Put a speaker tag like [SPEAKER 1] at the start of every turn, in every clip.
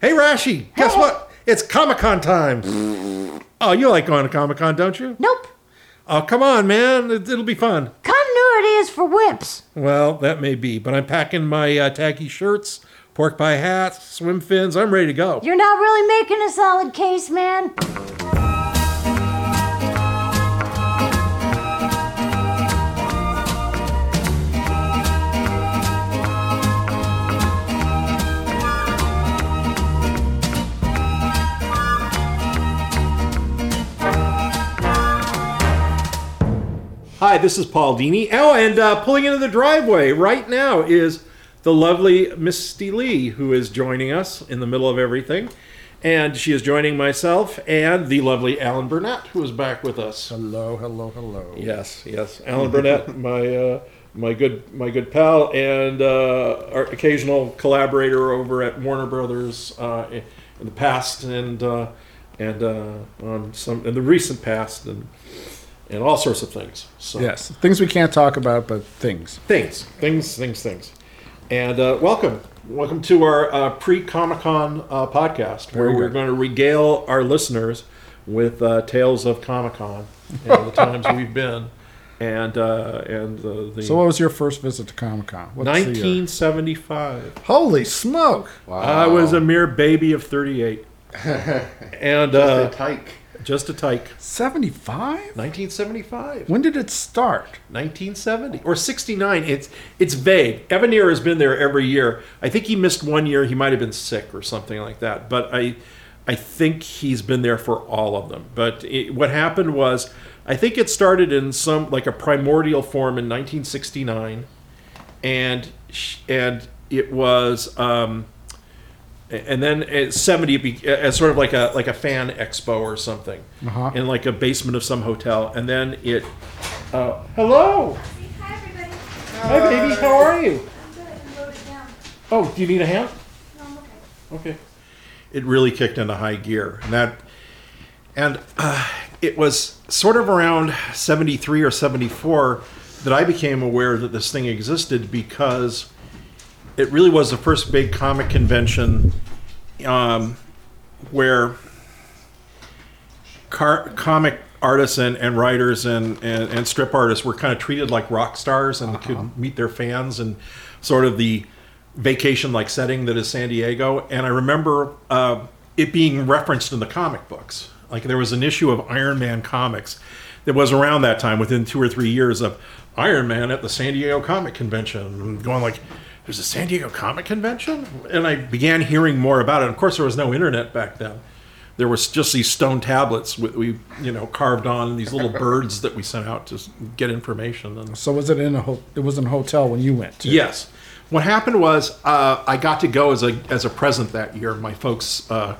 [SPEAKER 1] Hey, Rashi, guess
[SPEAKER 2] Hey.
[SPEAKER 1] what? It's Comic Con time. oh, you like going to Comic Con, don't you?
[SPEAKER 2] Nope.
[SPEAKER 1] Oh, come on, man. It, it'll be fun.
[SPEAKER 2] Continuity is for wimps.
[SPEAKER 1] Well, that may be, but I'm packing my uh, tacky shirts, pork pie hats, swim fins. I'm ready to go.
[SPEAKER 2] You're not really making a solid case, man.
[SPEAKER 1] Hi, this is Paul Dini. Oh, and uh, pulling into the driveway right now is the lovely Misty Lee, who is joining us in the middle of everything. And she is joining myself and the lovely Alan Burnett, who is back with us.
[SPEAKER 3] Hello, hello, hello.
[SPEAKER 1] Yes, yes, Alan Burnett, my uh, my good my good pal and uh, our occasional collaborator over at Warner Brothers uh, in the past and uh, and uh, on some in the recent past and and all sorts of things. So
[SPEAKER 3] Yes, things we can't talk about, but things.
[SPEAKER 1] things, things, things, things. And uh, welcome, welcome to our uh, pre Comic Con uh, podcast, where
[SPEAKER 3] Very
[SPEAKER 1] we're
[SPEAKER 3] good.
[SPEAKER 1] going to regale our listeners with uh, tales of Comic Con and the times we've been, and uh, and uh, the
[SPEAKER 3] So, what was your first visit to Comic Con?
[SPEAKER 1] 1975.
[SPEAKER 3] uh, Holy smoke!
[SPEAKER 1] I was a mere baby of 38, and uh,
[SPEAKER 4] tyke.
[SPEAKER 1] just a tyke.
[SPEAKER 3] Seventy-five.
[SPEAKER 1] 1975.
[SPEAKER 3] When did it start?
[SPEAKER 1] 1970 or 69 it's it's vague evanier has been there every year i think he missed one year he might have been sick or something like that but i i think he's been there for all of them but it, what happened was i think it started in some like a primordial form in 1969 and sh- and it was um and then at 70 it be, as sort of like a like a fan expo or something
[SPEAKER 3] Uh-huh.
[SPEAKER 1] in like a basement of some hotel and then it uh, hello
[SPEAKER 5] Hi, everybody.
[SPEAKER 1] Hi, baby. How are you?
[SPEAKER 5] I'm good. I wrote it down.
[SPEAKER 1] Oh, do you need a hand?
[SPEAKER 5] No, I'm okay.
[SPEAKER 1] Okay. It really kicked into high gear, and that, and uh, it was sort of around '73 or '74 that I became aware that this thing existed because it really was the first big comic convention um, where car- comic artists and, and writers and, and, and strip artists were kind of treated like rock stars and could meet their fans and sort of the vacation like setting that is San Diego. And I remember uh, it being referenced in the comic books. Like there was an issue of Iron Man comics that was around that time, within two or three years of Iron Man at the San Diego Comic Convention, and going like, "There's a San Diego Comic Convention," and I began hearing more about it. Of course, there was no internet back then there was just these stone tablets we, we you know carved on and these little birds that we sent out to s- get information and
[SPEAKER 3] So, was it in a? Ho- it was in a hotel when you went.
[SPEAKER 1] yes what happened was uh, i got to go as a as a present that year my folks uh,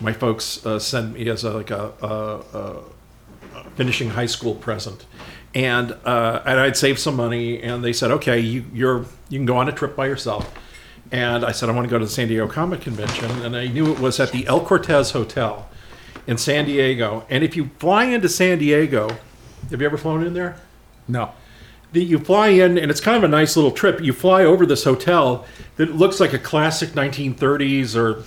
[SPEAKER 1] my folks uh, sent me as a, like a, a, a finishing high school present, and uh, and I'd saved some money, and they said, okay, you you're you can go on a trip by yourself, and I said I want to go to the San Diego Comic Convention, and I knew it was at the El Cortez Hotel in San Diego, and if you fly into San Diego, have you ever flown in there?
[SPEAKER 3] No.
[SPEAKER 1] that you fly in, and it's kind of a nice little trip. You fly over this hotel that looks like a classic 1930s or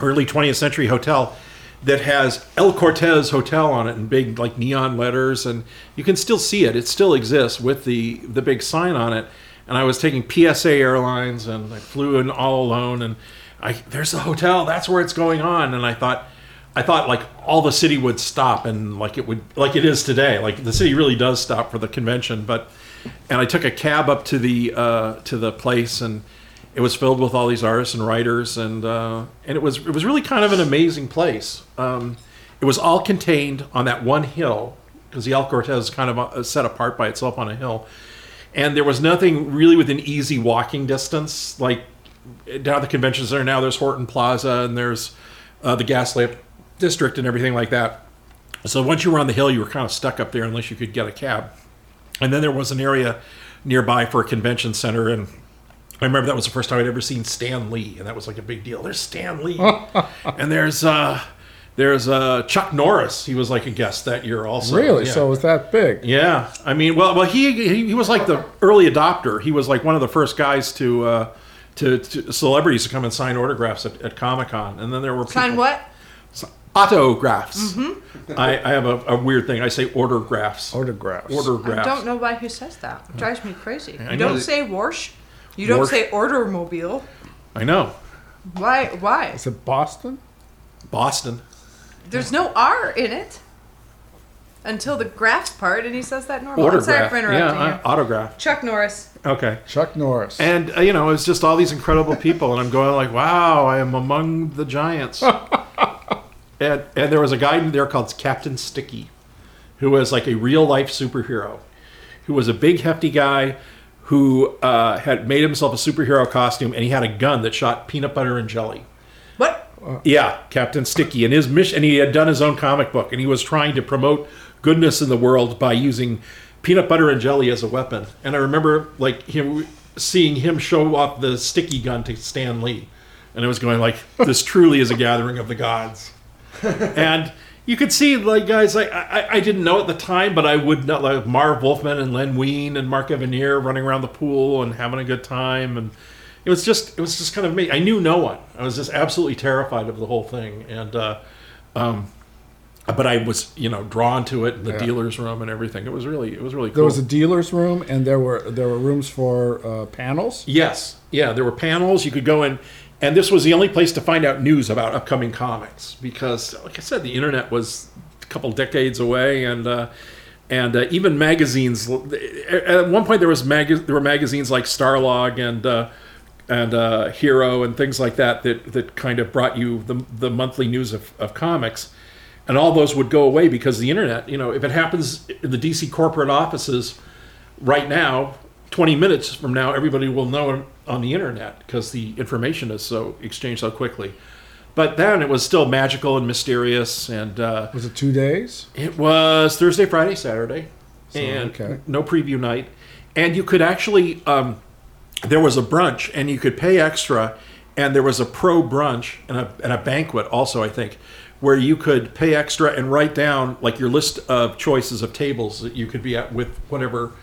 [SPEAKER 1] early 20th century hotel that has El Cortez Hotel on it in big like neon letters, and you can still see it. It still exists with the the big sign on it. And I was taking PSA Airlines, and I flew in all alone, and I there's the hotel. That's where it's going on, and I thought. I thought like all the city would stop and like it would like it is today. Like the city really does stop for the convention, but and I took a cab up to the uh, to the place and it was filled with all these artists and writers and uh, and it was it was really kind of an amazing place. Um, it was all contained on that one hill because the El Cortez is kind of uh, set apart by itself on a hill, and there was nothing really within easy walking distance like down the convention center now there's horton plaza and there's uh, the gaslamp district and everything like that so once you were on the hill you were kind of stuck up there unless you could get a cab and then there was an area nearby for a convention center and I remember that was the first time I'd ever seen Stan Lee, and that was like a big deal. There's Stan Lee, and there's uh, there's uh, Chuck Norris. He was like a guest that year also.
[SPEAKER 3] Really?
[SPEAKER 1] Yeah.
[SPEAKER 3] So it was that big?
[SPEAKER 1] Yeah, I mean, well, well, he he, he was like the early adopter. He was like one of the first guys to uh, to, to celebrities to come and sign autographs at, at Comic Con, and then there were
[SPEAKER 4] Sign
[SPEAKER 1] people-
[SPEAKER 4] what?
[SPEAKER 1] autographs.
[SPEAKER 4] Mm-hmm.
[SPEAKER 1] I, I have a, a weird thing. I say autographs.
[SPEAKER 3] Autographs.
[SPEAKER 1] Autographs.
[SPEAKER 4] I don't know why who says that. It drives me crazy.
[SPEAKER 1] I
[SPEAKER 4] you
[SPEAKER 1] know
[SPEAKER 4] don't
[SPEAKER 1] that-
[SPEAKER 4] say Warsh. You don't
[SPEAKER 1] Warsh.
[SPEAKER 4] say order mobile.
[SPEAKER 1] I know.
[SPEAKER 4] Why? Why?
[SPEAKER 3] Is it Boston?
[SPEAKER 1] Boston.
[SPEAKER 4] There's no R in it until the graphs part, and he says that normal. Oh, I'm sorry
[SPEAKER 1] Autograph.
[SPEAKER 4] for
[SPEAKER 1] Yeah,
[SPEAKER 4] interrupting
[SPEAKER 1] uh,
[SPEAKER 4] you.
[SPEAKER 1] autograph.
[SPEAKER 4] Chuck Norris.
[SPEAKER 1] Okay.
[SPEAKER 3] Chuck Norris.
[SPEAKER 1] And uh, you know, it's just all these incredible people, and I'm going like, "Wow, I am among the giants." and and there was a guy in there called Captain Sticky, who was like a real life superhero, who was a big hefty guy, who uh, had made himself a superhero costume, and he had a gun that shot peanut butter and jelly.
[SPEAKER 4] What?
[SPEAKER 1] Uh, Yeah, Captain Sticky, and his mission, and he had done his own comic book, and he was trying to promote goodness in the world by using peanut butter and jelly as a weapon. And I remember like him seeing him show off the sticky gun to Stan Lee, and I was going like, "This truly is a gathering of the gods." and you could see like guys like I, I- I didn't know at the time, but I would not like Marv Wolfman and Len Wein and Mark Evanier running around the pool and having a good time, and it was just it was just kind of me. I knew no one. I was just absolutely terrified of the whole thing, and uh, um, but I was you know drawn to it in the dealer's room and everything. It was really it was really cool.
[SPEAKER 3] There was a dealer's room, and there were there were rooms for uh, panels.
[SPEAKER 1] Yes. Yeah, there were panels. You could go in, and this was the only place to find out news about upcoming comics because, like I said, the internet was a couple decades away, and uh, and uh, even magazines. At one point, there was mag- there were magazines like Starlog and. Uh, and uh, Hero and things like that that, that kind of brought you the, the monthly news of, of comics. And all those would go away because the internet, you know, if it happens in the DC corporate offices, right now, 20 minutes from now, everybody will know it on the internet because the information is so exchanged so quickly. But then it was still magical and mysterious, and uh,
[SPEAKER 3] Was it two days?
[SPEAKER 1] it was Thursday, Friday, Saturday, and
[SPEAKER 3] okay.
[SPEAKER 1] no preview night. And you could actually, um, there was a brunch, and you could pay extra, and there was a pro brunch and a, and a banquet also, I think, where you could pay extra and write down like your list of choices of tables that you could be at with whatever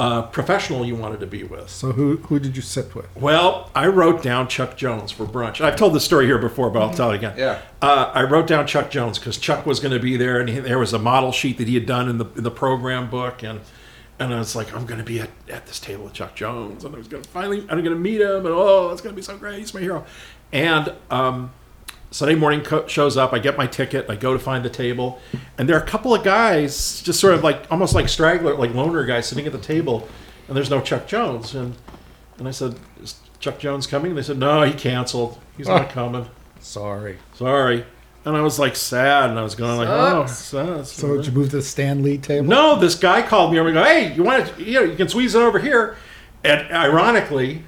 [SPEAKER 1] uh, professional you wanted to be with.
[SPEAKER 3] So who who did you sit with?
[SPEAKER 1] Well, I wrote down Chuck Jones for brunch. I've told this story here before, but I'll tell it again.
[SPEAKER 6] Yeah.
[SPEAKER 1] Uh, I wrote down Chuck Jones because Chuck was going to be there, and he, there was a model sheet that he had done in the in the program book, and and I was like, I'm going to be at, at this table with Chuck Jones, and I was going to finally, I'm going to meet him, and oh, it's going to be so great. He's my hero. And um, Sunday morning co- shows up. I get my ticket. I go to find the table, and there are a couple of guys, just sort of like almost like straggler, like loner guys sitting at the table, and there's no Chuck Jones, and and I said, Is Chuck Jones coming? And they said, No, he canceled. He's not coming.
[SPEAKER 3] Sorry.
[SPEAKER 1] Sorry. And I was like sad, and I was going like, oh,
[SPEAKER 4] Sucks.
[SPEAKER 1] sad.
[SPEAKER 3] So did you move to the Stan Lee table?
[SPEAKER 1] No, this guy called me over and go, hey, you want to, you know, you can squeeze it over here. And ironically,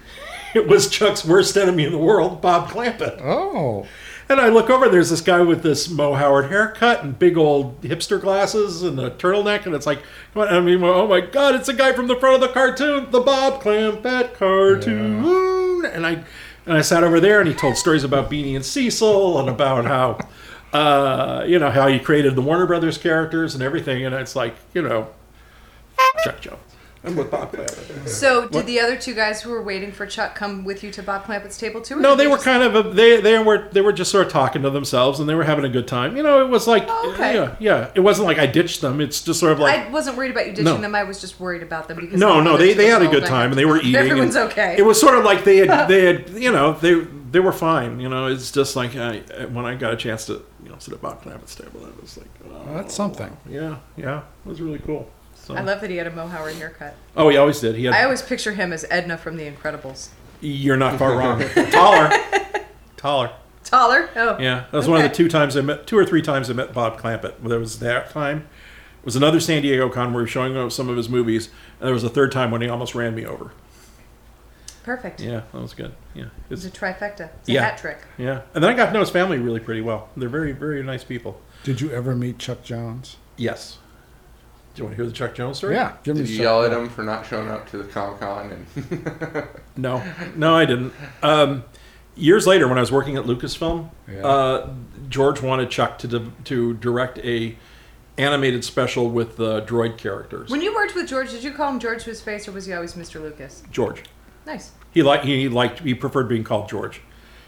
[SPEAKER 1] it was Chuck's worst enemy in the world, Bob Clampett.
[SPEAKER 3] Oh,
[SPEAKER 1] And I look over, there's this guy with this Mo Howard haircut and big old hipster glasses and a turtleneck, and it's like, what- I mean, oh my God, it's the guy from the front of the cartoon, the Bob Clampett cartoon. And I and I sat over there, and he told stories about Beanie and Cecil and about how, uh, you know, how he created the Warner Brothers characters and everything. And it's like, you know, Chuck Jones.
[SPEAKER 6] I'm with Bob Clampett.
[SPEAKER 4] So, did the other two guys who were waiting for Chuck come with you to Bob Clampett's table too? or
[SPEAKER 1] No,
[SPEAKER 4] did
[SPEAKER 1] they were
[SPEAKER 4] just-
[SPEAKER 1] kind of a, they they were they were just sort of talking to themselves and they were having a good time. You know, it was like
[SPEAKER 4] Oh, okay.
[SPEAKER 1] yeah, yeah. It wasn't like I ditched them. It's just sort of like
[SPEAKER 4] I wasn't worried about you ditching
[SPEAKER 1] No.
[SPEAKER 4] them. I was just worried about them because
[SPEAKER 1] no,
[SPEAKER 4] the
[SPEAKER 1] no.
[SPEAKER 4] other
[SPEAKER 1] They,
[SPEAKER 4] two
[SPEAKER 1] they had a
[SPEAKER 4] all
[SPEAKER 1] good
[SPEAKER 4] back-
[SPEAKER 1] time and they were eating. and
[SPEAKER 4] Everyone's okay.
[SPEAKER 1] It was sort of like they had they had you know they they were fine. You know, it's just like I, when I got a chance to you know sit at Bob Clamp's table, I was like, oh,
[SPEAKER 3] that's something.
[SPEAKER 1] yeah, yeah. It was really cool. So.
[SPEAKER 4] I love that he had a Mo Howard haircut.
[SPEAKER 1] oh, he always did. He had.
[SPEAKER 4] I always picture him as Edna from The Incredibles.
[SPEAKER 1] you're not far wrong. Taller, taller.
[SPEAKER 4] Taller? Oh.
[SPEAKER 1] Yeah, that was one of the
[SPEAKER 4] Okay.
[SPEAKER 1] two times I met, two or three times I met Bob Clampett. There was that time. It was another San Diego con where he was showing off some of his movies, and there was a third time when he almost ran me over.
[SPEAKER 4] Perfect.
[SPEAKER 1] Yeah, that was good. Yeah,
[SPEAKER 4] It's
[SPEAKER 1] it's,
[SPEAKER 4] a trifecta. It's
[SPEAKER 1] Yeah.
[SPEAKER 4] a hat trick.
[SPEAKER 1] yeah. And then I got to know his family really pretty well. They're very, very nice people.
[SPEAKER 3] Did you ever meet Chuck Jones?
[SPEAKER 1] Yes. Do you want to hear the Chuck Jones story?
[SPEAKER 3] Yeah. Give
[SPEAKER 6] Did
[SPEAKER 3] the
[SPEAKER 6] you
[SPEAKER 3] Chuck-
[SPEAKER 6] yell at him for not showing up to the Comic Con? And
[SPEAKER 1] No, no, I didn't. Um, years later, when I was working at Lucasfilm,
[SPEAKER 3] Yeah.
[SPEAKER 1] uh, George wanted Chuck to di- to direct a animated special with the droid characters.
[SPEAKER 4] When you worked with George, did you call him George to his face or was he always Mr. Lucas?
[SPEAKER 1] George.
[SPEAKER 4] Nice.
[SPEAKER 1] He liked he liked he preferred being called George.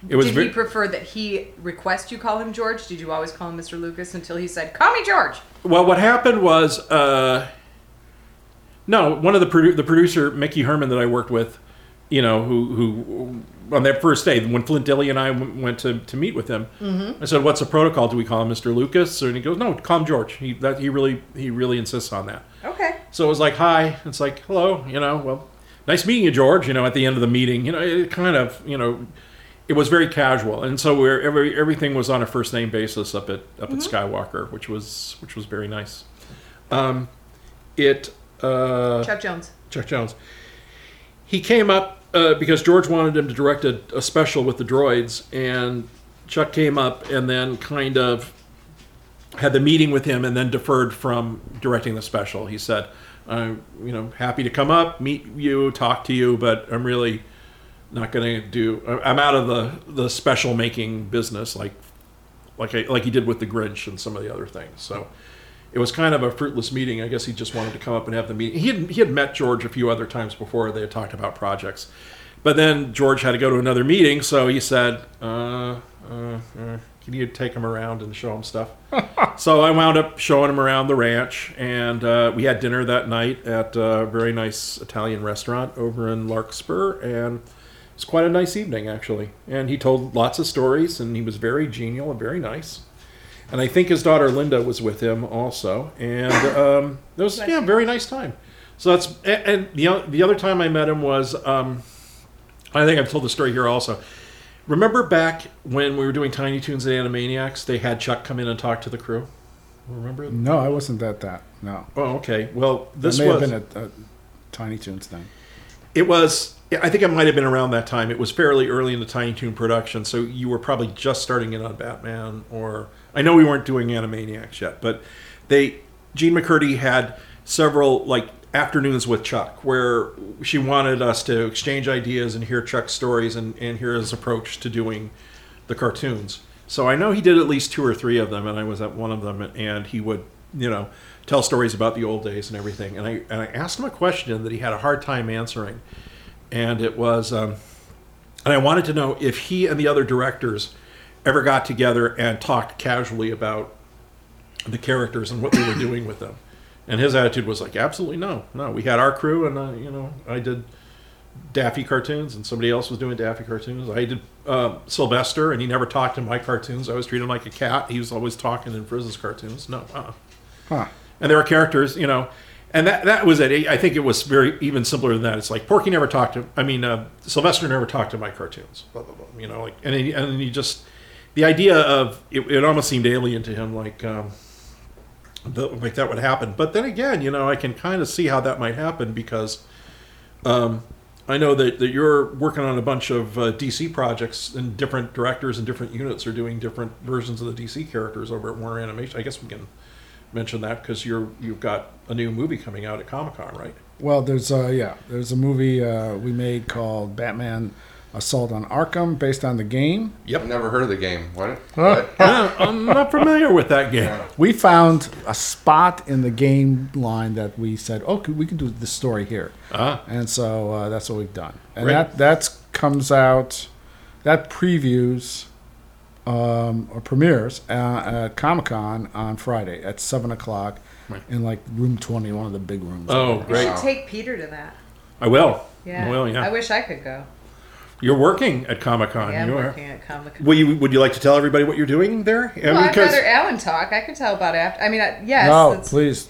[SPEAKER 1] It was
[SPEAKER 4] Did
[SPEAKER 1] ve-
[SPEAKER 4] he prefer that he request you call him George? Did you always call him Mr. Lucas until he said, "Call me George"?
[SPEAKER 1] well. What happened was, uh, no, one of the produ- the producer Mickey Herman that I worked with, you know, who who on that first day when Flint Dilly and I w- went to, to meet with him,
[SPEAKER 4] Mm-hmm.
[SPEAKER 1] I said, "What's the protocol? Do we call him Mr. Lucas?" And he goes, "No, call him George." He that he really he really insists on that.
[SPEAKER 4] Okay.
[SPEAKER 1] So it was like, hi. It's like, hello, you know, well, nice meeting you, George, you know, at the end of the meeting. You know, it kind of, you know, it was very casual. And so we're, every, everything was on a first name basis up at, up at Skywalker, which was, which was very nice. Um, it, uh,
[SPEAKER 4] Chuck Jones.
[SPEAKER 1] Chuck Jones. He came up uh, because George wanted him to direct a, a special with the droids, and Chuck came up and then kind of had the meeting with him, and then deferred from directing the special. He said, "I'm, you know, happy to come up, meet you, talk to you, but I'm really not going to do. I- I'm out of the the special making business, like like I, like he did with the Grinch and some of the other things." So it was kind of a fruitless meeting. I guess he just wanted to come up and have the meeting. He had, he had met George a few other times before. They had talked about projects. But then George had to go to another meeting, so he said, uh, uh, uh, Can you take him around and show him stuff? so I wound up showing him around the ranch, and uh, we had dinner that night at uh, a very nice Italian restaurant over in Larkspur, and it was quite a nice evening, actually. And he told lots of stories, and he was very genial and very nice and I think his daughter Linda was with him also, and um, it was yeah, very nice time. So that's and and the o- the other time I met him was um, I think I've told the story here also. Remember back when we were doing Tiny Toons and Animaniacs, they had Chuck come in and talk to the crew. Remember?
[SPEAKER 3] No, I wasn't at that. No,
[SPEAKER 1] Oh, okay. Well, this
[SPEAKER 3] that may
[SPEAKER 1] was
[SPEAKER 3] have been a, a Tiny Toons thing.
[SPEAKER 1] it was. I think it might have been around that time. It was fairly early in the Tiny Toon production, so you were probably just starting in on Batman, or I know we weren't doing Animaniacs yet, but they Gene McCurdy had several like afternoons with Chuck where she wanted us to exchange ideas and hear Chuck's stories and, and hear his approach to doing the cartoons. So I know he did at least two or three of them, and I was at one of them, and he would, you know, tell stories about the old days and everything. And I and I asked him a question that he had a hard time answering, and it was, um, and I wanted to know if he and the other directors ever got together and talked casually about the characters and what they were doing with them. And his attitude was like, absolutely no, no. We had our crew, and uh, you know, I did Daffy cartoons, and somebody else was doing Daffy cartoons. I did uh, Sylvester, and he never talked in my cartoons. I always treated him like a cat. He was always talking in Frizz's cartoons. No, uh-uh.
[SPEAKER 3] Huh.
[SPEAKER 1] and there were characters, you know, and that that was it. I think it was very even simpler than that. It's like Porky never talked to. I mean, uh, Sylvester never talked to my cartoons. Blah blah blah. You know, like and he, and he just the idea of it, it almost seemed alien to him, like. Um, the, like that would happen, but then again, you know, I can kind of see how that might happen because I know that, that you're working on a bunch of uh, DC projects, and different directors and different units are doing different versions of the DC characters over at Warner Animation. I guess we can mention that because you're you've got a new movie coming out at Comic Con, right?
[SPEAKER 3] Well, there's uh, yeah, there's a movie uh, we made called Batman Assault on Arkham, based on the game.
[SPEAKER 6] I've never heard of the game. What?
[SPEAKER 3] Huh?
[SPEAKER 6] what?
[SPEAKER 1] Yeah, I'm not familiar with that game.
[SPEAKER 3] We found a spot in the game line that we said, "Oh, could- we can do this story here,"
[SPEAKER 1] Ah.
[SPEAKER 3] and so uh, that's what we've done. And
[SPEAKER 1] Right.
[SPEAKER 3] that that's comes out, that previews, um, or premieres uh, at Comic Con on Friday at seven o'clock, in like room twenty, one of the big rooms.
[SPEAKER 1] Oh,
[SPEAKER 4] You
[SPEAKER 1] great!
[SPEAKER 4] should take Peter to that.
[SPEAKER 1] I will.
[SPEAKER 4] Yeah.
[SPEAKER 1] I will.
[SPEAKER 4] I
[SPEAKER 1] Yeah.
[SPEAKER 4] wish I could go.
[SPEAKER 1] You're working at Comic Con.
[SPEAKER 4] Yeah, I'm
[SPEAKER 1] you are.
[SPEAKER 4] working at Comic Con.
[SPEAKER 1] Will you, would you like to tell everybody what you're doing there? I
[SPEAKER 4] Well,
[SPEAKER 1] mean,
[SPEAKER 4] I'd
[SPEAKER 1] 'cause-
[SPEAKER 4] rather Alan talk. I could tell about after. I mean, I, yes.
[SPEAKER 3] no,
[SPEAKER 4] that's-
[SPEAKER 3] please.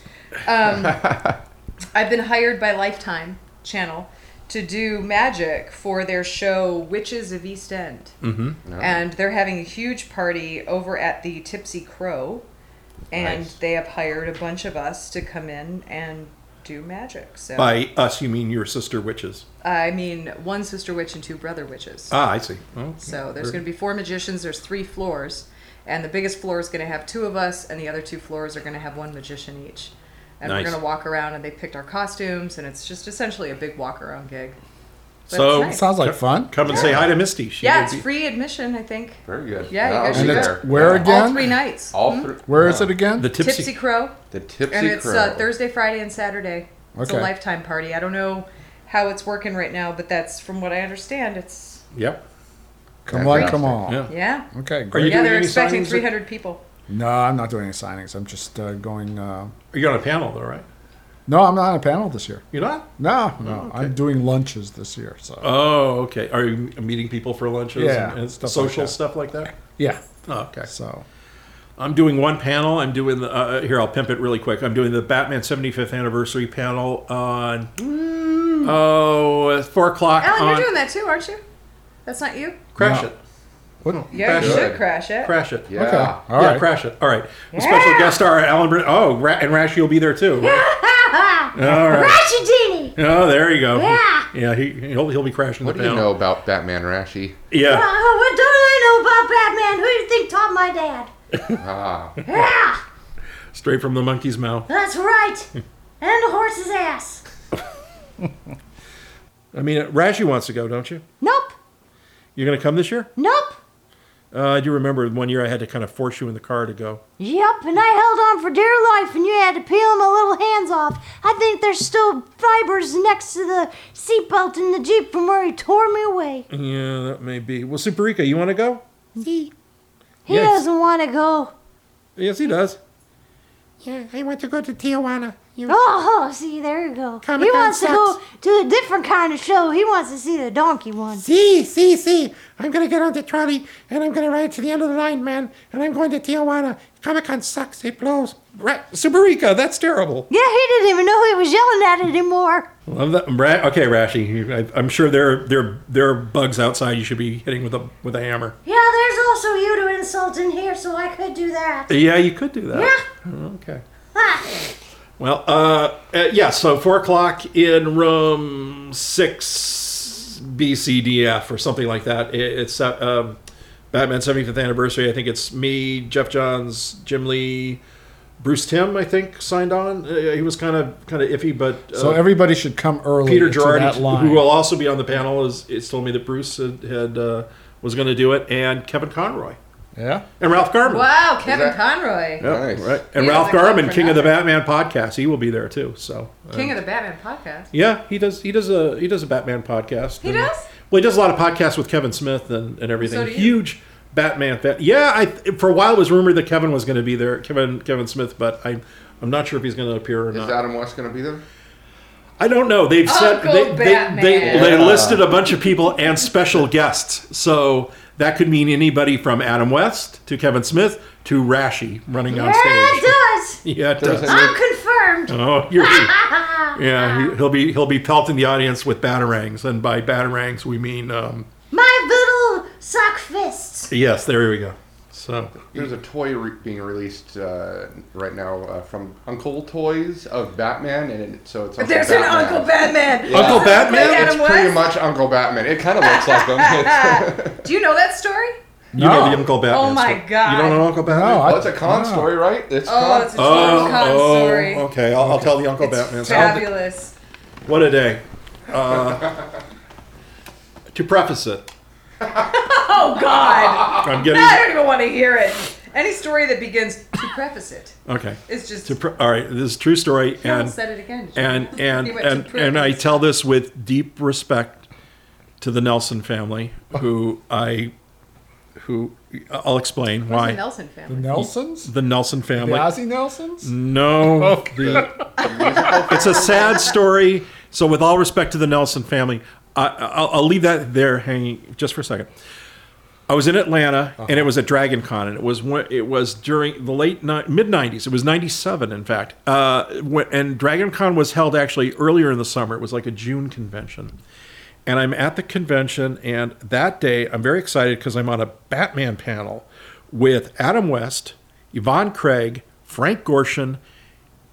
[SPEAKER 4] I've been hired by Lifetime Channel to do magic for their show Witches of East End. Mm-hmm. And they're having a huge party over at the Tipsy Crow. And
[SPEAKER 6] Nice.
[SPEAKER 4] they have hired a bunch of us to come in and do magic. So,
[SPEAKER 1] by us, you mean your sister witches?
[SPEAKER 4] I mean, one sister witch and two brother witches.
[SPEAKER 1] Ah, I see. Oh,
[SPEAKER 4] So there's going to be four magicians. There's three floors, and the biggest floor is going to have two of us, and the other two floors are going to have one magician each. And
[SPEAKER 1] Nice.
[SPEAKER 4] we're going to walk around, and they picked our costumes, and it's just essentially a big walk around gig. But
[SPEAKER 1] So-
[SPEAKER 4] it's nice.
[SPEAKER 3] Sounds like fun.
[SPEAKER 1] Come and say hi to Misty. She
[SPEAKER 4] yeah,
[SPEAKER 1] would
[SPEAKER 4] it's
[SPEAKER 1] be-
[SPEAKER 4] free admission, I think.
[SPEAKER 6] Very good.
[SPEAKER 4] Yeah, you
[SPEAKER 6] I'll
[SPEAKER 4] guys
[SPEAKER 6] be
[SPEAKER 4] should go.
[SPEAKER 6] there.
[SPEAKER 3] Where
[SPEAKER 6] Yeah.
[SPEAKER 3] again?
[SPEAKER 4] All three nights.
[SPEAKER 6] All three.
[SPEAKER 3] Where is
[SPEAKER 6] Wow.
[SPEAKER 3] it again?
[SPEAKER 1] The tipsy.
[SPEAKER 4] Tipsy, Crow,
[SPEAKER 6] The Tipsy
[SPEAKER 4] and it's
[SPEAKER 6] Crow.
[SPEAKER 4] uh, Thursday, Friday, and Saturday. It's a
[SPEAKER 3] Okay.
[SPEAKER 4] lifetime party. I don't know how it's working right now, but that's from what I understand. It's
[SPEAKER 1] Yep.
[SPEAKER 3] Come on,
[SPEAKER 6] Yeah.
[SPEAKER 3] come on.
[SPEAKER 1] Yeah.
[SPEAKER 4] yeah,
[SPEAKER 3] Okay, great.
[SPEAKER 1] Are you
[SPEAKER 4] yeah.
[SPEAKER 1] doing
[SPEAKER 4] They're
[SPEAKER 1] any
[SPEAKER 4] expecting
[SPEAKER 1] signings?
[SPEAKER 4] three hundred people.
[SPEAKER 3] No, I'm not doing any signings. I'm just uh, going. Uh,
[SPEAKER 1] You're on a panel though, right?
[SPEAKER 3] no, I'm not on a panel this year.
[SPEAKER 1] You're not?
[SPEAKER 3] No, no,
[SPEAKER 1] Oh, okay.
[SPEAKER 3] I'm doing lunches this year. So
[SPEAKER 1] Oh, okay. Are you meeting people for lunches
[SPEAKER 3] Yeah,
[SPEAKER 1] and, and
[SPEAKER 3] stuff
[SPEAKER 1] social
[SPEAKER 3] like that.
[SPEAKER 1] stuff like that?
[SPEAKER 3] yeah,
[SPEAKER 1] Oh, okay.
[SPEAKER 3] so
[SPEAKER 1] I'm doing one panel. I'm doing the uh, here. I'll pimp it really quick. I'm doing the Batman 75th anniversary panel on oh uh, four o'clock.
[SPEAKER 4] Alan,
[SPEAKER 1] on,
[SPEAKER 4] you're doing that too, aren't you? That's not you.
[SPEAKER 1] crash
[SPEAKER 3] No.
[SPEAKER 1] it,
[SPEAKER 3] what?
[SPEAKER 4] Yeah, you
[SPEAKER 6] Crash
[SPEAKER 4] should
[SPEAKER 6] it.
[SPEAKER 4] crash it.
[SPEAKER 1] crash it.
[SPEAKER 6] Yeah.
[SPEAKER 3] Okay, all
[SPEAKER 1] Oh, yeah,
[SPEAKER 3] right.
[SPEAKER 1] crash it. All right. Special guest star Alan. Br- oh, Ra- and Rashi will be there too. All right.
[SPEAKER 2] Rashidini!
[SPEAKER 1] Oh, there you go.
[SPEAKER 2] Yeah.
[SPEAKER 1] Yeah. He he'll, he'll be crashing
[SPEAKER 6] What
[SPEAKER 1] the
[SPEAKER 6] do you
[SPEAKER 1] panel.
[SPEAKER 6] know about Batman Rashi?
[SPEAKER 1] Yeah.
[SPEAKER 2] Uh, what don't I know about Batman? Who do you think taught my dad?
[SPEAKER 6] Ah,
[SPEAKER 2] Yeah,
[SPEAKER 1] Straight from the monkey's mouth.
[SPEAKER 2] that's right.
[SPEAKER 1] Hmm.
[SPEAKER 2] And the horse's ass.
[SPEAKER 1] I mean, Rashi wants to go, don't you?
[SPEAKER 2] Nope.
[SPEAKER 1] You're gonna come this year?
[SPEAKER 2] Nope.
[SPEAKER 1] Uh, I do remember one year I had to kind of force you in the car to go.
[SPEAKER 2] Yep, and I held on for dear life, and you had to peel my little hands off. I think there's still fibers next to the seatbelt in the Jeep from where he tore me away.
[SPEAKER 1] Yeah, that may be. Well, Superica, you want to go?
[SPEAKER 2] He,
[SPEAKER 1] Hmm.
[SPEAKER 2] he
[SPEAKER 1] Yes.
[SPEAKER 2] doesn't want to go.
[SPEAKER 1] Yes, he does.
[SPEAKER 7] Yeah, I want to go to Tijuana. You
[SPEAKER 2] Oh, see, there you go. he
[SPEAKER 7] Comic-Con
[SPEAKER 2] wants to go
[SPEAKER 7] sucks.
[SPEAKER 2] to a different kind of show. He wants to see the donkey one.
[SPEAKER 7] see, see, see. I'm gonna get on the trolley and I'm gonna ride to the end of the line, man. And I'm going to Tijuana. Comic Con sucks. It blows.
[SPEAKER 1] Right, Superica, that's terrible.
[SPEAKER 2] Yeah, he didn't even know he was yelling at it anymore.
[SPEAKER 1] Love that. Ra- okay, Rashi, you- I, I'm sure there are, there are- there are bugs outside. You should be hitting with a with a hammer.
[SPEAKER 2] Yeah, there's also you to insult in here, so I could do that. Ah,
[SPEAKER 1] Yeah, you could do that.
[SPEAKER 2] Yeah.
[SPEAKER 1] Okay.
[SPEAKER 2] Ha!
[SPEAKER 1] Well, uh, uh, yeah. So four o'clock in room six BCDF or something like that. It, it's uh, um, Batman 75th anniversary. I think it's me, Jeff Johns, Jim Lee, Bruce Tim. I think signed on. Uh, he was kind of kind of iffy, but uh,
[SPEAKER 3] So everybody should come early.
[SPEAKER 1] Peter
[SPEAKER 3] to
[SPEAKER 1] Gerard,
[SPEAKER 3] that line.
[SPEAKER 1] who will also be on the panel, is, is told me that Bruce had, had uh, was going to do it, and Kevin Conroy
[SPEAKER 3] Yeah.
[SPEAKER 1] and Ralph Garman.
[SPEAKER 4] Wow, Kevin
[SPEAKER 6] that-
[SPEAKER 4] Conroy,
[SPEAKER 1] Yeah,
[SPEAKER 6] Nice.
[SPEAKER 1] right. And
[SPEAKER 4] He
[SPEAKER 1] Ralph
[SPEAKER 4] doesn't come
[SPEAKER 1] Garman,
[SPEAKER 4] for
[SPEAKER 1] King of the Batman podcast, he will be there too. So, uh,
[SPEAKER 4] King of the Batman podcast.
[SPEAKER 1] yeah, he does. He does a he does a Batman podcast.
[SPEAKER 4] He
[SPEAKER 1] and-
[SPEAKER 4] does?
[SPEAKER 1] Well, he does a lot of podcasts with Kevin Smith and, and everything.
[SPEAKER 4] So do you.
[SPEAKER 1] Huge Batman fan. Yeah, I for a while it was rumored that Kevin was going to be there, Kevin Kevin Smith, but I. I'm not sure if he's going to appear or
[SPEAKER 6] is
[SPEAKER 1] not.
[SPEAKER 6] Adam West going to be there?
[SPEAKER 1] I don't know. They've said
[SPEAKER 4] Uncle
[SPEAKER 1] they, they,
[SPEAKER 4] Batman.
[SPEAKER 1] they, they
[SPEAKER 6] Yeah.
[SPEAKER 1] listed a bunch of people and special guests. So that could mean anybody from Adam West to Kevin Smith to Rashi running
[SPEAKER 2] Yeah,
[SPEAKER 1] on
[SPEAKER 2] it
[SPEAKER 1] stage.
[SPEAKER 2] does.
[SPEAKER 1] Yeah, it does.
[SPEAKER 2] I'm confirmed.
[SPEAKER 1] Oh, you're, yeah, he- he'll be he'll be pelting the audience with batarangs, and by batarangs we mean um,
[SPEAKER 2] My little sock fists.
[SPEAKER 1] yes. There we go. So
[SPEAKER 6] There's a toy re- being released uh, right now uh, from Uncle Toys of Batman, and it, so it's Uncle
[SPEAKER 4] There's
[SPEAKER 6] Batman.
[SPEAKER 4] an Uncle Batman.
[SPEAKER 1] Uncle Batman.
[SPEAKER 4] Adam
[SPEAKER 6] It's pretty
[SPEAKER 4] West?
[SPEAKER 6] much Uncle Batman. It kind of looks like him. It's-
[SPEAKER 4] Do you know that story?
[SPEAKER 1] You know the
[SPEAKER 3] No.
[SPEAKER 1] Uncle Batman.
[SPEAKER 4] Oh my
[SPEAKER 1] story.
[SPEAKER 4] God.
[SPEAKER 1] You don't know Uncle Batman?
[SPEAKER 3] No, I-
[SPEAKER 6] well, it's a con
[SPEAKER 3] Wow.
[SPEAKER 6] story, right? It's
[SPEAKER 4] Oh,
[SPEAKER 6] con.
[SPEAKER 4] it's a
[SPEAKER 1] Oh,
[SPEAKER 4] Tom Con
[SPEAKER 1] oh,
[SPEAKER 4] story.
[SPEAKER 1] okay. I'll, I'll tell the Uncle Batman.
[SPEAKER 4] It's
[SPEAKER 1] story.
[SPEAKER 4] fabulous.
[SPEAKER 1] What a day. Uh, to preface it,
[SPEAKER 4] Oh God!
[SPEAKER 1] I'm
[SPEAKER 4] I
[SPEAKER 1] getting
[SPEAKER 4] don't even want to hear it. Any story that begins to preface it
[SPEAKER 1] okay.
[SPEAKER 4] is just.
[SPEAKER 1] To pre- all right, this is a true story,
[SPEAKER 4] Carol
[SPEAKER 1] and
[SPEAKER 4] said it again.
[SPEAKER 1] and and
[SPEAKER 4] He went to
[SPEAKER 1] and, and I
[SPEAKER 4] preface.
[SPEAKER 1] tell this with deep respect to the Nelson family, who I who I'll explain
[SPEAKER 4] Where's
[SPEAKER 1] why
[SPEAKER 4] the Nelson family.
[SPEAKER 3] Nelsons.
[SPEAKER 1] the Mm. Nelson
[SPEAKER 3] The
[SPEAKER 1] family.
[SPEAKER 3] Ozzy Nelsons. Oh,
[SPEAKER 1] No, the- it's a sad story. So, with all respect to the Nelson family, I, I'll, I'll leave that there hanging just for a second. I was in Atlanta,
[SPEAKER 4] Uh-huh.
[SPEAKER 1] and it was at Dragon Con, and it was when- it was during the late ni- mid '90s. It was '97, in fact. Uh, when, and Dragon Con was held actually earlier in the summer. It was like a June convention, and I'm at the convention, and that day I'm very excited because I'm on a Batman panel with Adam West, Yvonne Craig, Frank Gorshin,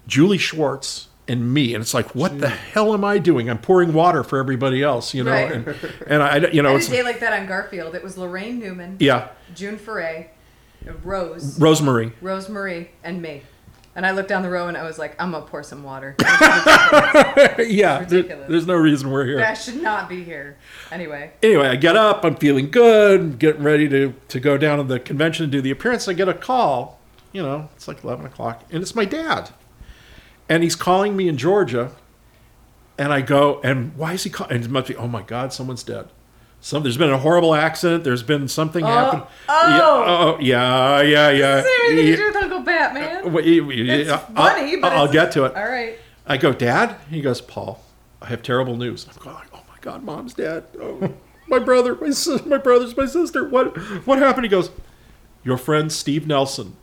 [SPEAKER 1] Julie Schwartz and me, and it's like, what the hell am I doing? I'm pouring water for everybody else, you know,
[SPEAKER 4] Right.
[SPEAKER 1] and and I, you
[SPEAKER 4] I
[SPEAKER 1] know,
[SPEAKER 4] had
[SPEAKER 1] it's
[SPEAKER 4] a day like that on Garfield. It was Lorraine Newman,
[SPEAKER 1] yeah,
[SPEAKER 4] June Foray, Rose,
[SPEAKER 1] Rosemary.
[SPEAKER 4] Rose Marie, and me. And I looked down the row and I was like, I'm gonna pour some water.
[SPEAKER 1] yeah, there-
[SPEAKER 4] ridiculous.
[SPEAKER 1] there's no reason we're here.
[SPEAKER 4] I should not be here. Anyway,
[SPEAKER 1] Anyway, I get up, I'm feeling good, getting ready to to go down to the convention and do the appearance. I get a call, you know, it's like eleven o'clock, and it's my dad, and he's calling me in Georgia, And I go, and why is he calling? And it must be, oh my God, someone's dead. Some, there's been a horrible accident. There's been something happened.
[SPEAKER 4] Uh, oh.
[SPEAKER 1] Yeah, oh, yeah, yeah,
[SPEAKER 4] Does it have
[SPEAKER 1] yeah.
[SPEAKER 4] anything to do with Uncle Batman?
[SPEAKER 1] Well, you- you-
[SPEAKER 4] It's
[SPEAKER 1] I'll-
[SPEAKER 4] funny, but
[SPEAKER 1] I'll,
[SPEAKER 4] it's-
[SPEAKER 1] get to it.
[SPEAKER 4] All right.
[SPEAKER 1] I go, Dad. He goes, Paul. I have terrible news. I'm going, oh my God, Mom's dead. Oh, my brother, my sis, my brothers, my sister. What, what happened? He goes, your friend Steve Nelson,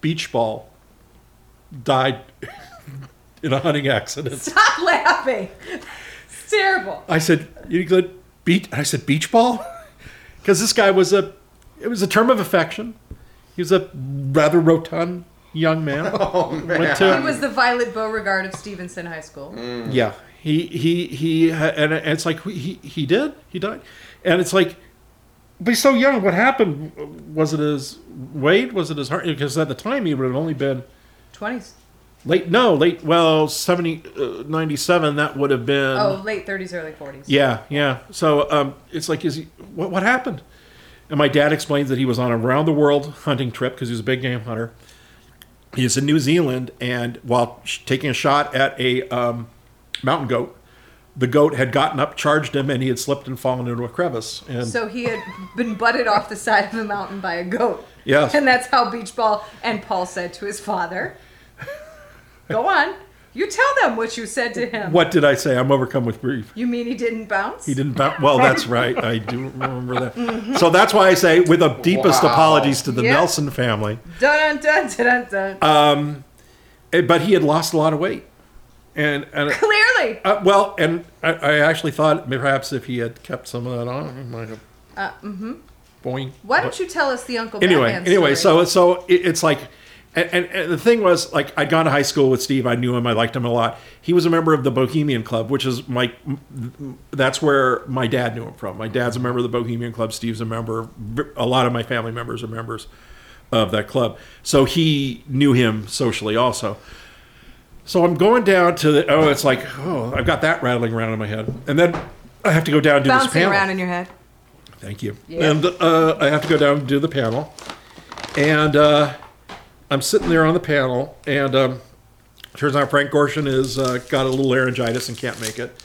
[SPEAKER 1] beach ball, died in a hunting accident.
[SPEAKER 4] Stop laughing. It's terrible.
[SPEAKER 1] I said, you good beat? I said, beach ball, because this guy was a, it was a term of affection. He was a rather rotund young man.
[SPEAKER 6] Oh man.
[SPEAKER 1] Went to-
[SPEAKER 4] He was the Violet Beauregard of Stevenson High School.
[SPEAKER 1] Yeah, he he he, and it's like he he did he died, and it's like, but he's so young. What happened? Was it his weight? Was it his heart? Because at the time he would have only been
[SPEAKER 4] 20s.
[SPEAKER 1] late. No, late. Well, 70, uh, 97, That would have been.
[SPEAKER 4] Oh, late 30s, early 40s.
[SPEAKER 1] Um, Yeah, yeah. So um, it's like, is he, what, what happened? And my dad explains that he was on a round the world hunting trip because he was a big game hunter. He was in New Zealand, and while sh- taking a shot at a um, mountain goat, the goat had gotten up, charged him, and he had slipped and fallen into a crevice. And
[SPEAKER 4] So he had been butted off the side of a mountain by a goat.
[SPEAKER 1] Yes.
[SPEAKER 4] And that's how beach ball and Paul said to his father, Go on. You tell them what you said to him.
[SPEAKER 1] what did I say? I'm overcome with grief.
[SPEAKER 4] You mean he didn't bounce?
[SPEAKER 1] He didn't. Bounce. Well, that's right. I do remember that. So that's why I say, with the deepest
[SPEAKER 6] Wow.
[SPEAKER 1] apologies to the
[SPEAKER 4] Yeah.
[SPEAKER 1] Nelson family,
[SPEAKER 4] Dun dun dun dun dun.
[SPEAKER 1] Uh, eh, but he had lost a lot of weight, and and
[SPEAKER 4] Clearly.
[SPEAKER 1] Uh, well, and I, I actually thought perhaps if he had kept some of that on, he might have. Uh, mm-hmm. Boing.
[SPEAKER 4] Why don't you tell us the Uncle
[SPEAKER 1] Anyway,
[SPEAKER 4] Batman
[SPEAKER 1] anyway,
[SPEAKER 4] story?
[SPEAKER 1] so so it, it's like, and, and, and the thing was like I'd gone to high school with Steve. I knew him. I liked him a lot. He was a member of the Bohemian Club, which is my. That's where my dad knew him from. My dad's a member of the Bohemian Club. Steve's a member. A lot of my family members are members of that club, so he knew him socially also. So I'm going down to the oh, it's like oh, I've got that rattling around in my head, and then I have to go down to this
[SPEAKER 4] bouncing
[SPEAKER 1] panel.
[SPEAKER 4] around in your head.
[SPEAKER 1] Thank you.
[SPEAKER 4] Yeah.
[SPEAKER 1] And uh, I have to go down and do the panel, and uh, I'm sitting there on the panel, and um, turns out Frank Gorshin has uh, got a little laryngitis and can't make it,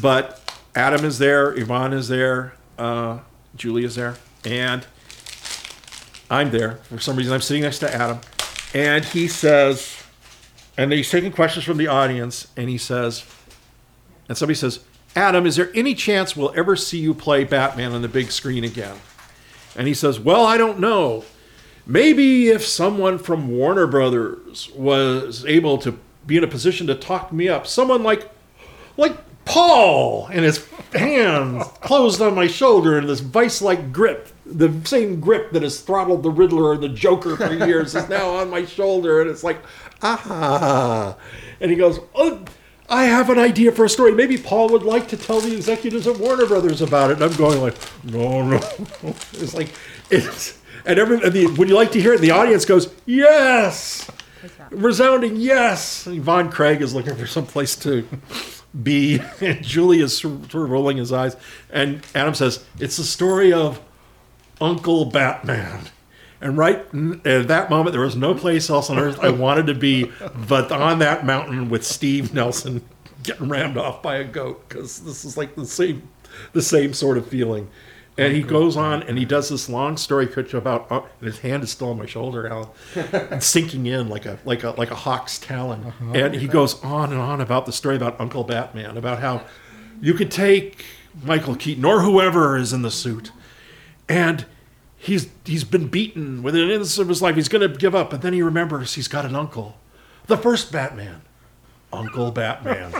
[SPEAKER 1] but Adam is there, Yvonne is there, uh, Julie is there, and I'm there for some reason. I'm sitting next to Adam, and he says, and he's taking questions from the audience, and he says. And somebody says, Adam, is there any chance we'll ever see you play Batman on the big screen again? And he says, Well, I don't know. Maybe if someone from Warner Brothers was able to be in a position to talk me up, someone like like Paul and his hands closed on my shoulder in this vice-like grip, the same grip that has throttled the Riddler and the Joker for years is now on my shoulder, and it's like, ah. And he goes, oh, I have an idea for a story. Maybe Paul would like to tell the executives at Warner Brothers about it. And I'm going like, no, no. It's like, it's, and every, and the, would you like to hear it? And the audience goes, yes resounding yes. And Von Craig is looking for someplace to be, and Julie is sort of rolling his eyes. And Adam says, "It's the story of Uncle Batman." And right n- at that moment, there was no place else on earth I wanted to be but on that mountain with Steve Nelson getting rammed off by a goat because this is like the same, the same sort of feeling. And he goes on and he does this long story pitch about, uh, and his hand is still on my shoulder, Alan, and sinking in like a like a like a hawk's talon. And he goes on and on about the story about Uncle Batman, about how you could take Michael Keaton or whoever is in the suit, and he's he's been beaten within an instance of his life. He's going to give up, and then he remembers he's got an uncle, the first Batman, Uncle Batman.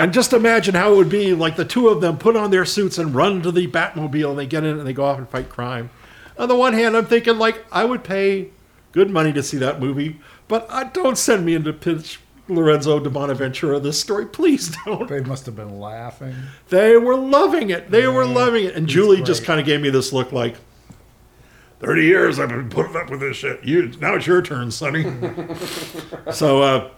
[SPEAKER 1] And just imagine how it would be like the two of them put on their suits and run to the Batmobile and they get in it and they go off and fight crime. On the one hand, I'm thinking like I would pay good money to see that movie, but I don't send me into pitch Lorenzo de Bonaventura this story. Please don't.
[SPEAKER 3] They must have been laughing.
[SPEAKER 1] They were loving it. They were loving it. And Julie just kind of gave me this look like, 30 years I've been putting up with this shit. You now it's your turn, Sonny. so uh,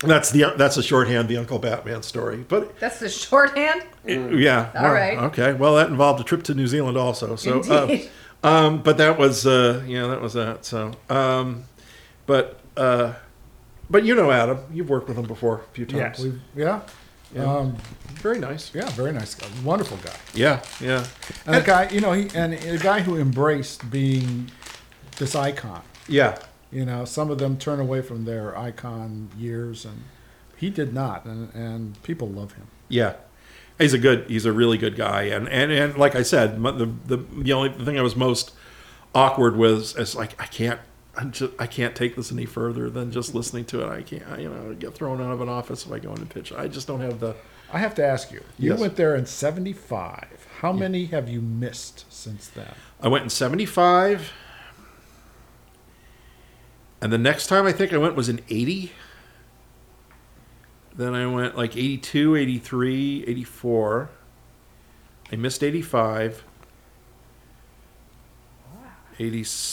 [SPEAKER 1] that's the that's a shorthand the Uncle Batman story. But
[SPEAKER 4] That's the shorthand.
[SPEAKER 1] it- yeah.
[SPEAKER 4] All
[SPEAKER 1] well,
[SPEAKER 4] right.
[SPEAKER 1] Okay. Well, that involved a trip to New Zealand also. So, uh,
[SPEAKER 4] Indeed.
[SPEAKER 1] um, but that was uh, yeah, that was that. So, um, but uh, but you know Adam, you've worked with him before a few times.
[SPEAKER 3] We- yeah. Um,
[SPEAKER 1] Very nice.
[SPEAKER 3] yeah, very nice guy. Wonderful guy.
[SPEAKER 1] Yeah, yeah.
[SPEAKER 3] And the guy, you know, he and the guy who embraced being this icon.
[SPEAKER 1] Yeah.
[SPEAKER 3] You know, some of them turn away from their icon years, and he did not, and, and people love him.
[SPEAKER 1] Yeah, he's a good, he's a really good guy, and and and like I said, m- the the the only thing I was most awkward was is like I can't. I'm just, I can't take this any further than just listening to it. I can't, I, you know, get thrown out of an office if I go in and pitch. I just don't have the.
[SPEAKER 3] I have to ask you. You
[SPEAKER 1] Yes.
[SPEAKER 3] went there in '75. How many have you missed since then?
[SPEAKER 1] I went in '75, and the next time I think I went was in '80. Then I went like 82, 83, 84. I missed 85.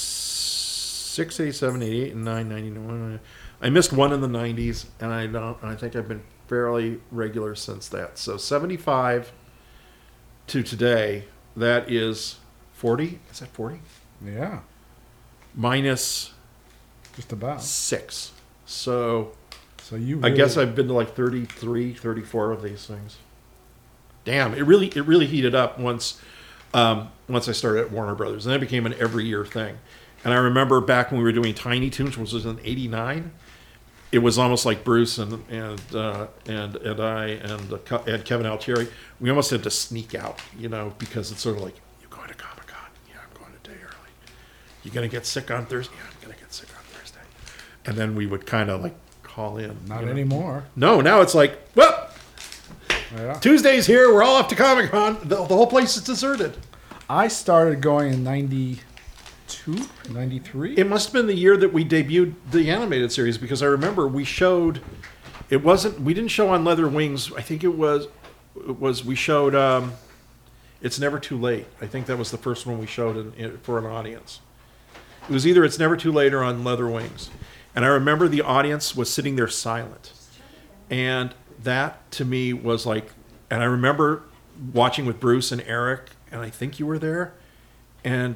[SPEAKER 1] 86, 87, 88, and 9, 91. I missed one in the 90s, and I don't. And I think I've been fairly regular since that. So 75 to today, that is 40. Is that 40?
[SPEAKER 3] Yeah,
[SPEAKER 1] Minus
[SPEAKER 3] just about.
[SPEAKER 1] 6. So
[SPEAKER 3] So you.
[SPEAKER 1] I guess
[SPEAKER 3] really-
[SPEAKER 1] I've been to like 33, 34 of these things. Damn, it really it really heated up once um, once I started at Warner Brothers, and that became an every year thing. And I remember back when we were doing Tiny Toons, which was in '89. It was almost like Bruce and and uh, and and I and uh, Ke- and Kevin Altieri. We almost had to sneak out, you know, because it's sort of like you're going to Comic Con. Yeah, I'm going a day early. You're gonna get sick on Thursday. Yeah, I'm gonna get sick on Thursday. And then we would kind of like call in.
[SPEAKER 3] not
[SPEAKER 1] you know.
[SPEAKER 3] anymore.
[SPEAKER 1] No, now it's like, well,
[SPEAKER 3] Yeah.
[SPEAKER 1] Tuesday's here. We're all off to Comic Con. The, the whole place is deserted.
[SPEAKER 3] I started going in '92, '93.
[SPEAKER 1] It must have been the year that we debuted the animated series because I remember we showed. It wasn't. We didn't show on Leather Wings. I think it was. It was we showed. Um, it's never too late. I think that was the first one we showed in, in, for an audience. It was either it's never too late or on Leather Wings, and I remember the audience was sitting there silent, and that to me was like. And I remember watching with Bruce and Eric, and I think you were there, and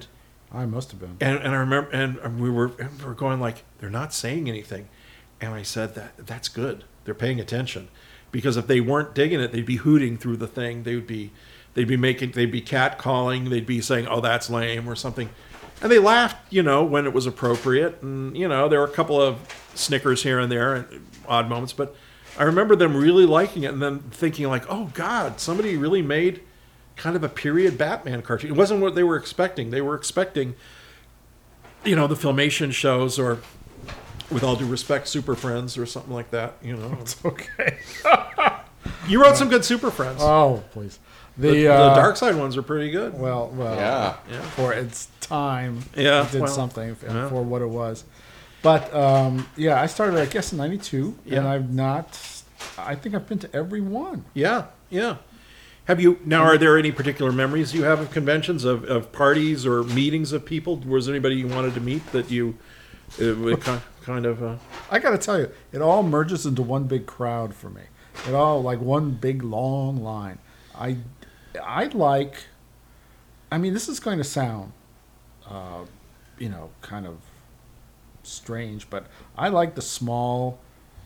[SPEAKER 3] I must have been.
[SPEAKER 1] and, and I remember, and and we were and we were going like they're not saying anything, and I said that that's good. They're paying attention, because if they weren't digging it, they'd be hooting through the thing. They would be, they'd be making, they'd be cat calling. They'd be saying, "Oh, that's lame" or something, and they laughed, you know, when it was appropriate. And you know, there were a couple of snickers here and there, and odd moments, but I remember them really liking it and then thinking like, "Oh God, somebody really made." Kind of a period Batman cartoon. It wasn't what they were expecting. They were expecting you know the filmation shows or with all due respect super friends or something like that you know
[SPEAKER 3] Okay.
[SPEAKER 1] you wrote some good super friends
[SPEAKER 3] Oh, please. The,
[SPEAKER 1] the, the
[SPEAKER 3] uh,
[SPEAKER 1] dark side ones are pretty good
[SPEAKER 3] Well, well.
[SPEAKER 6] Yeah.
[SPEAKER 3] for its time.
[SPEAKER 1] Yeah,
[SPEAKER 3] it did
[SPEAKER 1] well,
[SPEAKER 3] something f-
[SPEAKER 1] yeah.
[SPEAKER 3] for what it was. But um, yeah, I started, I guess, in '92, and
[SPEAKER 1] Yeah.
[SPEAKER 3] I've not. I think I've been to every one.
[SPEAKER 1] yeah yeah have you now are there any particular memories you have of conventions of, of parties or meetings of people was there anybody you wanted to meet that you uh, would ki- kind of uh,
[SPEAKER 3] I got to tell you, it all merges into one big crowd for me. It all like one big long line. I, I like. I mean, this is going to sound, uh, you know, kind of strange, but I like the small,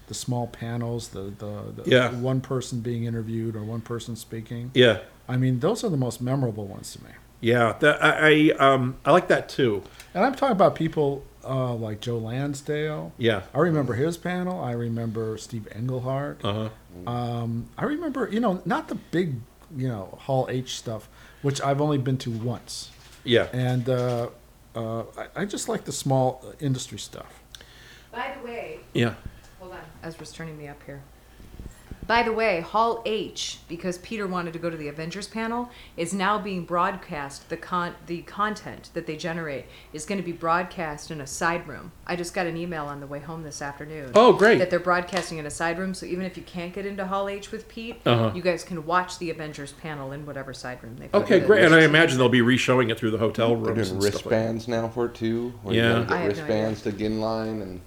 [SPEAKER 3] the small panels, the the, the
[SPEAKER 1] Yeah.
[SPEAKER 3] one person being interviewed or one person speaking.
[SPEAKER 1] yeah
[SPEAKER 3] I mean, those are the most memorable ones to me.
[SPEAKER 1] yeah that I, I um i like that too
[SPEAKER 3] And I'm talking about people uh, like Joe Lansdale.
[SPEAKER 1] yeah
[SPEAKER 3] I remember his panel. I remember Steve Englehart.
[SPEAKER 1] uh-huh
[SPEAKER 3] Um, I remember, you know, not the big, you know, Hall H stuff, which I've only been to once.
[SPEAKER 1] yeah
[SPEAKER 3] And uh, uh, I, I just like the small uh, industry stuff.
[SPEAKER 4] By the way,
[SPEAKER 1] yeah
[SPEAKER 4] hold on. Ezra's turning me up here. By the way, Hall H, because Peter wanted to go to the Avengers panel, is now being broadcast. The con the content that they generate is going to be broadcast in a side room. I just got an email on the way home this afternoon.
[SPEAKER 1] Oh, great.
[SPEAKER 4] That they're broadcasting in a side room, so even if you can't get into Hall H with Pete,
[SPEAKER 1] Uh-huh.
[SPEAKER 4] you guys can watch the Avengers panel in whatever side room they.
[SPEAKER 1] okay
[SPEAKER 4] put it.
[SPEAKER 1] great and i imagine they'll be reshowing it through the hotel
[SPEAKER 6] They're
[SPEAKER 1] rooms and
[SPEAKER 6] doing
[SPEAKER 1] stuff like that.
[SPEAKER 6] wristbands now for it too. where
[SPEAKER 1] Yeah.
[SPEAKER 6] You gotta
[SPEAKER 4] I have
[SPEAKER 6] get
[SPEAKER 4] no
[SPEAKER 6] wristbands to get in line and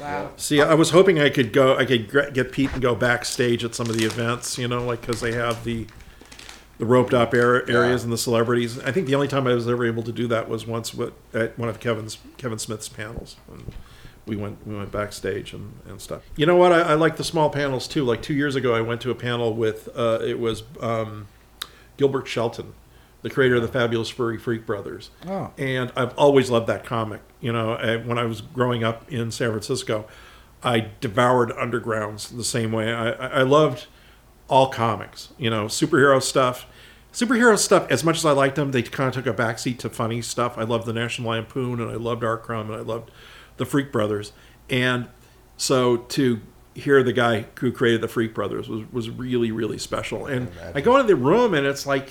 [SPEAKER 4] Wow.
[SPEAKER 1] See, I was hoping I could go, I could gre- get Pete and go backstage at some of the events, you know, like because they have the the roped up ar- areas
[SPEAKER 6] Yeah.
[SPEAKER 1] and the celebrities. I think the only time I was ever able to do that was once with, at one of Kevin's Kevin Smith's panels, and we went we went backstage and, and stuff. You know what? I, I like the small panels too. Like two years ago, I went to a panel with uh, it was um, Gilbert Shelton, the creator of the Fabulous Furry Freak Brothers.
[SPEAKER 3] Oh.
[SPEAKER 1] And I've always loved that comic. You know, I, when I was growing up in San Francisco, I devoured undergrounds the same way. I, I I loved all comics. You know, superhero stuff. Superhero stuff, as much as I liked them, they kind of took a backseat to funny stuff. I loved the National Lampoon, and I loved Art Crumb, and I loved the Freak Brothers. And so to hear the guy who created the Freak Brothers was, was really, really special. And I go into the room, and it's like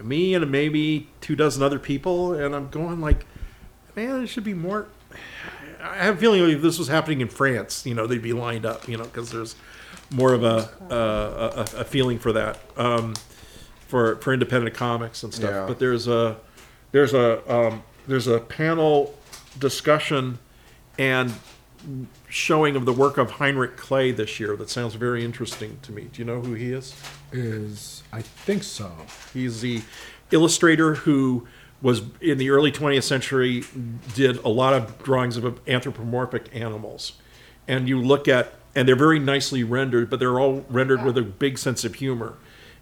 [SPEAKER 1] me and maybe two dozen other people, and I'm going like, man, there should be more. I have a feeling if this was happening in France, you know, they'd be lined up, you know, because there's more of a, uh, a a feeling for that um, for for independent comics and stuff.
[SPEAKER 6] Yeah.
[SPEAKER 1] But there's a there's a um, there's a panel discussion and showing of the work of Heinrich Clay this year that sounds very interesting to me. Do you know who he is?
[SPEAKER 3] Is I think so.
[SPEAKER 1] He's the illustrator who was in the early 20th century did a lot of drawings of anthropomorphic animals. And you look at and they're very nicely rendered, but they're all rendered with a big sense of humor.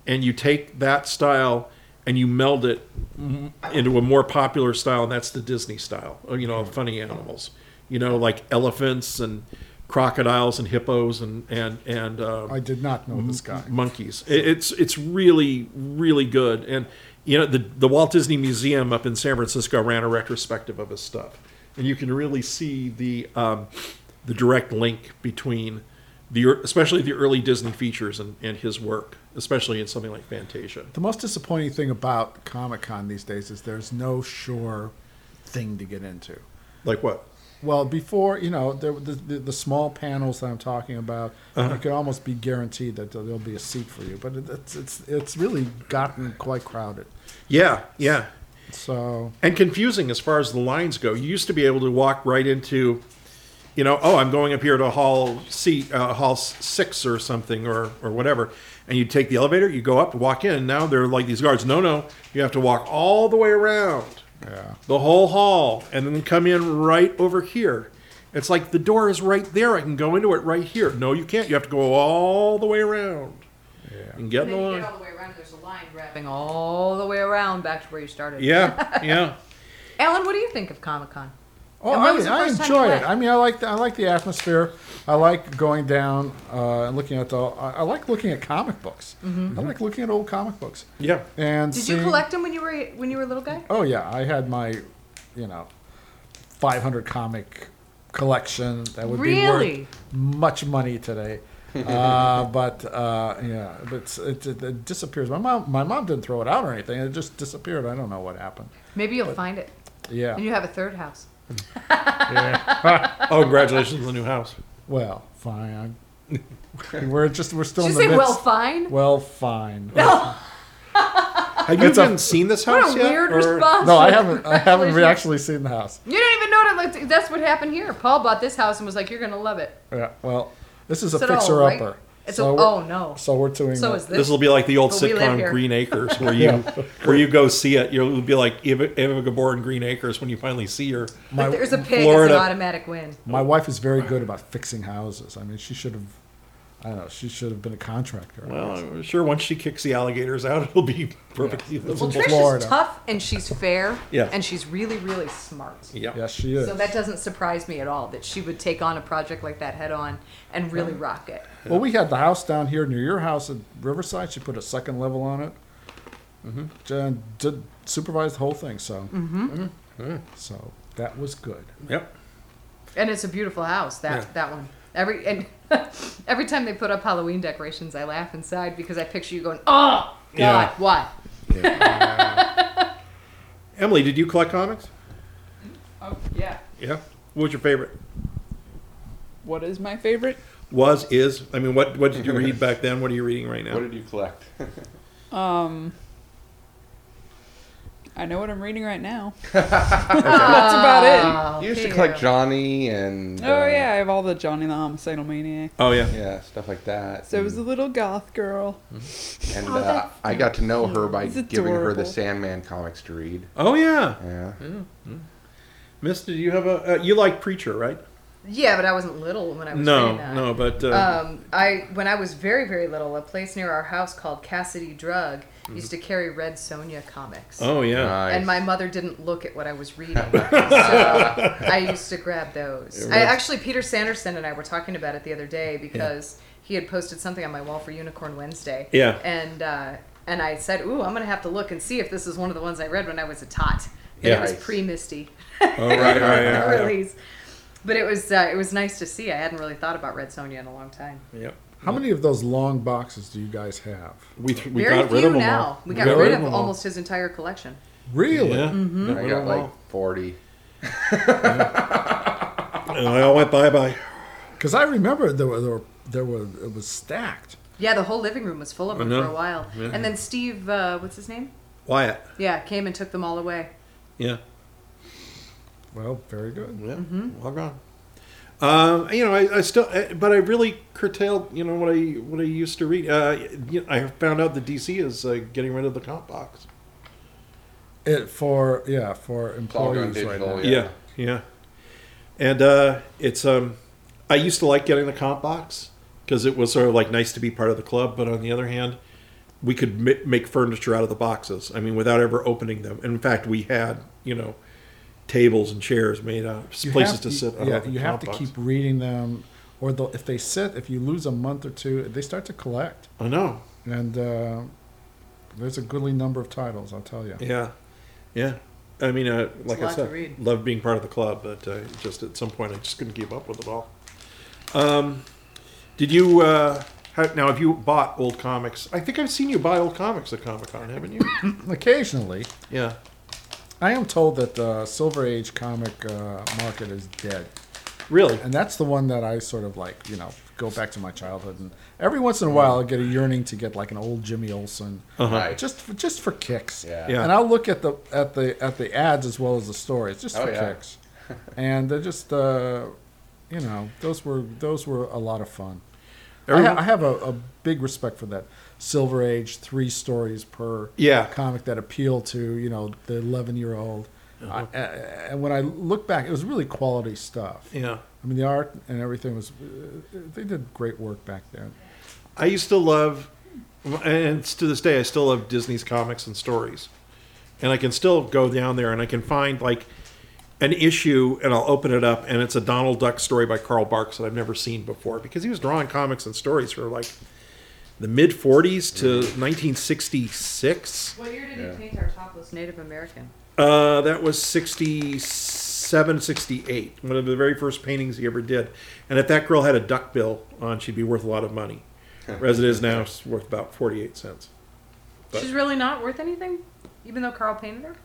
[SPEAKER 1] And you take that style and you meld it m- into a more popular style, and that's the Disney style, uh, you know, of funny animals. You know, like elephants and crocodiles and hippos and and and um,
[SPEAKER 3] I did not know this guy.
[SPEAKER 1] Mm-hmm. monkeys. It, it's it's really really good, and you know the the Walt Disney Museum up in San Francisco ran a retrospective of his stuff, and you can really see the um, the direct link between the ear- especially the early Disney features and, and his work, especially in something like Fantasia.
[SPEAKER 3] The most disappointing thing about Comic Con these days is there's no sure thing to get into.
[SPEAKER 1] Like what?
[SPEAKER 3] Well, before you know the the, the, the small panels that I'm talking about, you could almost be guaranteed that there'll be a seat for you. But it, it's it's it's really gotten quite crowded.
[SPEAKER 1] Yeah, yeah.
[SPEAKER 3] So
[SPEAKER 1] and confusing as far as the lines go. You used to be able to walk right into, you know, oh, I'm going up here to hall C, uh, hall s- six or something or or whatever, and you take the elevator, you go up, walk in. And now they're like these guards. No, no, you have to walk all the way around
[SPEAKER 3] yeah,
[SPEAKER 1] the whole hall and then come in right over here. It's like the door is right there. I can go into it right here. No, you can't. You have to go all the way around
[SPEAKER 3] yeah.
[SPEAKER 1] and get in
[SPEAKER 4] And
[SPEAKER 1] the
[SPEAKER 4] then you get
[SPEAKER 1] line.
[SPEAKER 4] all the way around, there's a line wrapping all the way around back to where you started.
[SPEAKER 1] Yeah, yeah.
[SPEAKER 4] Alan, what do you think of Comic Con?
[SPEAKER 3] Oh,
[SPEAKER 4] And
[SPEAKER 3] I,
[SPEAKER 4] when was the
[SPEAKER 3] I
[SPEAKER 4] first time you
[SPEAKER 3] enjoy it.
[SPEAKER 4] went?
[SPEAKER 3] I mean, I like the, I like the atmosphere. I like going down uh, and looking at the. I, I like looking at comic books. I like looking at old comic books.
[SPEAKER 1] Yeah.
[SPEAKER 3] And
[SPEAKER 4] Mm-hmm. Did you
[SPEAKER 3] seeing-
[SPEAKER 4] collect them when you were when you were a little guy?
[SPEAKER 3] Oh yeah, I had my, you know, 500 comic collection that would be
[SPEAKER 4] Really?
[SPEAKER 3] worth much money today. uh, but uh, yeah, but it's, it, it, it disappears. My mom, my mom didn't throw it out or anything. It just disappeared. I don't know what happened.
[SPEAKER 4] Maybe you'll find it, and
[SPEAKER 3] Yeah.
[SPEAKER 4] you have a third house.
[SPEAKER 1] Oh, congratulations on the new house.
[SPEAKER 3] Well, fine. I- we're just we're still
[SPEAKER 4] Did
[SPEAKER 3] in
[SPEAKER 4] you
[SPEAKER 3] the
[SPEAKER 4] say
[SPEAKER 3] midst.
[SPEAKER 4] well, fine?
[SPEAKER 3] Well, fine.
[SPEAKER 1] Have you
[SPEAKER 3] It's a-
[SPEAKER 1] even seen this house
[SPEAKER 4] What a
[SPEAKER 1] yet?
[SPEAKER 4] weird
[SPEAKER 1] or-
[SPEAKER 4] response.
[SPEAKER 3] No, I haven't. I haven't
[SPEAKER 4] Congratulations.
[SPEAKER 3] actually seen the house.
[SPEAKER 4] You didn't even know what it looked. That's what happened here. Paul bought this house and was like, "You're gonna love it."
[SPEAKER 3] Yeah. Well, this is a
[SPEAKER 4] It's an old,
[SPEAKER 3] fixer
[SPEAKER 4] right?
[SPEAKER 3] upper.
[SPEAKER 4] It's
[SPEAKER 3] so
[SPEAKER 4] a,
[SPEAKER 3] we're-
[SPEAKER 4] oh no.
[SPEAKER 3] So we're doing.
[SPEAKER 4] So
[SPEAKER 3] the-
[SPEAKER 4] is
[SPEAKER 1] This
[SPEAKER 4] this?
[SPEAKER 1] will be like the old
[SPEAKER 4] But we live
[SPEAKER 1] sitcom
[SPEAKER 4] here.
[SPEAKER 1] Green Acres, where you
[SPEAKER 3] Yeah.
[SPEAKER 1] where you go see it. You'll be like Eva, Eva Gabor in Green Acres when you finally see her.
[SPEAKER 3] my-
[SPEAKER 4] If there's a pig,
[SPEAKER 1] Florida.
[SPEAKER 4] it's an automatic win.
[SPEAKER 3] My wife is very good about fixing houses. I mean, she should have. I don't know. She should have been a contractor.
[SPEAKER 1] Well, I'm sure once she kicks the alligators out, it'll be perfectly
[SPEAKER 4] Well,
[SPEAKER 1] livable.
[SPEAKER 3] Well,
[SPEAKER 4] Trish
[SPEAKER 3] Florida.
[SPEAKER 4] is tough and she's fair.
[SPEAKER 1] Yeah.
[SPEAKER 4] And she's really, really smart.
[SPEAKER 1] Yeah.
[SPEAKER 3] yes, she is.
[SPEAKER 4] So that doesn't surprise me at all that she would take on a project like that head on and really rock it.
[SPEAKER 3] well, we had the house down here near your house at Riverside. She put a second level on it. Mm-hmm. And did supervise the whole thing. So. So that was good.
[SPEAKER 1] Yep.
[SPEAKER 4] And it's a beautiful house, that
[SPEAKER 1] Yeah.
[SPEAKER 4] that one. Every and every time they put up Halloween decorations, I laugh inside because I picture you going, "Oh God,
[SPEAKER 1] Yeah.
[SPEAKER 4] why?"
[SPEAKER 1] Emily, did you collect comics?
[SPEAKER 8] Oh, yeah.
[SPEAKER 1] Yeah. What was your favorite?
[SPEAKER 8] What is my favorite?
[SPEAKER 1] Was is I mean, what what did you read back then? What are you reading right now?
[SPEAKER 6] What did you collect?
[SPEAKER 8] Um, I know what I'm reading right now. That's about it.
[SPEAKER 4] Oh,
[SPEAKER 6] you used to
[SPEAKER 4] here.
[SPEAKER 6] collect Johnny and.
[SPEAKER 8] Oh
[SPEAKER 6] uh,
[SPEAKER 8] yeah, I have all the Johnny the Homicidal Maniac.
[SPEAKER 1] oh yeah.
[SPEAKER 6] Yeah, stuff like that.
[SPEAKER 8] So it was a
[SPEAKER 6] and
[SPEAKER 8] little goth girl.
[SPEAKER 6] and, uh, I got to know her by
[SPEAKER 8] It's
[SPEAKER 6] giving her the
[SPEAKER 8] adorable.
[SPEAKER 6] Sandman comics to read.
[SPEAKER 1] Oh yeah.
[SPEAKER 6] Yeah.
[SPEAKER 1] Miss, did you have a uh, you uh, like Preacher, right?
[SPEAKER 4] Yeah, but I wasn't little when I was
[SPEAKER 1] No,
[SPEAKER 4] reading that.
[SPEAKER 1] no, but uh,
[SPEAKER 4] Um, I when I was very very little, a place near our house called Cassidy Drug
[SPEAKER 1] Mm-hmm.
[SPEAKER 4] used to carry Red Sonja comics.
[SPEAKER 1] oh yeah,
[SPEAKER 6] Nice.
[SPEAKER 4] And my mother didn't look at what I was reading, so I used to grab those. I actually Peter Sanderson and I were talking about it the other day because he had posted something on my wall for Unicorn Wednesday.
[SPEAKER 1] Yeah.
[SPEAKER 4] and uh, and I said, "Ooh, I'm gonna have to look and see if this is one of the ones I read when I was a tot." And
[SPEAKER 1] Yeah.
[SPEAKER 4] it was
[SPEAKER 6] Nice.
[SPEAKER 4] pre Misty
[SPEAKER 1] oh, right, right, right, right.
[SPEAKER 4] release. But it was uh, it was nice to see. I hadn't really thought about Red Sonja in a long time.
[SPEAKER 1] Yep.
[SPEAKER 3] How many of those long boxes do you guys have?
[SPEAKER 1] We, th- we
[SPEAKER 4] Very
[SPEAKER 1] got
[SPEAKER 4] few
[SPEAKER 1] rid of them
[SPEAKER 4] now.
[SPEAKER 1] all.
[SPEAKER 4] We got rid of almost Mm-hmm. his entire collection.
[SPEAKER 3] Really?
[SPEAKER 1] Yeah, got
[SPEAKER 6] I
[SPEAKER 1] rid of
[SPEAKER 6] got
[SPEAKER 1] them
[SPEAKER 6] like
[SPEAKER 1] all.
[SPEAKER 6] 40.
[SPEAKER 1] And they all went bye bye.
[SPEAKER 3] Because I remember there were, there were there were it was stacked.
[SPEAKER 4] Yeah, the whole living room was full of
[SPEAKER 1] I
[SPEAKER 4] them
[SPEAKER 1] know.
[SPEAKER 4] for a while. And then Steve, uh, what's his name?
[SPEAKER 1] Wyatt.
[SPEAKER 4] Yeah, came and took them all away.
[SPEAKER 1] Yeah.
[SPEAKER 3] Well, very good.
[SPEAKER 1] Yeah, well gone. Um, you know, I, I still, I, but I really curtailed. You know what I what I used to read. Uh, you know, I found out that DC is uh, getting rid of the comp box.
[SPEAKER 3] It for yeah for
[SPEAKER 6] all gone
[SPEAKER 3] employees right
[SPEAKER 6] digital,
[SPEAKER 3] now.
[SPEAKER 6] Yeah.
[SPEAKER 1] Yeah, yeah. And uh, it's um, I used to like getting the comp box because it was sort of like nice to be part of the club. But on the other hand, we could ma- make furniture out of the boxes. I mean, without ever opening them. And in fact, we had you know tables and chairs made out of
[SPEAKER 3] You
[SPEAKER 1] places
[SPEAKER 3] have
[SPEAKER 1] to sit. out
[SPEAKER 3] Yeah,
[SPEAKER 1] of the
[SPEAKER 3] you have
[SPEAKER 1] comp
[SPEAKER 3] to
[SPEAKER 1] box.
[SPEAKER 3] keep reading them, or they'll, if they sit, if you lose a month or two, they start to collect.
[SPEAKER 1] I know.
[SPEAKER 3] And uh, there's a goodly number of titles, I'll tell you.
[SPEAKER 1] Yeah, yeah. I mean, uh, like
[SPEAKER 4] a
[SPEAKER 1] I
[SPEAKER 4] lot to
[SPEAKER 1] said,
[SPEAKER 4] read.
[SPEAKER 1] love being part of the club, but uh, just at some point, I just couldn't keep up with it all. Um, did you? Uh, have, now, have you bought old comics? I think I've seen you buy old comics at Comic Con, haven't you?
[SPEAKER 3] Occasionally,
[SPEAKER 1] yeah.
[SPEAKER 3] I am told that the Silver Age comic uh, market is dead.
[SPEAKER 1] Really?
[SPEAKER 3] And that's the one that I sort of like, you know, go back to my childhood. And every once in a while, I get a yearning to get like an old Jimmy Olsen,
[SPEAKER 6] Right.
[SPEAKER 3] just for, just for kicks.
[SPEAKER 6] Yeah.
[SPEAKER 1] Uh-huh. Yeah.
[SPEAKER 3] And I'll look at the at the at the ads as well as the stories, just
[SPEAKER 6] Oh,
[SPEAKER 3] for
[SPEAKER 6] yeah.
[SPEAKER 3] kicks. And they're just, uh, you know, those were those were a lot of fun. I, ha-
[SPEAKER 1] Everyone-
[SPEAKER 3] I have a, a big respect for that Silver Age three stories per
[SPEAKER 1] Yeah.
[SPEAKER 3] comic that appeal to you know the eleven year old.
[SPEAKER 1] Uh-huh.
[SPEAKER 3] I- I- And when I look back, it was really quality stuff.
[SPEAKER 1] yeah.
[SPEAKER 3] I mean, the art and everything was. uh, They did great work back then.
[SPEAKER 1] I used to love, and it's to this day, I still love Disney's comics and stories. And I can still go down there and I can find like an issue and I'll open it up and it's a Donald Duck story by Carl Barks that I've never seen before because he was drawing comics and stories for like the mid 40s to 1966.
[SPEAKER 4] What year did he paint our topless Native American?
[SPEAKER 1] Uh, that was 67, 68, one of the very first paintings he ever did. And if that girl had a duck bill on, she'd be worth a lot of money. Whereas it is now, it's worth about 48 cents. But-
[SPEAKER 4] She's really not worth anything, even though Carl painted her.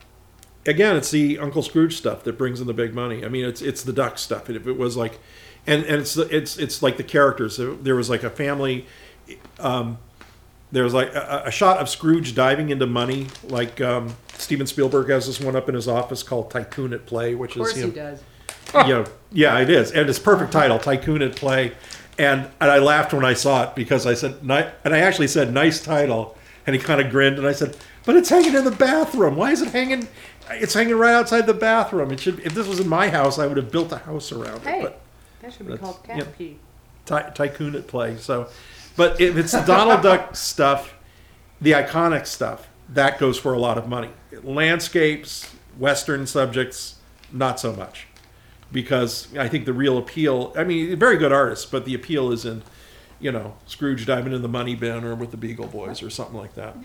[SPEAKER 1] Again, it's the Uncle Scrooge stuff that brings in the big money. I mean, it's it's the duck stuff. And if it was like, and, and it's, the- it's, it's like the characters. There there was like a family, there was like a, a shot of Scrooge diving into money. Like um, Steven Spielberg has this one up in his office called Tycoon at Play, which
[SPEAKER 4] Of course
[SPEAKER 1] is him.
[SPEAKER 4] he does.
[SPEAKER 3] Oh.
[SPEAKER 1] you know, yeah, it is, and it's perfect title, Tycoon at Play, and and I laughed when I saw it because I said, ni- and I actually said, nice title, and he kind of grinned, and I said, but it's hanging in the bathroom. Why is it hanging? It's hanging right outside the bathroom. It should. If this was in my house, I would have built a house around it.
[SPEAKER 4] Hey,
[SPEAKER 1] But
[SPEAKER 4] that should be
[SPEAKER 1] that's-
[SPEAKER 4] called cat
[SPEAKER 1] yep.
[SPEAKER 4] pee.
[SPEAKER 1] ty- tycoon at play. So, but if it's the Donald Duck stuff, the iconic stuff, that goes for a lot of money. Landscapes, Western subjects, not so much, because I think the real appeal. I mean, very good artists, but the appeal is in, you know, Scrooge diving in the money bin or with the Beagle Boys or something like that.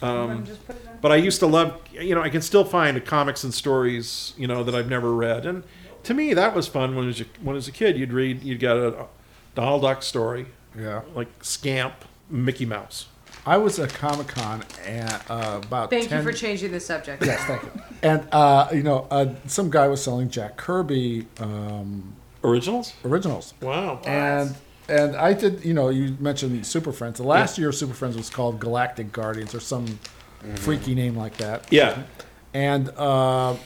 [SPEAKER 1] Um, But I used to love, you know, I can still find comics and stories, you know, that I've never read. And to me, that was fun when I was a, when I was a kid. You'd read, you'd get a Donald Duck story,
[SPEAKER 3] Yeah,
[SPEAKER 1] like Scamp, Mickey Mouse.
[SPEAKER 3] I was at Comic Con and uh, about.
[SPEAKER 4] Thank
[SPEAKER 3] 10
[SPEAKER 4] you for changing the subject.
[SPEAKER 3] Yes, thank you. And uh, you know, uh, some guy was selling Jack Kirby um,
[SPEAKER 1] Originals?
[SPEAKER 3] originals,
[SPEAKER 1] Wow.
[SPEAKER 3] and and I did. You know, you mentioned Super Friends. The last year of Super Friends was called Galactic Guardians or some freaky name like that.
[SPEAKER 1] Yeah.
[SPEAKER 3] and uh,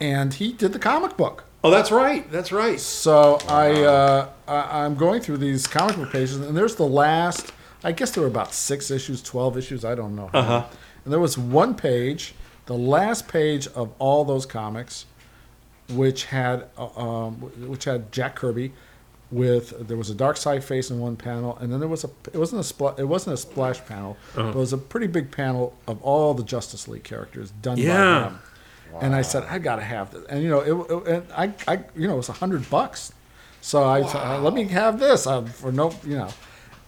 [SPEAKER 3] and he did the comic book.
[SPEAKER 1] Oh, that's right. That's right.
[SPEAKER 3] So I, uh, I I'm going through these comic book pages, and there's the last. I guess there were about six issues, twelve issues. I don't know. how many. And there was one page, the last page of all those comics, which had uh, um, which had Jack Kirby with there was a dark side face in one panel, and then there was a it wasn't a spl- it wasn't a splash panel,
[SPEAKER 9] Uh-huh.
[SPEAKER 3] but it was a pretty big panel of all the Justice League characters done
[SPEAKER 9] Yeah.
[SPEAKER 3] by him. And I said, I gotta have this, and you know, it, it- and I, I, you know, it was a hundred bucks, so I said, "Uh, let me have this um, for no, you know,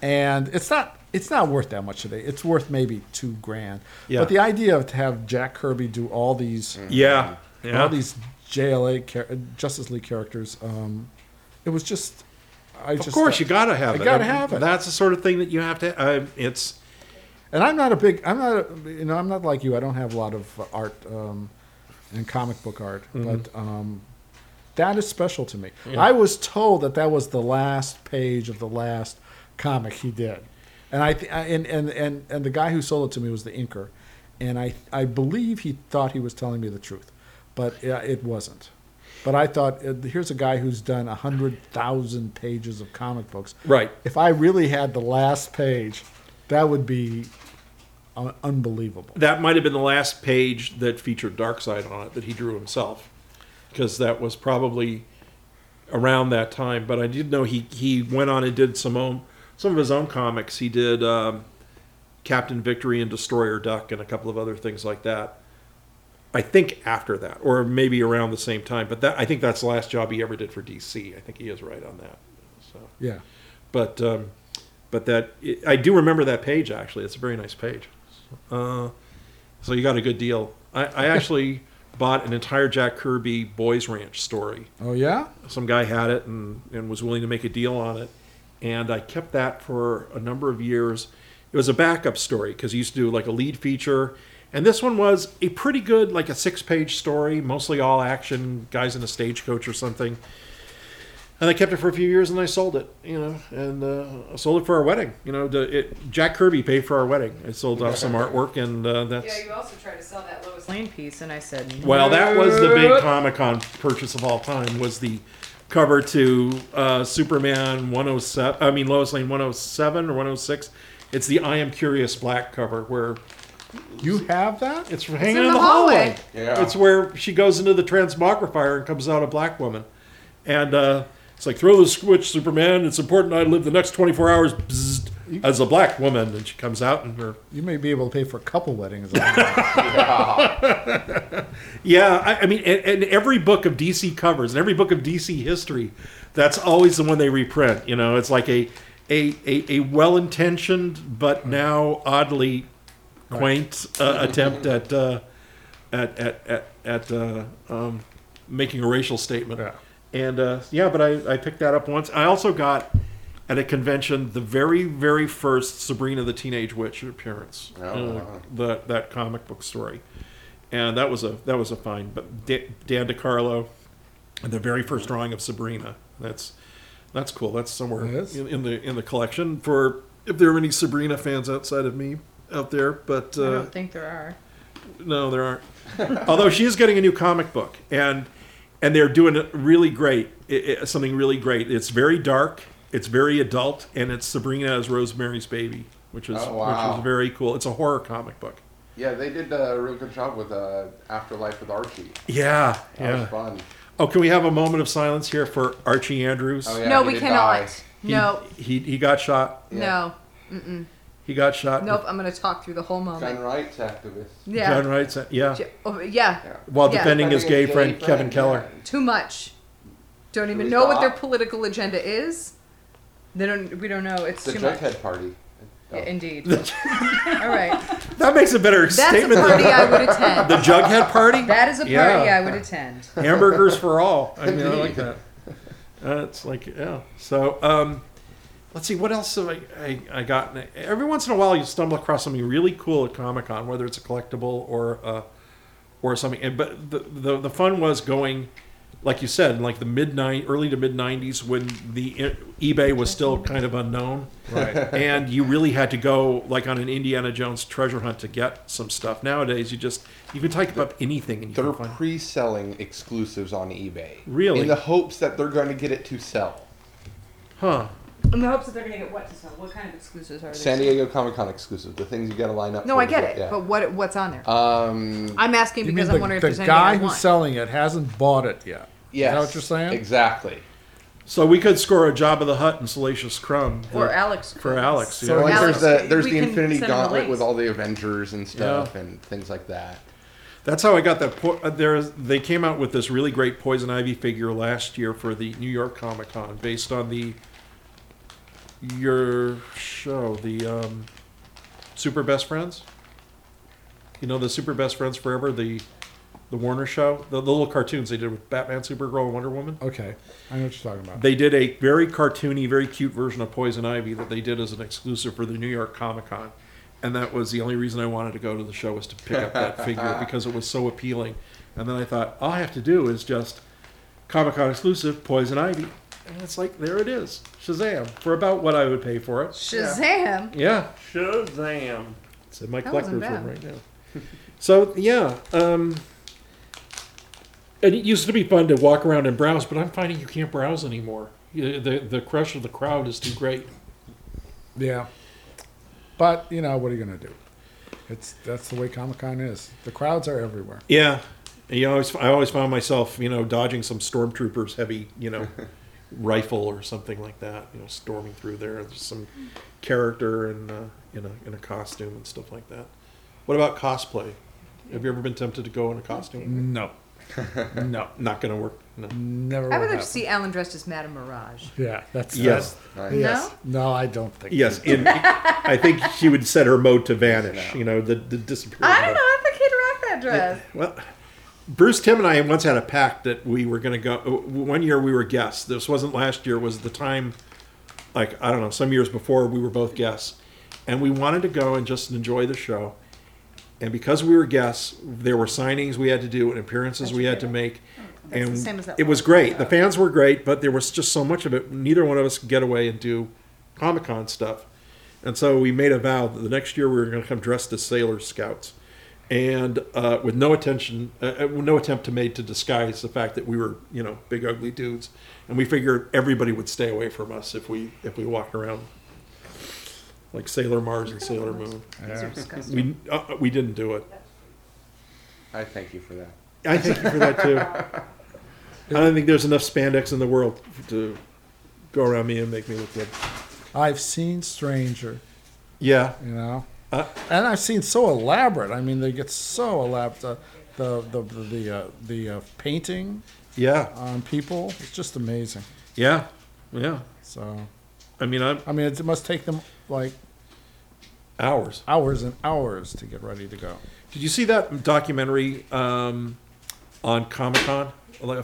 [SPEAKER 3] and it's not, it's not worth that much today. It's worth maybe two grand.
[SPEAKER 9] Yeah. Mm-hmm.
[SPEAKER 3] But the idea of to have Jack Kirby do all these,
[SPEAKER 9] Yeah. Yeah.
[SPEAKER 3] all these JLA char- Justice League characters, um, it was just, I
[SPEAKER 9] of
[SPEAKER 3] just,
[SPEAKER 9] course, you gotta have
[SPEAKER 3] I
[SPEAKER 9] it.
[SPEAKER 3] gotta
[SPEAKER 9] I mean,
[SPEAKER 3] have it.
[SPEAKER 9] That's the sort of thing that you have to. Uh, it's
[SPEAKER 3] and I'm not a big, I'm not, a, you know, I'm not like you. I don't have a lot of art um, and comic book art, but um, that is special to me. I was told that that was the last page of the last comic he did, and I, th- I and, and and and the guy who sold it to me was the inker, and I I believe he thought he was telling me the truth, but uh, it wasn't. But I thought uh, here's a guy who's done hundred thousand pages of comic books.
[SPEAKER 9] Right.
[SPEAKER 3] If I really had the last page, that would be un- unbelievable.
[SPEAKER 9] that might have been the last page that featured Darkseid on it that he drew himself, because that was probably around that time. But I did know he he went on and did some own some of his own comics. He did um, Captain Victory and Destroyer Duck and a couple of other things like that. I think after that, or maybe around the same time. But that I think that's the last job he ever did for DC. I think he is right on that. So,
[SPEAKER 3] Yeah.
[SPEAKER 9] but um, but that I do remember that page actually. It's a very nice page. Uh, so you got a good deal. I, I actually bought an entire Jack Kirby Boys Ranch story.
[SPEAKER 3] Oh yeah.
[SPEAKER 9] Some guy had it and, and was willing to make a deal on it, and I kept that for a number of years. It was a backup story because he used to do like a lead feature, and this one was a pretty good like a six page story, mostly all action, guys in a stagecoach or something. And I kept it for a few years, and I sold it, you know, and uh, I sold it for our wedding. You know, the, it, Jack Kirby paid for our wedding. I sold off some artwork, and uh, that's
[SPEAKER 4] Yeah, you also tried to sell that Lois Lane piece, and I said,
[SPEAKER 9] well, that was the big Comic Con purchase of all time. Was the cover to uh, Superman 107? I mean Lois Lane 107 or 106. It's the I Am Curious black cover where
[SPEAKER 3] You have that?
[SPEAKER 9] it's
[SPEAKER 4] in
[SPEAKER 9] hanging in,
[SPEAKER 4] the
[SPEAKER 9] the, hallway.
[SPEAKER 4] hallway.
[SPEAKER 6] Yeah.
[SPEAKER 9] It's where she goes into the transmogrifier and comes out a black woman, and uh, it's like throw the switch, Superman. It's important I live the next 24 hours bzzzt, as a black woman, and she comes out and her
[SPEAKER 3] You may be able to pay for a couple weddings. on that.
[SPEAKER 9] Yeah, I, I mean, and, and every book of DC covers and every book of DC history, that's always the one they reprint. You know, it's like a a a, a well intentioned but now oddly quaint uh, attempt at, uh, at at at at uh, um, making a racial statement.
[SPEAKER 3] Yeah.
[SPEAKER 9] And uh, yeah, but I, I picked that up once. I also got at a convention the very very first Sabrina the Teenage Witch appearance.
[SPEAKER 6] Oh,
[SPEAKER 9] uh,
[SPEAKER 6] wow.
[SPEAKER 9] the that comic book story, and that was a that was a fine. But Da- Dan DiCarlo, and the very first drawing of Sabrina. That's that's cool. That's somewhere
[SPEAKER 3] It is?
[SPEAKER 9] in, in the in the collection for if there are any Sabrina fans outside of me out there. But
[SPEAKER 4] I
[SPEAKER 9] uh,
[SPEAKER 4] don't think there are.
[SPEAKER 9] no, there aren't. Although she is getting a new comic book, and and they're doing it really great. It, it- something really great. It's very dark. It's very adult, and it's Sabrina as Rosemary's Baby, which is
[SPEAKER 6] Oh, wow.
[SPEAKER 9] which is very cool. It's a horror comic book.
[SPEAKER 6] Yeah, they did a real good job with uh, Afterlife with Archie.
[SPEAKER 9] Yeah,
[SPEAKER 6] That was
[SPEAKER 9] yeah.
[SPEAKER 6] fun.
[SPEAKER 9] Oh, can we have a moment of silence here for Archie Andrews?
[SPEAKER 6] Oh, yeah,
[SPEAKER 4] no,
[SPEAKER 6] he
[SPEAKER 4] we
[SPEAKER 6] did
[SPEAKER 4] cannot.
[SPEAKER 6] die.
[SPEAKER 9] He-
[SPEAKER 4] No,
[SPEAKER 9] he he got shot.
[SPEAKER 4] no,
[SPEAKER 9] He got shot.
[SPEAKER 4] nope. I'm gonna talk through the whole moment.
[SPEAKER 6] Gun rights activists.
[SPEAKER 4] Yeah,
[SPEAKER 9] John Wright's yeah.
[SPEAKER 4] J- oh, yeah.
[SPEAKER 6] Yeah.
[SPEAKER 9] While
[SPEAKER 4] Yeah.
[SPEAKER 9] defending his gay,
[SPEAKER 6] Defending
[SPEAKER 9] friend, Kevin Keller.
[SPEAKER 6] yeah.
[SPEAKER 4] Too much. Don't even
[SPEAKER 6] we
[SPEAKER 4] know what their
[SPEAKER 6] stop?
[SPEAKER 4] political agenda is. They don't. We don't know. It's
[SPEAKER 6] The
[SPEAKER 4] too much.
[SPEAKER 6] Jughead Party.
[SPEAKER 4] Yeah, indeed. All right.
[SPEAKER 9] That makes a better
[SPEAKER 4] That's a
[SPEAKER 9] statement
[SPEAKER 4] party
[SPEAKER 9] than
[SPEAKER 4] I would attend.
[SPEAKER 9] the Jughead party.
[SPEAKER 4] That is a party
[SPEAKER 9] Yeah.
[SPEAKER 4] I would attend.
[SPEAKER 9] hamburgers for all. I mean, I like
[SPEAKER 6] Indeed.
[SPEAKER 9] that. Uh, it's like yeah. So um, let's see what else have I, I I got. Every once in a while, you stumble across something really cool at Comic Con, whether it's a collectible or uh, or something. And but the, the the fun was going, like you said, in like the mid early to mid '90s when the e- eBay was still kind of unknown. Right. and you really had to go like on an Indiana Jones treasure hunt to get some stuff. Nowadays, you just you can type up anything and you
[SPEAKER 6] They're
[SPEAKER 9] can find.
[SPEAKER 6] pre-selling exclusives on eBay.
[SPEAKER 9] Really?
[SPEAKER 6] In the hopes that they're going to get it to sell.
[SPEAKER 9] Huh.
[SPEAKER 4] In the hopes that they're going to get what to sell. What kind of exclusives are there?
[SPEAKER 6] San Diego Comic Con exclusive. The things you got to line up.
[SPEAKER 4] No,
[SPEAKER 6] for
[SPEAKER 4] I
[SPEAKER 6] to
[SPEAKER 4] get it.
[SPEAKER 6] Yeah.
[SPEAKER 4] But what what's on there?
[SPEAKER 6] um,
[SPEAKER 4] I'm asking
[SPEAKER 3] You
[SPEAKER 4] because
[SPEAKER 3] mean
[SPEAKER 4] I'm
[SPEAKER 3] the,
[SPEAKER 4] wondering if
[SPEAKER 3] the
[SPEAKER 4] there's anything
[SPEAKER 3] guy
[SPEAKER 4] I
[SPEAKER 3] who's
[SPEAKER 4] want.
[SPEAKER 3] selling it hasn't bought it yet?
[SPEAKER 6] yes,
[SPEAKER 3] Is that what you're saying?
[SPEAKER 6] Exactly.
[SPEAKER 1] So we could score a job of the hut and Salacious Crumb
[SPEAKER 4] or
[SPEAKER 1] for-
[SPEAKER 4] Alex.
[SPEAKER 1] for Alex.
[SPEAKER 6] So like,
[SPEAKER 4] Alex,
[SPEAKER 6] there's the there's
[SPEAKER 4] we
[SPEAKER 6] the
[SPEAKER 4] can
[SPEAKER 6] Infinity
[SPEAKER 4] send him the
[SPEAKER 6] Gauntlet
[SPEAKER 4] links.
[SPEAKER 6] with all the Avengers and stuff and things like that.
[SPEAKER 1] That's how I got that. Po- uh, there, is- they came out with this really great Poison Ivy figure last year for the New York Comic Con, based on the your show, the um, Super Best Friends. You know the Super Best Friends Forever, the the Warner show, the, the little cartoons they did with Batman, Supergirl, and Wonder Woman.
[SPEAKER 3] Okay, I know what you're talking about.
[SPEAKER 1] They did a very cartoony, very cute version of Poison Ivy that they did as an exclusive for the New York Comic Con. And that was the only reason I wanted to go to the show was to pick up that figure because it was so appealing. And then I thought, all I have to do is just Comic Con exclusive Poison Ivy. And it's like, there it is. Shazam. For about what I would pay for it.
[SPEAKER 4] Shazam.
[SPEAKER 1] Yeah.
[SPEAKER 9] Shazam.
[SPEAKER 1] It's in my
[SPEAKER 4] That
[SPEAKER 1] collector's
[SPEAKER 4] wasn't
[SPEAKER 1] room
[SPEAKER 4] bad.
[SPEAKER 1] right now. so yeah, um, and it used to be fun to walk around and browse, but I'm finding you can't browse anymore. You- The the crush of the crowd is too great.
[SPEAKER 3] Yeah, but you know what are you gonna do? It's that's the way Comic Con is. The crowds are everywhere.
[SPEAKER 1] Yeah, you always I always found myself you know dodging some stormtroopers heavy you know rifle or something like that you know storming through there There's some character and uh, in a in a costume and stuff like that. What about cosplay? Have you ever been tempted to go in a costume?
[SPEAKER 3] No, no,
[SPEAKER 1] Not going to work. No.
[SPEAKER 3] never.
[SPEAKER 4] I would
[SPEAKER 3] will
[SPEAKER 4] like to
[SPEAKER 3] happen.
[SPEAKER 4] see Alan dressed as Madame Mirage.
[SPEAKER 3] Yeah, that's
[SPEAKER 1] Yes.
[SPEAKER 3] that's-
[SPEAKER 6] Nice.
[SPEAKER 3] yes. No? I don't think.
[SPEAKER 1] Yes, in, I think she would set her mode to vanish. You know, the, the disappear.
[SPEAKER 4] I don't
[SPEAKER 1] mode.
[SPEAKER 4] know if I can rock that dress.
[SPEAKER 1] Well, Bruce, Tim, and I once had a pact that we were going to go. uh, One year we were guests. This wasn't last year. It was the time, like I don't know, some years before we were both guests, and we wanted to go and just enjoy the show. And because we were guests, there were signings we had to do and appearances we had to make.
[SPEAKER 4] Oh,
[SPEAKER 1] and
[SPEAKER 4] the same as that
[SPEAKER 1] it was
[SPEAKER 4] one.
[SPEAKER 1] great. The fans were great, but there was just so much of it. Neither one of us could get away and do Comic Con stuff. And so we made a vow that the next year we were going to come dressed as Sailor Scouts, and uh, with no attention, uh, uh, no attempt to made to disguise the fact that we were, you know, big ugly dudes, and we figured everybody would stay away from us if we if we walked around like Sailor Mars and Sailor Moon.
[SPEAKER 4] These are disgusting.
[SPEAKER 1] We uh, we didn't do it.
[SPEAKER 6] I thank you for that.
[SPEAKER 1] I thank you for that too. I don't think there's enough spandex in the world to go around me and make me look good.
[SPEAKER 3] I've seen Stranger.
[SPEAKER 1] Yeah,
[SPEAKER 3] you know.
[SPEAKER 1] Uh,
[SPEAKER 3] and I've seen so elaborate. I mean, they get so elaborate. The the the the, the, uh, the uh, painting
[SPEAKER 1] yeah,
[SPEAKER 3] on people it's just amazing.
[SPEAKER 1] yeah, yeah.
[SPEAKER 3] So
[SPEAKER 1] I mean, I'm
[SPEAKER 3] I mean, it must take them like
[SPEAKER 1] hours.
[SPEAKER 3] hours and hours to get ready to go.
[SPEAKER 1] Did you see that documentary um, on Comic Con,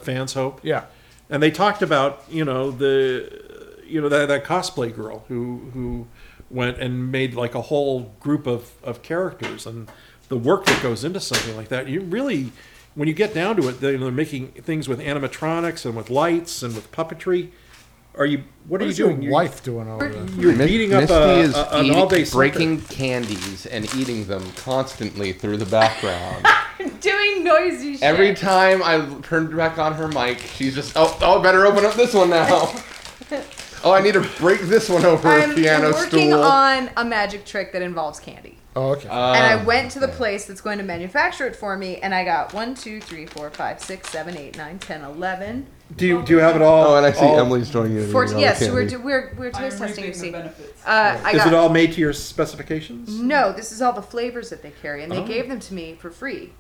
[SPEAKER 1] Fans Hope?
[SPEAKER 3] Yeah,
[SPEAKER 1] And they talked about you know the you know that, that cosplay girl who who went and made like a whole group of of characters and the work that goes into something like that. You really when you get down to it, they're they're making things with animatronics and with lights and with puppetry. Are you? What,
[SPEAKER 3] what
[SPEAKER 1] are you
[SPEAKER 3] is your
[SPEAKER 1] doing? You-
[SPEAKER 3] wife doing over there?
[SPEAKER 1] You're beating up a,
[SPEAKER 6] is
[SPEAKER 1] a- an all-day slipper.
[SPEAKER 6] breaking candies and eating them constantly through the background.
[SPEAKER 4] Doing noisy shit.
[SPEAKER 6] Every time I turned back on her mic, she's just oh oh better open up this one now. oh I need to break this one over
[SPEAKER 4] I'm
[SPEAKER 6] a piano
[SPEAKER 4] working
[SPEAKER 6] stool.
[SPEAKER 4] on a magic trick that involves candy.
[SPEAKER 3] Oh, okay.
[SPEAKER 4] and I
[SPEAKER 6] Um,
[SPEAKER 4] went to the place that's going to manufacture it for me, and I got 1, 2, 3, 4, 5, 6, 7, 8, 9, 10, 11.
[SPEAKER 1] Do you do you have it all?
[SPEAKER 6] Oh, and I see
[SPEAKER 1] all-
[SPEAKER 6] Emily's joining in. Oh,
[SPEAKER 4] Fourteen. Yes,
[SPEAKER 6] yeah,
[SPEAKER 4] so we're, do- we're, we're
[SPEAKER 8] I'm
[SPEAKER 4] taste testing, you
[SPEAKER 8] reaping
[SPEAKER 4] see.
[SPEAKER 8] the
[SPEAKER 4] Uh,
[SPEAKER 8] benefits.
[SPEAKER 4] I
[SPEAKER 1] Is
[SPEAKER 4] got,
[SPEAKER 1] it all made to your specifications?
[SPEAKER 4] No, this is all the flavors that they carry,
[SPEAKER 6] Oh.
[SPEAKER 4] and they gave them to me for free.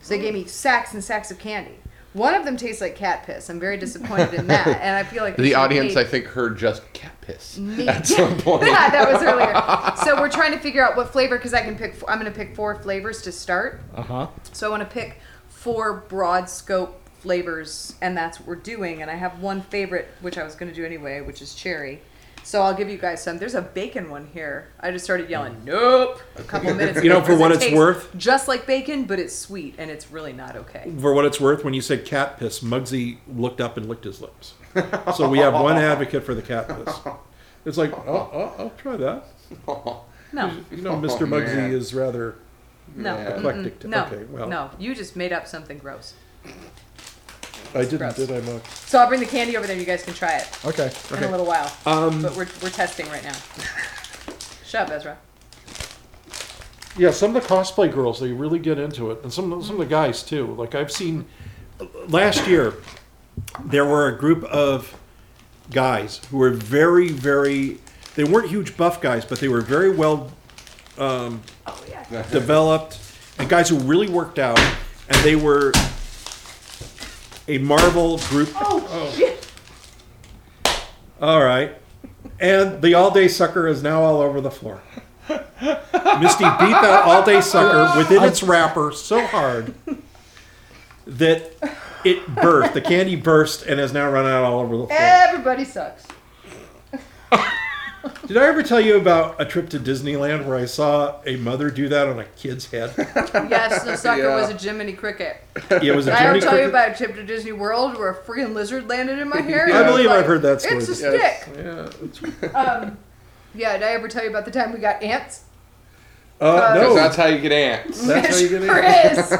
[SPEAKER 4] So they gave me sacks and sacks of candy. One of them tastes like cat piss. I'm very disappointed in that, and I feel like they
[SPEAKER 6] the
[SPEAKER 4] should
[SPEAKER 6] audience
[SPEAKER 4] make
[SPEAKER 6] I think heard just cat piss
[SPEAKER 4] me-
[SPEAKER 6] at some point.
[SPEAKER 4] yeah, that was earlier. So we're trying to figure out what flavor because I can pick. f- I'm going to pick four flavors to start.
[SPEAKER 3] Uh
[SPEAKER 1] Uh-huh.
[SPEAKER 3] huh.
[SPEAKER 4] So I want to pick four broad scope flavors, and that's what we're doing. And I have one favorite, which I was going to do anyway, which is cherry. So I'll give you guys some. There's a bacon one here. I just started yelling, "Nope!" A couple minutes.
[SPEAKER 1] Mm. You know,
[SPEAKER 4] ago,
[SPEAKER 1] for
[SPEAKER 4] 'cause
[SPEAKER 1] what
[SPEAKER 4] it
[SPEAKER 1] it's
[SPEAKER 4] tastes
[SPEAKER 1] worth?
[SPEAKER 4] just like bacon, but it's sweet and it's really not
[SPEAKER 9] Mm.
[SPEAKER 4] okay.
[SPEAKER 1] For what it's worth, when you said cat piss, Muggsy looked up and licked his lips. So we have one advocate for the cat piss. It's like, oh, oh I'll try that.
[SPEAKER 4] No,
[SPEAKER 1] You know, Mr. Muggsy
[SPEAKER 6] man.
[SPEAKER 1] is rather
[SPEAKER 4] no,
[SPEAKER 6] Yeah.
[SPEAKER 4] mm-mm,
[SPEAKER 1] Eclectic.
[SPEAKER 4] no,
[SPEAKER 1] Okay, well.
[SPEAKER 4] no. You just made up something gross.
[SPEAKER 9] I didn't,
[SPEAKER 4] gross.
[SPEAKER 9] did I, Mark?
[SPEAKER 4] So I'll bring the candy over there. You guys can try it
[SPEAKER 3] Okay.
[SPEAKER 4] in a little while. Um, but we're, we're testing right now. Shut up, Ezra.
[SPEAKER 9] Yeah, some of the cosplay girls they really get into it, and some some of the guys too. Like I've seen last year, there were a group of guys who were very very. They weren't huge buff guys, but they were very well developed and guys who really worked out, and they were a Marvel group. Oh, shit! All right, and the all day sucker is now all over the floor. Misty beat that all day sucker within its wrapper so hard that it burst. The candy burst and has now run out all over the floor.
[SPEAKER 4] Everybody sucks.
[SPEAKER 9] Did I ever tell you about a trip to Disneyland where I saw a mother do that on a kid's head?
[SPEAKER 4] Yes, the sucker
[SPEAKER 6] Yeah.
[SPEAKER 4] was a Jiminy Cricket.
[SPEAKER 9] It was a
[SPEAKER 4] Did I ever
[SPEAKER 9] Jiminy
[SPEAKER 4] tell you
[SPEAKER 9] Cricket-
[SPEAKER 4] about a trip to Disney World where a freaking lizard landed in my hair?
[SPEAKER 9] I
[SPEAKER 4] And was
[SPEAKER 9] believe
[SPEAKER 4] like,
[SPEAKER 9] I've heard that story.
[SPEAKER 4] It's a
[SPEAKER 9] before.
[SPEAKER 6] Yes.
[SPEAKER 4] stick. Um, yeah, did I ever tell you about the time we got ants?
[SPEAKER 9] Uh, no,
[SPEAKER 6] That's how you get ants.
[SPEAKER 4] Mm.
[SPEAKER 9] That's how you get
[SPEAKER 4] sure is.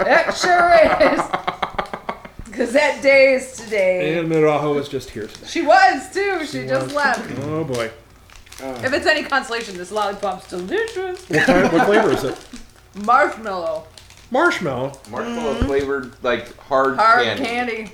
[SPEAKER 4] That sure is. Because that day is today.
[SPEAKER 9] And Mirajo is just here today.
[SPEAKER 4] She was too. She, just left.
[SPEAKER 9] Oh boy.
[SPEAKER 4] If it's any consolation, this lollipop's delicious.
[SPEAKER 9] What, kind, what flavor is it?
[SPEAKER 4] Marshmallow,
[SPEAKER 9] Marshmallow.
[SPEAKER 6] Marshmallow flavored, like hard,
[SPEAKER 4] hard
[SPEAKER 6] candy.
[SPEAKER 4] candy.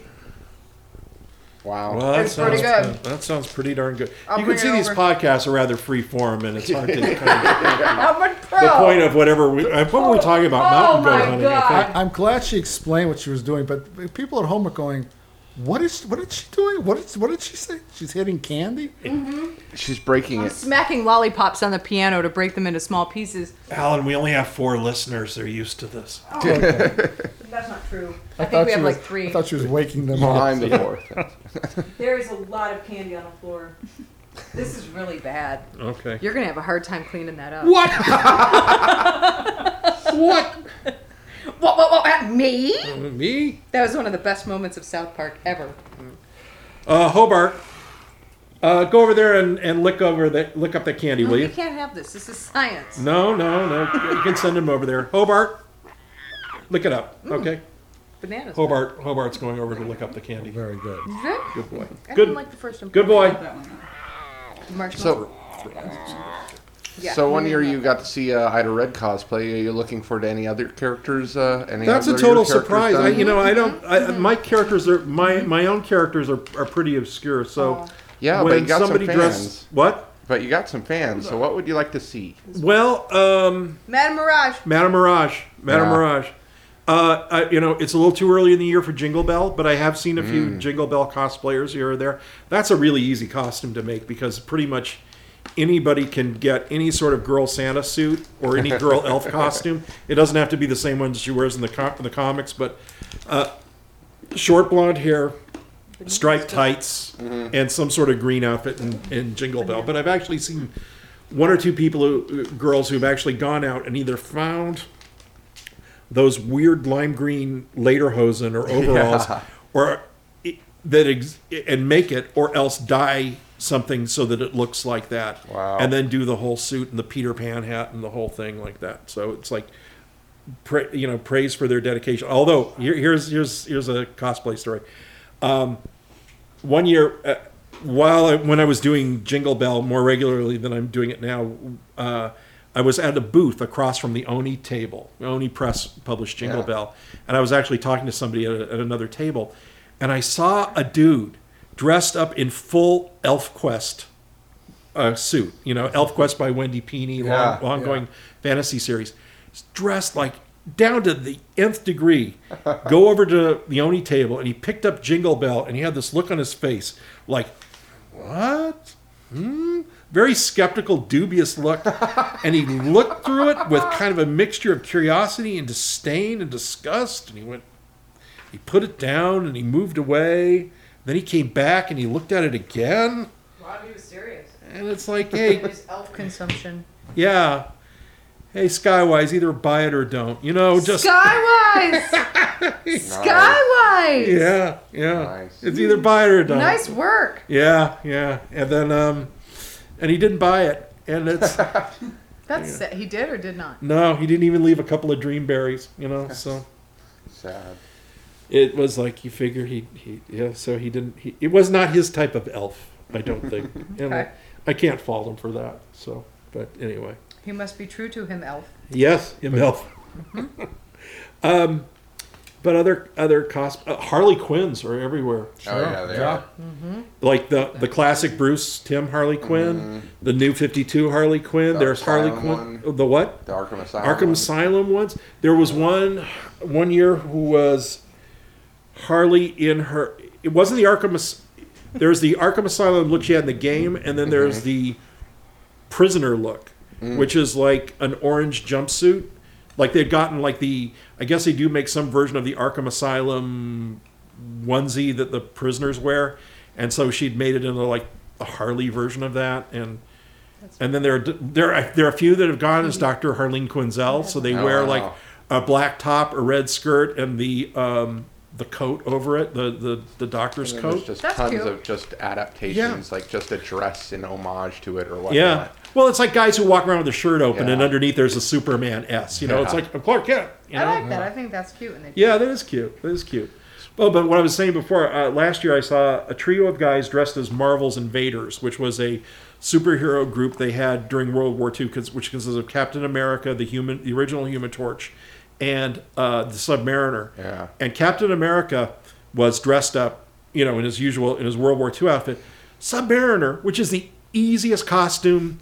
[SPEAKER 6] Wow.
[SPEAKER 9] Well, that
[SPEAKER 4] It's
[SPEAKER 9] sounds,
[SPEAKER 4] pretty good.
[SPEAKER 9] That sounds pretty darn good.
[SPEAKER 4] I'll
[SPEAKER 9] you can
[SPEAKER 4] bring
[SPEAKER 9] see
[SPEAKER 4] it
[SPEAKER 9] these
[SPEAKER 4] over.
[SPEAKER 9] podcasts are rather free form, and it's hard to kind of
[SPEAKER 4] I'm a pro.
[SPEAKER 9] the point of whatever we uh, what were we talking about
[SPEAKER 4] Oh,
[SPEAKER 9] mountain goat
[SPEAKER 4] my
[SPEAKER 9] hunting I
[SPEAKER 4] God.
[SPEAKER 9] think.
[SPEAKER 3] I'm glad she explained what she was doing, but people at home are going, "What is? What is she doing? What is? What did she say? She's hitting candy."
[SPEAKER 6] She's breaking it.
[SPEAKER 4] Smacking lollipops on the piano to break them into small pieces.
[SPEAKER 9] Alan we only have four listeners they're used to this
[SPEAKER 10] That's not true.
[SPEAKER 4] I,
[SPEAKER 3] thought
[SPEAKER 4] think we
[SPEAKER 3] she
[SPEAKER 4] have
[SPEAKER 3] was-
[SPEAKER 4] like three.
[SPEAKER 3] Oh, I thought she was waking them up.
[SPEAKER 6] I'm the fourth.
[SPEAKER 10] There is a lot of candy on the floor.
[SPEAKER 4] This is really bad.
[SPEAKER 9] okay
[SPEAKER 4] You're gonna have a hard time cleaning that up.
[SPEAKER 9] what what
[SPEAKER 4] What? What? What? At me?
[SPEAKER 9] me
[SPEAKER 4] That was one of the best moments of South Park ever.
[SPEAKER 9] uh, Hobart uh, go over there and, and lick over that lick up that candy
[SPEAKER 4] No,
[SPEAKER 9] will
[SPEAKER 4] you
[SPEAKER 9] you
[SPEAKER 4] can't have this. This is science.
[SPEAKER 9] no no no you can send him over there Hobart lick it up okay
[SPEAKER 4] Bananas.
[SPEAKER 9] Hobart Hobart's going over to lick up the candy
[SPEAKER 3] Very good.
[SPEAKER 4] Is it?
[SPEAKER 9] good boy
[SPEAKER 4] I
[SPEAKER 9] Good-
[SPEAKER 4] didn't like the first one.
[SPEAKER 9] good boy
[SPEAKER 4] Marshmallow.
[SPEAKER 6] So,
[SPEAKER 4] Yeah,
[SPEAKER 6] so one
[SPEAKER 4] maybe
[SPEAKER 6] year
[SPEAKER 4] not.
[SPEAKER 6] you got to see uh, Ida Red cosplay. Are you looking forward to any other characters? Uh, any
[SPEAKER 9] That's a
[SPEAKER 6] other of your
[SPEAKER 9] total
[SPEAKER 6] characters
[SPEAKER 9] surprise.
[SPEAKER 6] done?
[SPEAKER 9] I, you know, I don't. I, My characters are my my own characters are, are pretty obscure. So
[SPEAKER 6] Yeah, but
[SPEAKER 9] when
[SPEAKER 6] you got some
[SPEAKER 9] somebody
[SPEAKER 6] fans.
[SPEAKER 9] dress what?
[SPEAKER 6] But you got some fans. So what would you like to see?
[SPEAKER 9] Well, um,
[SPEAKER 4] Madame Mirage.
[SPEAKER 9] Madame Mirage, Madame
[SPEAKER 6] Yeah.
[SPEAKER 9] Mirage. Uh, I, you know, it's a little too early in the year for Jingle Bell, but I have seen a few
[SPEAKER 6] Mm.
[SPEAKER 9] Jingle Bell cosplayers here or there. That's a really easy costume to make because pretty much anybody can get any sort of girl Santa suit or any girl elf costume. It doesn't have to be the same one she wears in the com- in the comics, but uh, short blonde hair, striped tights, and some sort of green outfit in, in Jingle Bell. But I've actually seen one or two people, who, girls, who've actually gone out and either found those weird lime green lederhosen or overalls or i- that ex- and make it or else dye something so that it looks like that
[SPEAKER 6] Wow.
[SPEAKER 9] and then do the whole suit and the peter pan hat and the whole thing like that so it's like pra- you know praise for their dedication although here, here's here's here's a cosplay story Um, one year uh, while I, when I was doing Jingle Bell more regularly than I'm doing it now, uh, I was at a booth across from the Oni table. Oni Press published Jingle
[SPEAKER 6] Yeah.
[SPEAKER 9] Bell, and I was actually talking to somebody at, a, at another table, and I saw a dude dressed up in full ElfQuest uh, suit. You know, ElfQuest by Wendy Peeney, long,
[SPEAKER 6] Yeah,
[SPEAKER 9] ongoing fantasy series, dressed like down to the nth degree. Go over to the Oni table, and he picked up Jingle Bell, and he had this look on his face, like, what? Hmm? Very skeptical, dubious look. and he looked through it with kind of a mixture of curiosity and disdain and disgust. And he went, he put it down and he moved away. Then he came back and he looked at it again.
[SPEAKER 4] Wow, he was serious.
[SPEAKER 9] And it's like, hey,
[SPEAKER 4] His elf consumption.
[SPEAKER 9] yeah. Hey, Skywise, either buy it or don't. You know, Oh, just
[SPEAKER 4] Skywise. Skywise.
[SPEAKER 9] yeah, yeah.
[SPEAKER 6] Nice.
[SPEAKER 9] It's either buy it or don't.
[SPEAKER 4] Nice work.
[SPEAKER 9] Yeah, yeah. And then, um, and he didn't buy it. And it's
[SPEAKER 4] That's sa- he did or did not.
[SPEAKER 9] no, he didn't even leave a couple of dream berries. You know, so
[SPEAKER 6] Sad.
[SPEAKER 9] it was like you figure he, he yeah so he didn't he, it was not his type of elf i don't think and I,
[SPEAKER 4] Okay.
[SPEAKER 9] I can't fault him for that so but anyway
[SPEAKER 4] He must be true to him, elf.
[SPEAKER 9] yes him elf um but other other cos uh, harley quinns are everywhere
[SPEAKER 6] Oh yeah, they are.
[SPEAKER 9] like the the classic bruce tim harley quinn the new 52 harley quinn
[SPEAKER 6] The
[SPEAKER 9] there's harley
[SPEAKER 6] Asylum
[SPEAKER 9] quinn the what
[SPEAKER 6] The Arkham Asylum.
[SPEAKER 9] Arkham Asylum ones. There was one one year who was Harley in her. It wasn't the Arkham. As- There's the Arkham Asylum look she had in the game, and then there's the prisoner look, which is like an orange jumpsuit. Like they'd gotten like the. I guess they do make some version of the Arkham Asylum onesie that the prisoners wear, and so she'd made it into like a Harley version of that, and and then there are there are, there are a few that have gone as Dr. Harlene Quinzel, so they
[SPEAKER 6] Oh,
[SPEAKER 9] wear
[SPEAKER 6] wow.
[SPEAKER 9] like a black top, a red skirt, and the um, the coat over it, the the, the doctor's
[SPEAKER 6] And
[SPEAKER 9] coat.
[SPEAKER 6] There's just
[SPEAKER 4] That's
[SPEAKER 6] tons
[SPEAKER 4] cute.
[SPEAKER 6] of just adaptations, like just a dress in homage to it or whatnot.
[SPEAKER 9] Yeah. Well, it's like guys who walk around with their shirt open, and
[SPEAKER 6] Yeah.
[SPEAKER 9] underneath there's a Superman S. You know, it's
[SPEAKER 6] Yeah.
[SPEAKER 9] like a Clark Kent. You know?
[SPEAKER 4] I like that. I think that's cute. And they
[SPEAKER 9] Yeah, that is cute. That is cute. Well, but what I was saying before, uh, last year I saw a trio of guys dressed as Marvel's Invaders, which was a superhero group they had during World War II, cons- which consists of Captain America, the human, the original Human Torch, and uh, the Submariner.
[SPEAKER 6] Yeah.
[SPEAKER 9] And Captain America was dressed up, you know, in his usual in his World War II outfit. Submariner, which is the easiest costume,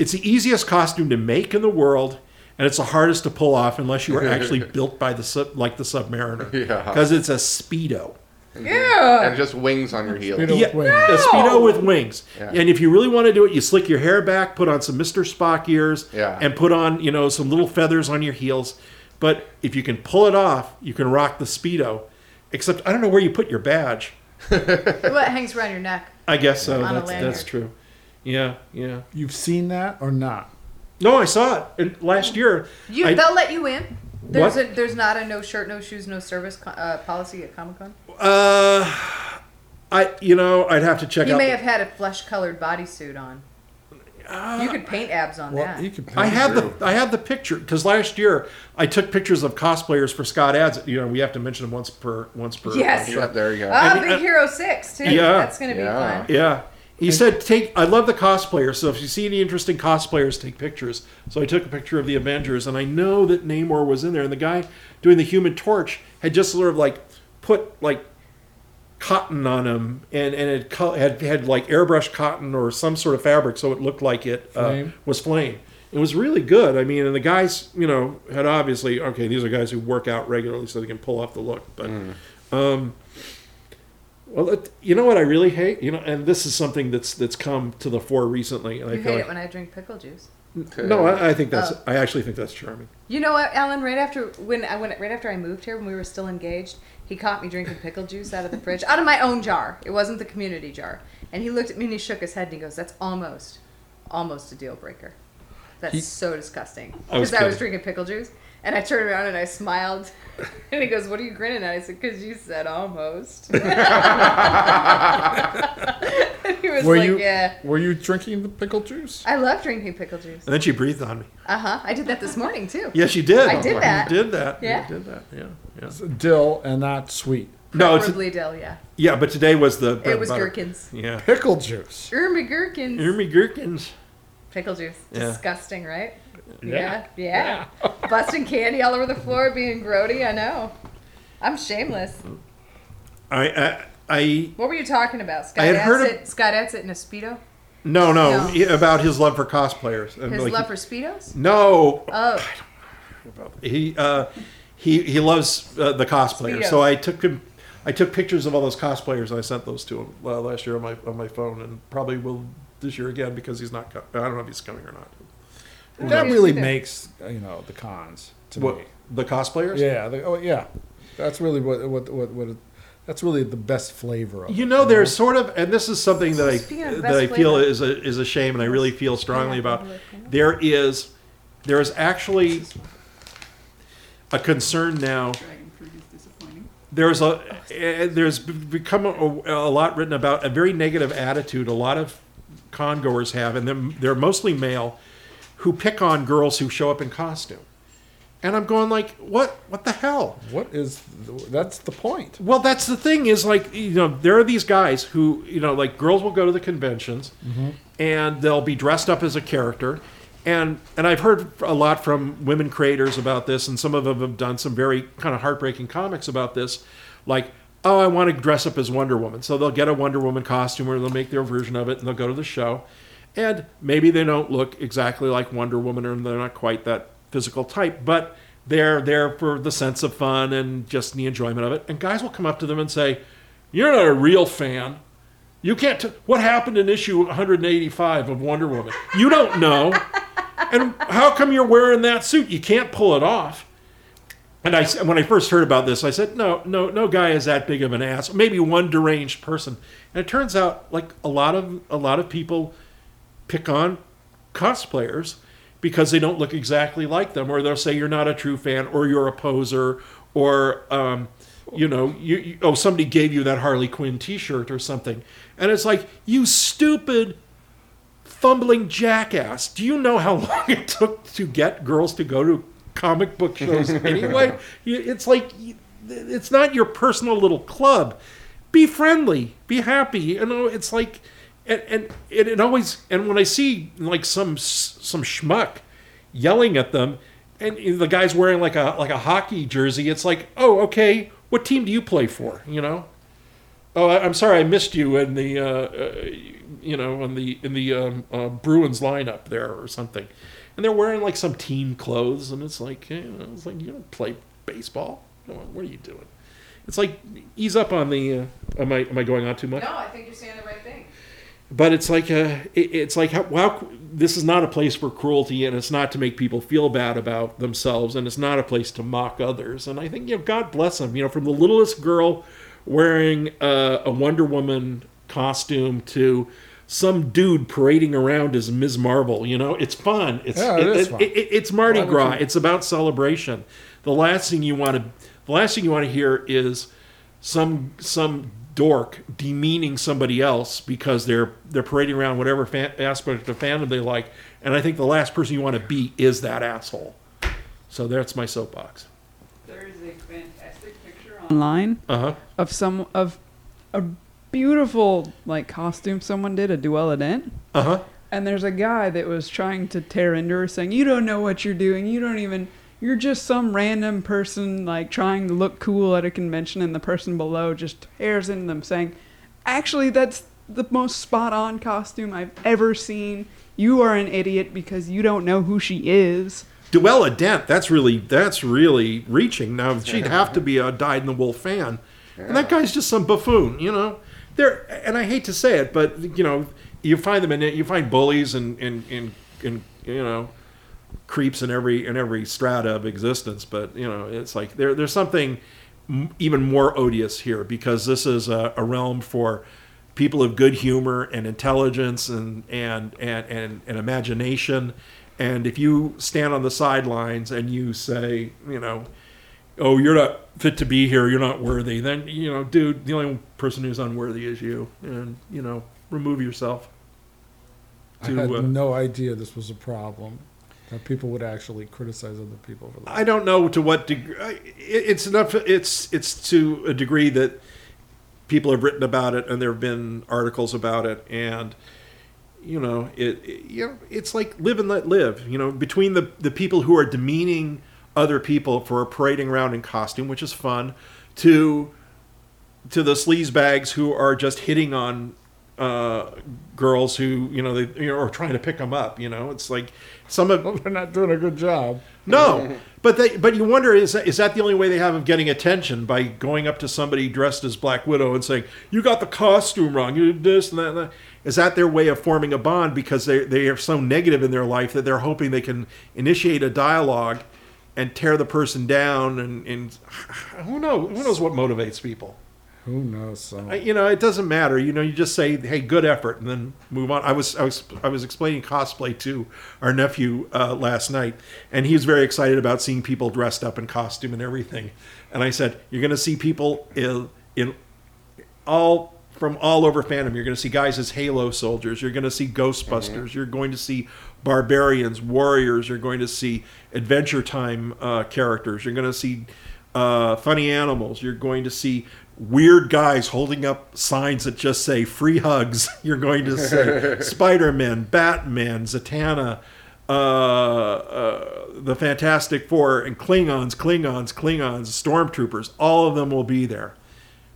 [SPEAKER 9] it's the easiest costume to make in the world, and it's the hardest to pull off unless you were actually built by the sub, like the Submariner,
[SPEAKER 6] Yeah.
[SPEAKER 9] because it's a speedo.
[SPEAKER 6] And just wings on your heels.
[SPEAKER 3] Speedo.
[SPEAKER 9] Yeah,
[SPEAKER 3] with wings.
[SPEAKER 9] a speedo with wings.
[SPEAKER 6] Oh, Yeah.
[SPEAKER 9] And if you really want to do it, you slick your hair back, put on some Mister Spock ears,
[SPEAKER 6] Yeah.
[SPEAKER 9] and put on you know some little feathers on your heels. But if you can pull it off, you can rock the speedo. Except I don't know where you put your badge.
[SPEAKER 4] Well, it hangs around your neck.
[SPEAKER 9] I guess so.
[SPEAKER 4] On a
[SPEAKER 9] That's, that's
[SPEAKER 4] lanyard.
[SPEAKER 9] true. Yeah, yeah.
[SPEAKER 3] You've seen that or not?
[SPEAKER 9] No, I saw it in- last year.
[SPEAKER 4] You,
[SPEAKER 9] I-
[SPEAKER 4] they'll let you in. There's
[SPEAKER 9] What?
[SPEAKER 4] a, there's not a no shirt, no shoes, no service co- uh, policy at Comic Con.
[SPEAKER 9] Uh, I you know I'd have to check
[SPEAKER 4] He
[SPEAKER 9] out.
[SPEAKER 4] may
[SPEAKER 9] the-
[SPEAKER 4] have had a flesh colored bodysuit on. you could paint abs on
[SPEAKER 3] Well,
[SPEAKER 4] that.
[SPEAKER 3] you could.
[SPEAKER 9] I had the I had the picture because last year I took pictures of cosplayers for Scott ads. You know we have to mention them once per once per.
[SPEAKER 4] Yes.
[SPEAKER 6] Yeah, there you go.
[SPEAKER 4] Ah,
[SPEAKER 9] And-
[SPEAKER 4] Big
[SPEAKER 9] and-
[SPEAKER 4] Hero Six too.
[SPEAKER 9] Yeah.
[SPEAKER 4] that's gonna be
[SPEAKER 6] Yeah.
[SPEAKER 4] fun.
[SPEAKER 9] Yeah. He said, "Take. I love the cosplayers. So if you see any interesting cosplayers, take pictures." So I took a picture of the Avengers, and I know that Namor was in there, and the guy doing the Human Torch had just sort of like put like cotton on him, and and it co- had had like airbrush cotton or some sort of fabric, so it looked like it uh,
[SPEAKER 3] Flame.
[SPEAKER 9] was flame. It was really good. I mean, and the guys, you know, had obviously okay. These are guys who work out regularly, so they can pull off the look, but. um, Well, it, you know what I really hate, you know, and this is something that's that's come to the fore recently. And I
[SPEAKER 4] You hate
[SPEAKER 9] feel
[SPEAKER 4] Oh. it
[SPEAKER 9] like,
[SPEAKER 4] when I drink pickle juice.
[SPEAKER 9] no, I, I think that's I actually think that's charming.
[SPEAKER 4] You know what, Alan? Right after when I went, right after I moved here, when we were still engaged, he caught me drinking pickle juice out of the fridge, out of my own jar. It wasn't the community jar. And he looked at me and he shook his head and he goes, "That's almost, almost a deal breaker. That's so disgusting."
[SPEAKER 9] I was
[SPEAKER 4] Because I, was
[SPEAKER 9] kidding.
[SPEAKER 4] drinking pickle juice, and I turned around and I smiled, and he goes, "What are you grinning at?" I said, "Cause you said almost." and he was
[SPEAKER 3] Were
[SPEAKER 4] like,
[SPEAKER 3] you
[SPEAKER 4] "Yeah."
[SPEAKER 3] were you drinking the pickle juice?
[SPEAKER 4] I love drinking pickle juice.
[SPEAKER 9] And then she breathed on me.
[SPEAKER 4] Uh huh. I did that this morning too.
[SPEAKER 9] Yes, you did.
[SPEAKER 4] I did that.
[SPEAKER 9] Oh, You did that.
[SPEAKER 4] Yeah.
[SPEAKER 9] You did that. Yeah. Yeah.
[SPEAKER 3] Dill and not sweet
[SPEAKER 9] No, Oh, it's
[SPEAKER 4] Preferably dill, yeah.
[SPEAKER 9] yeah, but today was the bread
[SPEAKER 4] It
[SPEAKER 9] and
[SPEAKER 4] was
[SPEAKER 9] butter.
[SPEAKER 4] gherkins.
[SPEAKER 9] Yeah.
[SPEAKER 3] pickle juice.
[SPEAKER 4] Irma gherkins.
[SPEAKER 9] Ermy gherkins.
[SPEAKER 4] Pickle juice.
[SPEAKER 9] Yeah.
[SPEAKER 4] Disgusting, right? Yeah. Yeah. Busting candy all over the floor, being grody. I know. I'm shameless.
[SPEAKER 9] I I, I
[SPEAKER 4] What were you talking about? Scott
[SPEAKER 9] I had heard of-
[SPEAKER 4] Adsit, Scott Adsit in a Speedo?
[SPEAKER 9] no, no
[SPEAKER 4] No.
[SPEAKER 9] he- about his love for cosplayers. And
[SPEAKER 4] His
[SPEAKER 9] like,
[SPEAKER 4] love for Speedos?
[SPEAKER 9] no,
[SPEAKER 4] Oh,
[SPEAKER 9] he uh, he he loves uh, the cosplayers. So
[SPEAKER 4] Speedos.
[SPEAKER 9] I took him. I took pictures of all those cosplayers and I sent those to him uh, last year on my on my phone, and probably will this year again because he's not. co- I don't know if he's coming or not.
[SPEAKER 3] That
[SPEAKER 4] Yeah.
[SPEAKER 3] really
[SPEAKER 4] Yeah.
[SPEAKER 3] makes uh, you know the cons to
[SPEAKER 9] What
[SPEAKER 3] me.
[SPEAKER 9] the cosplayers?
[SPEAKER 3] Yeah, the, oh yeah, that's really what what what what. That's really the best flavor of it.
[SPEAKER 9] You know, there's sort of, and this is something that I
[SPEAKER 4] Speaking of
[SPEAKER 9] that
[SPEAKER 4] best
[SPEAKER 9] I feel
[SPEAKER 4] flavor.
[SPEAKER 9] is a is a shame, and I really feel strongly about. There is, there is actually a concern now.
[SPEAKER 8] Dragon fruit is disappointing.
[SPEAKER 9] There's a eh, there's b- become a, a lot written about a very negative attitude a lot of congoers have, and they're, they're mostly male, who pick on girls who show up in costume. and I'm going like, what? What the hell?
[SPEAKER 3] What is th- that's the point?
[SPEAKER 9] Well, that's the thing is like you know there are these guys who you know like girls will go to the conventions and they'll be dressed up as a character, and and I've heard a lot from women creators about this, and some of them have done some very kind of heartbreaking comics about this, like. Oh, I want to dress up as Wonder Woman. So they'll get a Wonder Woman costume or they'll make their version of it and they'll go to the show. And maybe they don't look exactly like Wonder Woman or they're not quite that physical type, but they're there for the sense of fun and just the enjoyment of it. And guys will come up to them and say, You're not a real fan. You can't. T- what happened in issue 185 of Wonder Woman? You don't know. And how come you're wearing that suit? You can't pull it off. And I, when I first heard about this, I said, no, no, no guy is that big of an ass. Maybe one deranged person. And it turns out, like a lot of a lot of people pick on cosplayers because they don't look exactly like them, or they'll say you're not a true fan, or you're a poser, or um, you know, you, you oh somebody gave you that Harley Quinn T-shirt or something, and it's like you stupid fumbling jackass. Do you know how long it took to get girls to go to comic book shows anyway? You- It's like you- it's not your personal little club. Be friendly, be happy. You know, it's like and and it, it always and when I see like some s- some schmuck yelling at them and you know, the guy's wearing like a like a hockey jersey, it's like, "Oh, okay, what team do you play for?" you know? Oh, I, I'm sorry, I missed you in the, uh, uh, you know, in the in the um, uh, Bruins lineup there or something, and they're wearing like some team clothes, and it's like, you know, it's like you don't play baseball. Come on, what are you doing? It's like ease up on the. Uh, am I am I going on too much?
[SPEAKER 4] No, I think you're saying the right thing.
[SPEAKER 9] but it's like a, it- it's like how, wow, this is not a place for cruelty, and it's not to make people feel bad about themselves, and it's not a place to mock others. And I think you know, God bless them. You know, from the littlest girl wearing a, a Wonder Woman costume to some dude parading around as Ms. Marvel. You know, it's fun. It's
[SPEAKER 3] Yeah, it is fun.
[SPEAKER 9] it- it- it's Mardi
[SPEAKER 3] Why would
[SPEAKER 9] Gras.
[SPEAKER 3] you-
[SPEAKER 9] It's about celebration. The last thing you want to, the last thing you want to hear is some some dork demeaning somebody else because they're they're parading around whatever fan, aspect of fandom they like. And I think the last person you want to be is that asshole. So that's my soapbox.
[SPEAKER 1] There is a fantastic picture on.
[SPEAKER 8] Online
[SPEAKER 9] Uh huh.
[SPEAKER 8] of some of a beautiful like costume someone did a Duella Dent.
[SPEAKER 9] Uh huh.
[SPEAKER 8] And there's a guy that was trying to tear into her, saying, "You don't know what you're doing. You don't even. You're just some random person like trying to look cool at a convention." And the person below just tears into them, saying, "Actually, that's the most spot-on costume I've ever seen. You are an idiot because you don't know who she is."
[SPEAKER 9] Duella Dent, that's really that's really reaching. Now she'd have to be a dyed in the wool fan, and that guy's just some buffoon, you know. There, and I hate to say it, but you know, you find them in it. You find bullies and and and, and you know, creeps in every in every strata of existence. But you know, it's like there there's something m- even more odious here because this is a, a realm for people of good humor and intelligence and and and and, and imagination. And if you stand on the sidelines and you say, you know, oh, you're not fit to be here, you're not worthy, then, you know, dude, the only person who's unworthy is you. And, you know, remove yourself.
[SPEAKER 3] I
[SPEAKER 9] To,
[SPEAKER 3] had
[SPEAKER 9] uh,
[SPEAKER 3] no idea this was a problem. That people would actually criticize other people for that.
[SPEAKER 9] I don't know to what degree. It's enough. It's it's to a degree that people have written about it, and there have been articles about it, and you know, it, it- you know, it's like live and let live. You know, between the the people who are demeaning other people for parading around in costume, which is fun, to to the sleaze bags who are just hitting on uh girls who you know they you know are trying to pick them up you know it's like some of
[SPEAKER 3] Well, they're not doing a good job.
[SPEAKER 9] no, but they, but you wonder is that, is that the only way they have of getting attention by going up to somebody dressed as Black Widow and saying you got the costume wrong, you did this and that. And that. Is that their way of forming a bond because they they are so negative in their life that they're hoping they can initiate a dialogue and tear the person down and, and who knows who knows what motivates people.
[SPEAKER 3] Who knows? So
[SPEAKER 9] I- you know, it doesn't matter. You know, you just say, "Hey, good effort," and then move on. I was, I was, I was explaining cosplay to our nephew uh, last night, and he was very excited about seeing people dressed up in costume and everything. And I said, "You're going to see people in, in all
[SPEAKER 1] from all over fandom. You're going to see guys as Halo soldiers. You're going to see Ghostbusters. You're going to see barbarians, warriors. You're going to see Adventure Time uh, characters. You're going to see uh, funny animals. You're going to see weird guys holding up signs that just say free hugs. You're going to see Spider Man, Batman, Zatanna, uh, uh, the Fantastic Four, and Klingons, Klingons, Klingons, Stormtroopers. All of them will be there.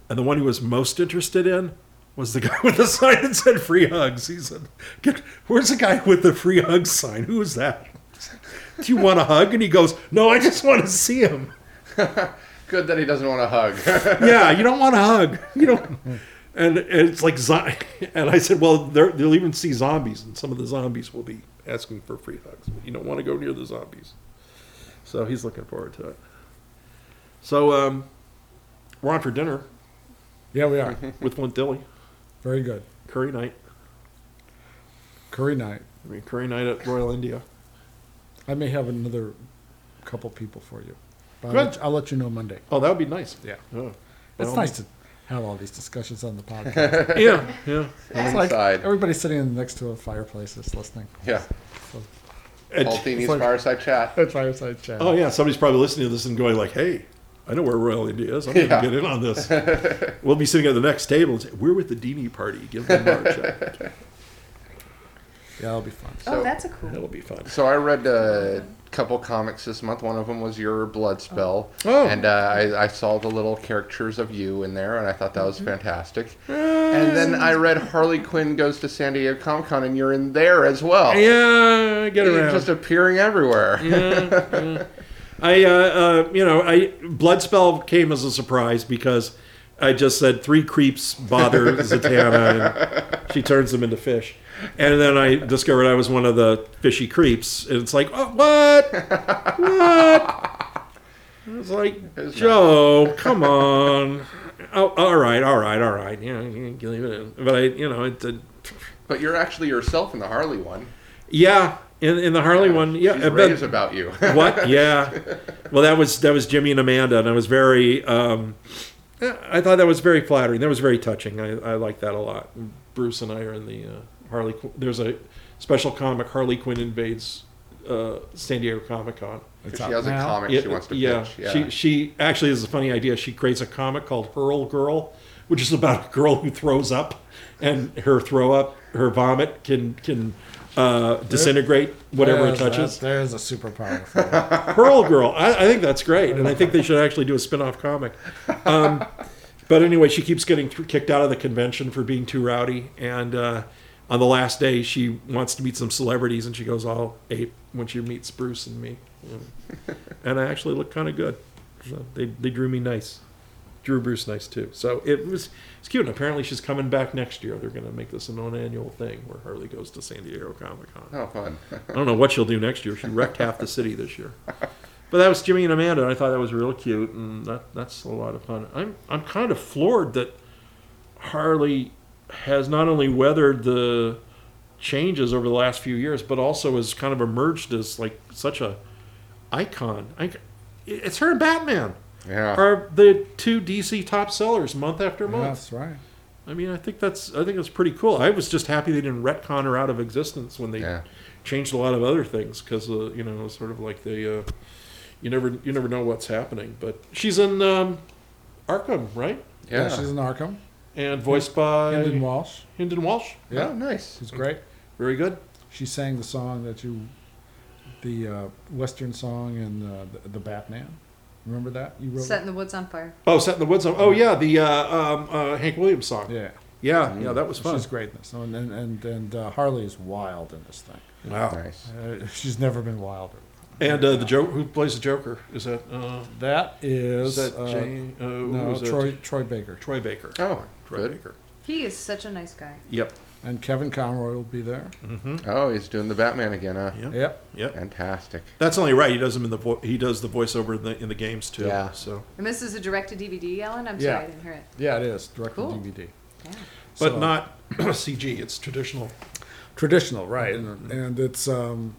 [SPEAKER 1] And the one he was most interested in was the guy with the sign that said free hugs. He said, Get, Where's the guy with the free hugs sign? Who is that? Do you want a hug? And he goes, No, I just want to see him.
[SPEAKER 6] Good that he doesn't want to hug.
[SPEAKER 1] Yeah, you don't want a hug. You don't. And it's like, zo- and I said, Well, they're- they'll even see zombies, and some of the zombies will be asking for free hugs. But you don't want to go near the zombies. So he's looking forward to it. So um, we're on for dinner
[SPEAKER 3] Yeah, we are.
[SPEAKER 1] with Flint Dilly,
[SPEAKER 3] Very good.
[SPEAKER 1] curry night.
[SPEAKER 3] Curry night.
[SPEAKER 1] I mean, curry night at Royal India.
[SPEAKER 3] I may have another couple people for you. But I'll,
[SPEAKER 1] Good.
[SPEAKER 3] let, I'll let you know Monday.
[SPEAKER 1] Oh, that would be nice.
[SPEAKER 3] Yeah.
[SPEAKER 1] Oh,
[SPEAKER 3] It's
[SPEAKER 1] Well,
[SPEAKER 3] nice to have all these discussions on the podcast.
[SPEAKER 1] Yeah, yeah.
[SPEAKER 3] it's like
[SPEAKER 6] Inside.
[SPEAKER 3] everybody's sitting next to a fireplace just listening.
[SPEAKER 6] yeah.
[SPEAKER 1] And-
[SPEAKER 6] Altini's
[SPEAKER 3] like-
[SPEAKER 6] fireside chat.
[SPEAKER 3] That's fireside chat.
[SPEAKER 1] oh yeah, somebody's probably listening to this and going like, "Hey, I know where Royal India is. I'm going to
[SPEAKER 6] Yeah.
[SPEAKER 1] get in on this." we'll be sitting at the next table and say, "We're with the Dini party. Give them our check."
[SPEAKER 3] Yeah, it'll be fun.
[SPEAKER 6] So-
[SPEAKER 4] oh, that's a cool.
[SPEAKER 1] That'll be fun.
[SPEAKER 6] So I read a couple comics this month. One of them was your blood spell,
[SPEAKER 1] Oh.
[SPEAKER 6] and uh, I, I saw the little characters of you in there, and I thought that
[SPEAKER 1] Mm-hmm.
[SPEAKER 6] was fantastic. And then I read Harley Quinn goes to San Diego Comic Con, and you're in there as well.
[SPEAKER 1] Yeah, get
[SPEAKER 6] You're
[SPEAKER 1] around.
[SPEAKER 6] just appearing everywhere.
[SPEAKER 1] I, uh, uh, you know, I Bloodspell came as a surprise because I just said three creeps bother Zatanna, and she turns them into fish, and then I discovered I was one of the fishy creeps, and it's like, oh, what, what? It's like
[SPEAKER 6] It's
[SPEAKER 1] Joe, come on. Oh, all right, all right, all right. Yeah, you can leave it in. But I, you know, it, uh, it,
[SPEAKER 6] But you're actually yourself in the Harley one.
[SPEAKER 1] yeah, ah, in, in the Harley one, yeah.
[SPEAKER 6] She's
[SPEAKER 1] but-
[SPEAKER 6] raves about you.
[SPEAKER 1] what? Yeah. Well, that was that was Jimmy and Amanda, and I was very. Um, I thought that was very flattering. That was very touching. I, I like that a lot. Bruce and I are in the uh, Harley. Qu- There's a special comic Harley Quinn invades uh, San Diego Comic Con.
[SPEAKER 3] It's
[SPEAKER 6] she
[SPEAKER 3] out
[SPEAKER 6] has a
[SPEAKER 3] now.
[SPEAKER 6] comic she wants to
[SPEAKER 1] yeah.
[SPEAKER 6] pitch. Yeah.
[SPEAKER 1] She she actually has a funny idea. She creates a comic called Hurl Girl, which is about a girl who throws up, and her throw up, her vomit can can uh, disintegrate whatever it
[SPEAKER 3] There's that-
[SPEAKER 1] touches.
[SPEAKER 3] There's a superpower. for you.
[SPEAKER 1] Pearl Girl. I, I think that's great, and I think they should actually do a spin-off comic. Um, but anyway, she keeps getting th- kicked out of the convention for being too rowdy, and uh, on the last day, she wants to meet some celebrities, and she goes all ape when she meets Bruce and me. Yeah. And I actually look kind of good. So they they drew me nice, drew Bruce nice too. So it was it's cute. And apparently, she's coming back next year. They're going to make this an annual thing where Harley goes to San Diego Comic Con.
[SPEAKER 6] Oh, fun.
[SPEAKER 1] I don't know what she'll do next year. She wrecked half the city this year. But that was Jimmy and Amanda, and I thought that was real cute, and that, that's a lot of fun. I'm I'm kind of floored that Harley has not only weathered the changes over the last few years, but also has kind of emerged as like such a icon. I, it's her and Batman
[SPEAKER 6] Yeah.
[SPEAKER 1] are the two DC top sellers month after
[SPEAKER 3] Yeah,
[SPEAKER 1] month.
[SPEAKER 3] that's right.
[SPEAKER 1] I mean, I think that's I think that's pretty cool. I was just happy they didn't retcon her out of existence when they
[SPEAKER 6] Yeah.
[SPEAKER 1] changed a lot of other things because uh, you know sort of like the uh, you never you never know what's happening. But she's in um, Arkham, right?
[SPEAKER 3] Yeah.
[SPEAKER 6] Yeah. Oh,
[SPEAKER 3] she's an Arkham.
[SPEAKER 1] And voiced by
[SPEAKER 3] Hendon Walsh.
[SPEAKER 1] Hinden Walsh.
[SPEAKER 3] Yeah.
[SPEAKER 6] Oh, nice.
[SPEAKER 3] She's great.
[SPEAKER 1] Very good.
[SPEAKER 3] She sang the song that you, the uh, Western song and uh, the, the Batman. Remember that you wrote?
[SPEAKER 4] Set in the woods on fire.
[SPEAKER 1] Oh, set in the woods. Oh yeah, the uh, um, uh, Hank Williams song.
[SPEAKER 3] Yeah, Mm-hmm.
[SPEAKER 1] yeah, yeah, that was fun.
[SPEAKER 3] she's great in this. And and and, and uh, Harley is wild in this thing.
[SPEAKER 1] Wow.
[SPEAKER 6] Nice.
[SPEAKER 3] Uh, she's never been wilder.
[SPEAKER 1] And uh, the joke who plays the Joker is that uh,
[SPEAKER 3] That
[SPEAKER 1] is
[SPEAKER 3] is,
[SPEAKER 1] that
[SPEAKER 3] uh,
[SPEAKER 1] Jane? Uh, who
[SPEAKER 3] no
[SPEAKER 1] was that?
[SPEAKER 3] Troy Troy Baker
[SPEAKER 1] Troy Baker.
[SPEAKER 6] Oh,
[SPEAKER 1] Troy
[SPEAKER 6] good.
[SPEAKER 1] Baker.
[SPEAKER 4] He is such a nice guy.
[SPEAKER 1] Yep.
[SPEAKER 3] and Kevin Conroy will be there.
[SPEAKER 6] Oh, he's doing the Batman again, huh?
[SPEAKER 1] Yep.
[SPEAKER 3] Yep.
[SPEAKER 1] Yep.
[SPEAKER 6] Fantastic.
[SPEAKER 1] That's only right. He does them in the vo- he does the voiceover in the in the games too.
[SPEAKER 6] Yeah.
[SPEAKER 1] So,
[SPEAKER 4] And this is a direct to DVD, Ellen. I'm
[SPEAKER 3] Yeah.
[SPEAKER 4] sorry I didn't hear it.
[SPEAKER 3] Yeah, it is direct
[SPEAKER 4] Cool.
[SPEAKER 3] to DVD.
[SPEAKER 4] Yeah.
[SPEAKER 1] but
[SPEAKER 3] So-
[SPEAKER 1] not CG. It's traditional.
[SPEAKER 3] traditional, right? And, and it's um,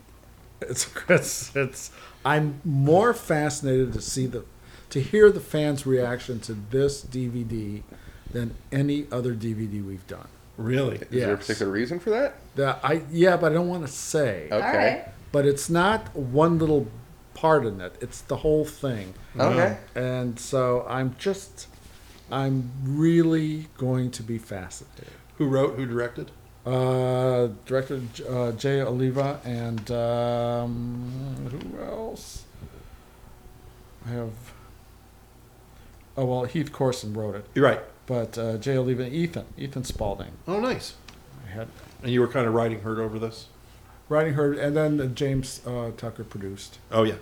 [SPEAKER 3] it's it's it's. I'm more fascinated to see the to hear the fans' reaction to this DVD than any other DVD we've done.
[SPEAKER 1] Really?
[SPEAKER 6] Is there a
[SPEAKER 3] Yes.
[SPEAKER 6] particular reason for that?
[SPEAKER 3] That I yeah, but I don't want to say.
[SPEAKER 6] Okay.
[SPEAKER 4] All right.
[SPEAKER 3] But it's not one little part in it. It's the whole thing.
[SPEAKER 6] Okay.
[SPEAKER 3] And so I'm just, I'm really going to be fascinated.
[SPEAKER 1] Who wrote? Who directed?
[SPEAKER 3] Uh, director J- uh, Jay Oliva and um, who else? I have. Oh well, Heath Corson wrote it,
[SPEAKER 1] You're right.
[SPEAKER 3] but uh, Jay Oliva, and Ethan, Ethan Spalding.
[SPEAKER 1] Oh, nice.
[SPEAKER 3] I had
[SPEAKER 1] And you were kind of riding herd over this.
[SPEAKER 3] writing her, and then uh, James uh, Tucker produced.
[SPEAKER 1] Oh yeah.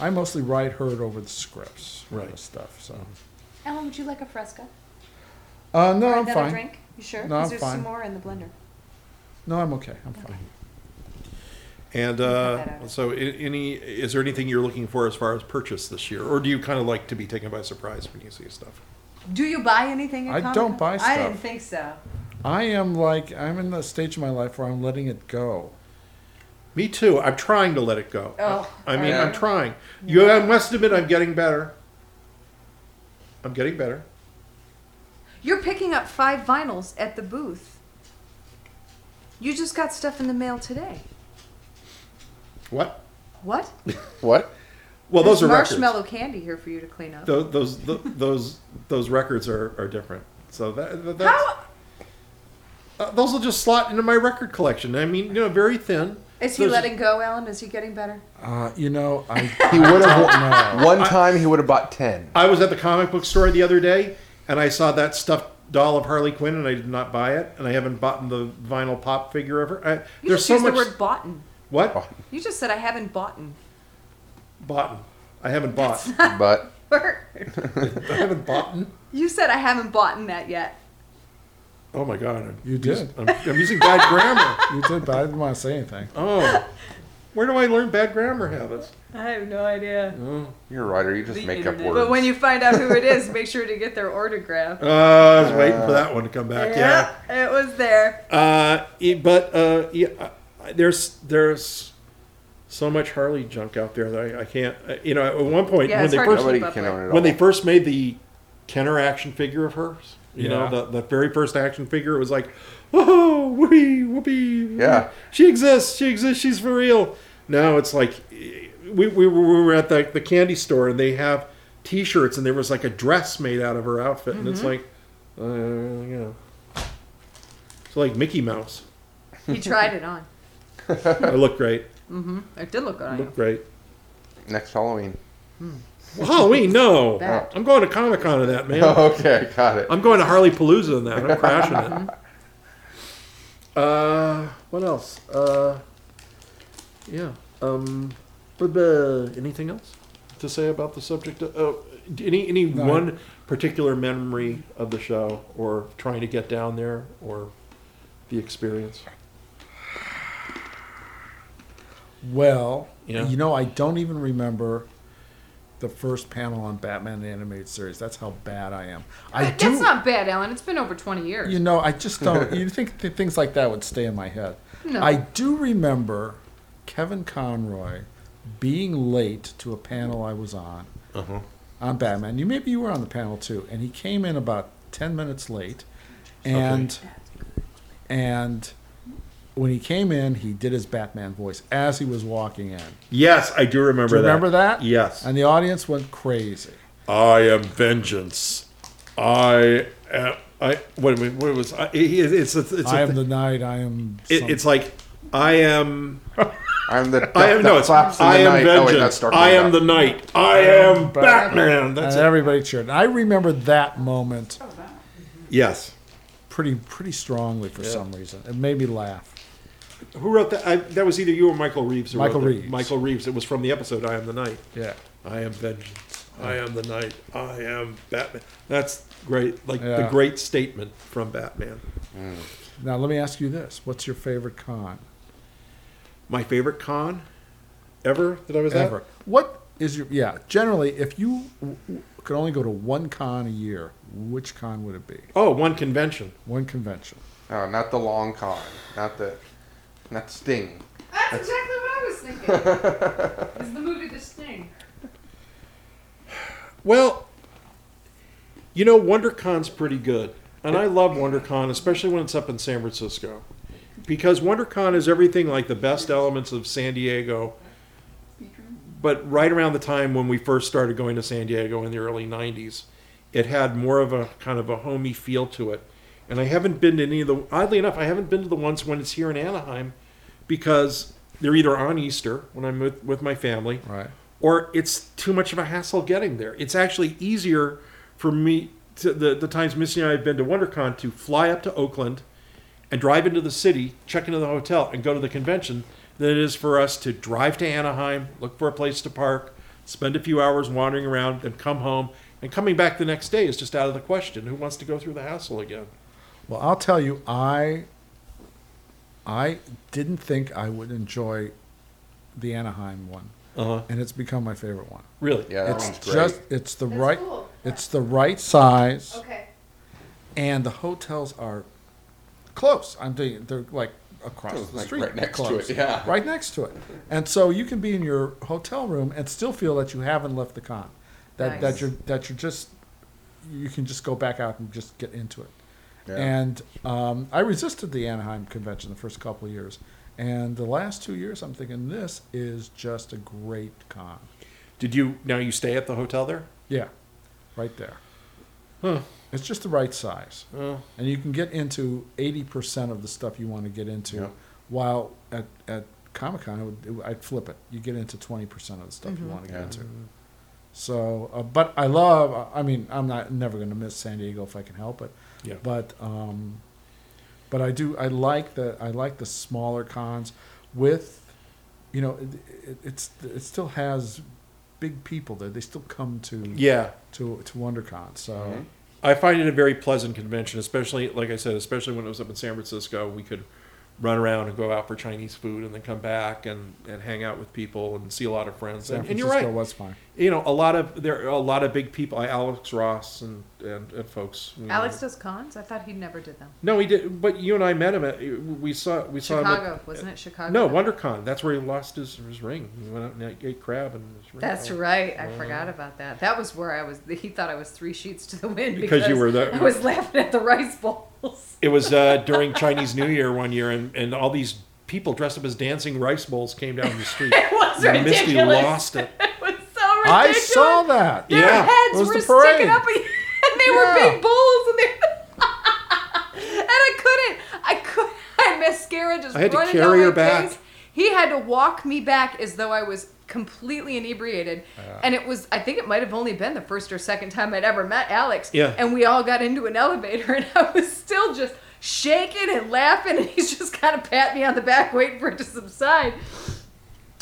[SPEAKER 3] I mostly write her over the scripts, for
[SPEAKER 1] Right.
[SPEAKER 3] this stuff. So,
[SPEAKER 4] Ellen, would you like a fresca?
[SPEAKER 3] uh, no,
[SPEAKER 4] Or
[SPEAKER 3] I'm
[SPEAKER 4] another
[SPEAKER 3] fine.
[SPEAKER 4] drink? You sure?
[SPEAKER 3] No,
[SPEAKER 4] 'Cause
[SPEAKER 3] I'm
[SPEAKER 4] there's
[SPEAKER 3] fine.
[SPEAKER 4] some more in the blender.
[SPEAKER 3] No, I'm okay. I'm fine.
[SPEAKER 1] And
[SPEAKER 4] Cut that
[SPEAKER 1] uh,
[SPEAKER 4] out.
[SPEAKER 1] so, i- any is there anything you're looking for as far as purchase this year, or do you kind of like to be taken by surprise when you see stuff?
[SPEAKER 4] Do you buy anything? At
[SPEAKER 3] I don't
[SPEAKER 4] Comic-Con?
[SPEAKER 3] buy
[SPEAKER 4] I
[SPEAKER 3] stuff.
[SPEAKER 4] didn't think so.
[SPEAKER 3] I am like I'm in the stage of my life where I'm letting it go.
[SPEAKER 1] Me too. I'm trying to let it go.
[SPEAKER 4] Oh,
[SPEAKER 1] I mean,
[SPEAKER 6] alright.
[SPEAKER 1] I'm trying. You I must admit, I'm getting better. I'm getting better.
[SPEAKER 4] You're picking up five vinyls at the booth. You just got stuff in the mail today.
[SPEAKER 1] What?
[SPEAKER 4] What?
[SPEAKER 6] What?
[SPEAKER 1] Well, Oh, those are
[SPEAKER 4] There's
[SPEAKER 1] records.
[SPEAKER 4] marshmallow candy here for you to clean up.
[SPEAKER 1] Those those th- those those records are, are different. So that, that that's,
[SPEAKER 4] How
[SPEAKER 1] uh, those will just slot into my record collection. I mean, you know, very thin.
[SPEAKER 4] is he
[SPEAKER 1] There's-
[SPEAKER 4] letting go, Alan? Is he getting better?
[SPEAKER 3] Uh, you know, I
[SPEAKER 6] He would have one time. He would have bought ten.
[SPEAKER 1] I was at the comic book store the other day, and I saw that stuffed doll of Harley Quinn, and I did not buy it, and I haven't bought the vinyl pop figure of her. I,
[SPEAKER 4] You
[SPEAKER 1] there's
[SPEAKER 4] just
[SPEAKER 1] so
[SPEAKER 4] used
[SPEAKER 1] much.
[SPEAKER 4] the word "botten."
[SPEAKER 1] what?
[SPEAKER 4] You just said I haven't botten.
[SPEAKER 1] Bought. I haven't bought.
[SPEAKER 6] But
[SPEAKER 1] I haven't bought.
[SPEAKER 4] you said I haven't botten that yet.
[SPEAKER 1] Oh my god! I'm
[SPEAKER 3] You
[SPEAKER 1] using-
[SPEAKER 3] did.
[SPEAKER 1] I'm, I'm using bad grammar.
[SPEAKER 3] you did, but I didn't want to say anything.
[SPEAKER 1] Oh, where do I learn bad grammar habits?
[SPEAKER 4] I have no idea.
[SPEAKER 6] you're a writer. You just
[SPEAKER 9] The
[SPEAKER 6] make up
[SPEAKER 9] internet.
[SPEAKER 6] words.
[SPEAKER 4] But when you find out who it is, make sure to get their autograph.
[SPEAKER 1] Uh, I was waiting for that one to come back. Yeah.
[SPEAKER 4] it was there.
[SPEAKER 1] Uh, it- but uh, yeah, I- there's there's so much Harley junk out there that I, I can't. uh, You know, at one point
[SPEAKER 4] Yeah,
[SPEAKER 1] when
[SPEAKER 4] it's
[SPEAKER 1] they
[SPEAKER 4] hard to
[SPEAKER 1] first
[SPEAKER 6] Nobody
[SPEAKER 4] keep up
[SPEAKER 6] can
[SPEAKER 4] with.
[SPEAKER 6] own it all.
[SPEAKER 1] when they first made the Kenner action figure of hers, you
[SPEAKER 3] Yeah.
[SPEAKER 1] know, the, the very first action figure, it was like, oh, whoopee, whoopee. whoopee.
[SPEAKER 6] Yeah.
[SPEAKER 1] She exists. She exists. She's for real. Now it's like, eh, we, we, were- we were at the, the candy store and they have t shirts and there was like a dress made out of her outfit. And it's like, uh, yeah. So like Mickey Mouse.
[SPEAKER 4] He tried it on.
[SPEAKER 1] I look great.
[SPEAKER 4] It did look good on
[SPEAKER 1] Look
[SPEAKER 4] you.
[SPEAKER 1] great.
[SPEAKER 6] next Halloween.
[SPEAKER 1] Well, Halloween, no.
[SPEAKER 4] Bad.
[SPEAKER 1] I'm going to Comic Con of that, man.
[SPEAKER 6] Okay, got it.
[SPEAKER 1] I'm going to Harley Palooza in that. I'm crashing it. Uh, what else? Uh, yeah. Um, but uh, anything else to say about the subject? Of, oh, d- any any one particular memory of the show, or trying to get down there, or the experience?
[SPEAKER 3] Well,
[SPEAKER 1] Yeah.
[SPEAKER 3] you know, I don't even remember the first panel on Batman the animated series. That's how bad I am. I
[SPEAKER 4] That's
[SPEAKER 3] do.
[SPEAKER 4] not bad, Alan. It's been over 20 years.
[SPEAKER 3] you know, I just don't. you think th- things like that would stay in my head?
[SPEAKER 4] No.
[SPEAKER 3] I do remember Kevin Conroy being late to a panel I was on
[SPEAKER 1] Uh-huh.
[SPEAKER 3] on Batman. You maybe you were on the panel too, and he came in about ten minutes late, and and when he came in, he did his Batman voice as he was walking in.
[SPEAKER 1] Yes, I do remember.
[SPEAKER 3] Do you remember that?
[SPEAKER 1] Yes.
[SPEAKER 3] And the audience went crazy.
[SPEAKER 1] I am vengeance. I am. I what, what was I, it- it's a, it's a
[SPEAKER 3] I am
[SPEAKER 1] thi-
[SPEAKER 3] the night. I am.
[SPEAKER 1] it,
[SPEAKER 3] something.
[SPEAKER 1] it's like I am.
[SPEAKER 6] I'm the.
[SPEAKER 1] I am
[SPEAKER 6] that
[SPEAKER 1] no. It's
[SPEAKER 6] claps in
[SPEAKER 1] I
[SPEAKER 6] the
[SPEAKER 1] am
[SPEAKER 6] night. Oh, wait, that's
[SPEAKER 1] vengeance.
[SPEAKER 6] Dark
[SPEAKER 1] I
[SPEAKER 6] Knight.
[SPEAKER 1] am the knight. I am Batman.
[SPEAKER 3] and
[SPEAKER 1] That's it.
[SPEAKER 3] everybody cheered. And I remember that moment
[SPEAKER 1] Yes.
[SPEAKER 3] pretty pretty strongly for some reason. It made me laugh.
[SPEAKER 1] Who wrote that? I, that was either you or Michael Reeves. Who
[SPEAKER 3] Michael
[SPEAKER 1] wrote that.
[SPEAKER 3] Reeves.
[SPEAKER 1] Michael Reeves. It was from the episode "I Am the Knight."
[SPEAKER 3] Yeah.
[SPEAKER 1] I am vengeance. I am the knight. I am Batman. That's great. Like the
[SPEAKER 3] Yeah.
[SPEAKER 1] great statement from Batman.
[SPEAKER 3] Now let me ask you this: What's your favorite con
[SPEAKER 1] My favorite con ever that I was
[SPEAKER 3] ever?
[SPEAKER 1] at.
[SPEAKER 3] What is your yeah? Generally, if you w- w- could only go to one con a year, which con would it be?
[SPEAKER 1] Oh, one convention.
[SPEAKER 3] One convention.
[SPEAKER 6] No, Oh, not the long con. Not the. Not Sting.
[SPEAKER 9] That's exactly what I was thinking. Is the movie The Sting?
[SPEAKER 1] Well,
[SPEAKER 9] You know, WonderCon's pretty good. And I love WonderCon, especially when it's up in San Francisco. Because WonderCon is everything like the best elements of San Diego. But right around the time when we first started going to San Diego in the early 90s, it had more of a kind of a homey feel to it. And I haven't been to any of the, oddly enough, I haven't been to the ones when it's here in Anaheim because they're either on Easter when I'm with, with my family
[SPEAKER 3] Right.
[SPEAKER 9] or it's too much of a hassle getting there. It's actually easier for me to, the the times Missy and I have been to WonderCon to fly up to Oakland and drive into the city, check into the hotel, and go to the convention than it is for us to drive to Anaheim, look for a place to park, spend a few hours wandering around, then come home. And coming back the next day is just out of the question. Who wants to go through the hassle again?
[SPEAKER 3] Well, I'll tell you, I I didn't think I would enjoy the Anaheim one,
[SPEAKER 9] Uh-huh.
[SPEAKER 3] and it's become my favorite one.
[SPEAKER 9] Really?
[SPEAKER 6] Yeah, that
[SPEAKER 3] it's
[SPEAKER 6] one's great.
[SPEAKER 3] just it's the
[SPEAKER 11] That's
[SPEAKER 3] right
[SPEAKER 11] cool.
[SPEAKER 3] it's the right size,
[SPEAKER 11] Okay.
[SPEAKER 3] and the hotels are close. I'm thinking they're like across
[SPEAKER 6] Oh,
[SPEAKER 3] the
[SPEAKER 6] like
[SPEAKER 3] street,
[SPEAKER 6] right next to
[SPEAKER 3] close.
[SPEAKER 6] it, yeah.
[SPEAKER 3] right next to it, and so you can be in your hotel room and still feel that you haven't left the con, that that
[SPEAKER 4] Nice.
[SPEAKER 3] you're that you're just you can just go back out and just get into it.
[SPEAKER 6] Yeah.
[SPEAKER 3] And um, I resisted the Anaheim convention the first couple of years. And the last two years, I'm thinking this is just a great con.
[SPEAKER 9] Did you now you stay at the hotel there?
[SPEAKER 3] Yeah, right there. It's just the right size.
[SPEAKER 9] Uh,
[SPEAKER 3] And you can get into 80% of the stuff you want to get into,
[SPEAKER 6] Yeah.
[SPEAKER 3] while at, at Comic Con, it would, it, would- I'd flip it. You get into 20% of the stuff
[SPEAKER 9] Mm-hmm.
[SPEAKER 3] you want to
[SPEAKER 6] Yeah.
[SPEAKER 3] get into. So, uh, but I love, I mean, I'm not never going to miss San Diego if I can help it.
[SPEAKER 9] Yeah.
[SPEAKER 3] But, um, but I do, I like the, I like the smaller cons with, you know, it, it, it's, it still has big people there. They still come to,
[SPEAKER 9] Yeah.
[SPEAKER 3] to to WonderCon. So
[SPEAKER 9] I find it a very pleasant convention, especially like I said, especially when it was up in San Francisco. We could run around and go out for Chinese food and then come back and, and hang out with people and see a lot of friends.
[SPEAKER 3] San
[SPEAKER 9] And,
[SPEAKER 3] Francisco
[SPEAKER 9] and you're right,
[SPEAKER 3] was fine.
[SPEAKER 9] you know, a lot of there are a lot of big people, Alex Ross and and, and folks. you know.
[SPEAKER 4] Mm. Alex does cons? I thought he never did them.
[SPEAKER 9] no, he did, but you and I met him at we saw we saw him.
[SPEAKER 4] Chicago,
[SPEAKER 9] at-
[SPEAKER 4] wasn't it? Chicago.
[SPEAKER 9] No, WonderCon. That's where he lost his, his ring. He went out and ate crab and his ring.
[SPEAKER 4] That's right. I forgot about that. That was where I was. He thought I was three sheets to the wind
[SPEAKER 9] Because you were there.
[SPEAKER 4] I was laughing at the rice bowls.
[SPEAKER 9] It was uh, during Chinese New Year one year, and, and all these people dressed up as dancing rice bowls came down the street.
[SPEAKER 4] It was
[SPEAKER 9] And
[SPEAKER 4] ridiculous.
[SPEAKER 9] Misty lost it.
[SPEAKER 4] It was so ridiculous.
[SPEAKER 3] I saw that.
[SPEAKER 9] Yeah.
[SPEAKER 4] Their heads
[SPEAKER 3] it was
[SPEAKER 4] were
[SPEAKER 3] the parade.
[SPEAKER 4] sticking up, and they
[SPEAKER 3] Yeah.
[SPEAKER 4] were big bowls, and they. and I couldn't. I could. I mascara just.
[SPEAKER 9] I had to
[SPEAKER 4] running down
[SPEAKER 9] carry
[SPEAKER 4] my
[SPEAKER 9] her back.
[SPEAKER 4] face. He had to walk me back as though I was completely inebriated, and it was. I think it might have only been the first or second time I'd ever met Alex.
[SPEAKER 9] Yeah.
[SPEAKER 4] And we all got into an elevator, and I was still just shaking and laughing, and he's just kind of pat me on the back, waiting for it to subside.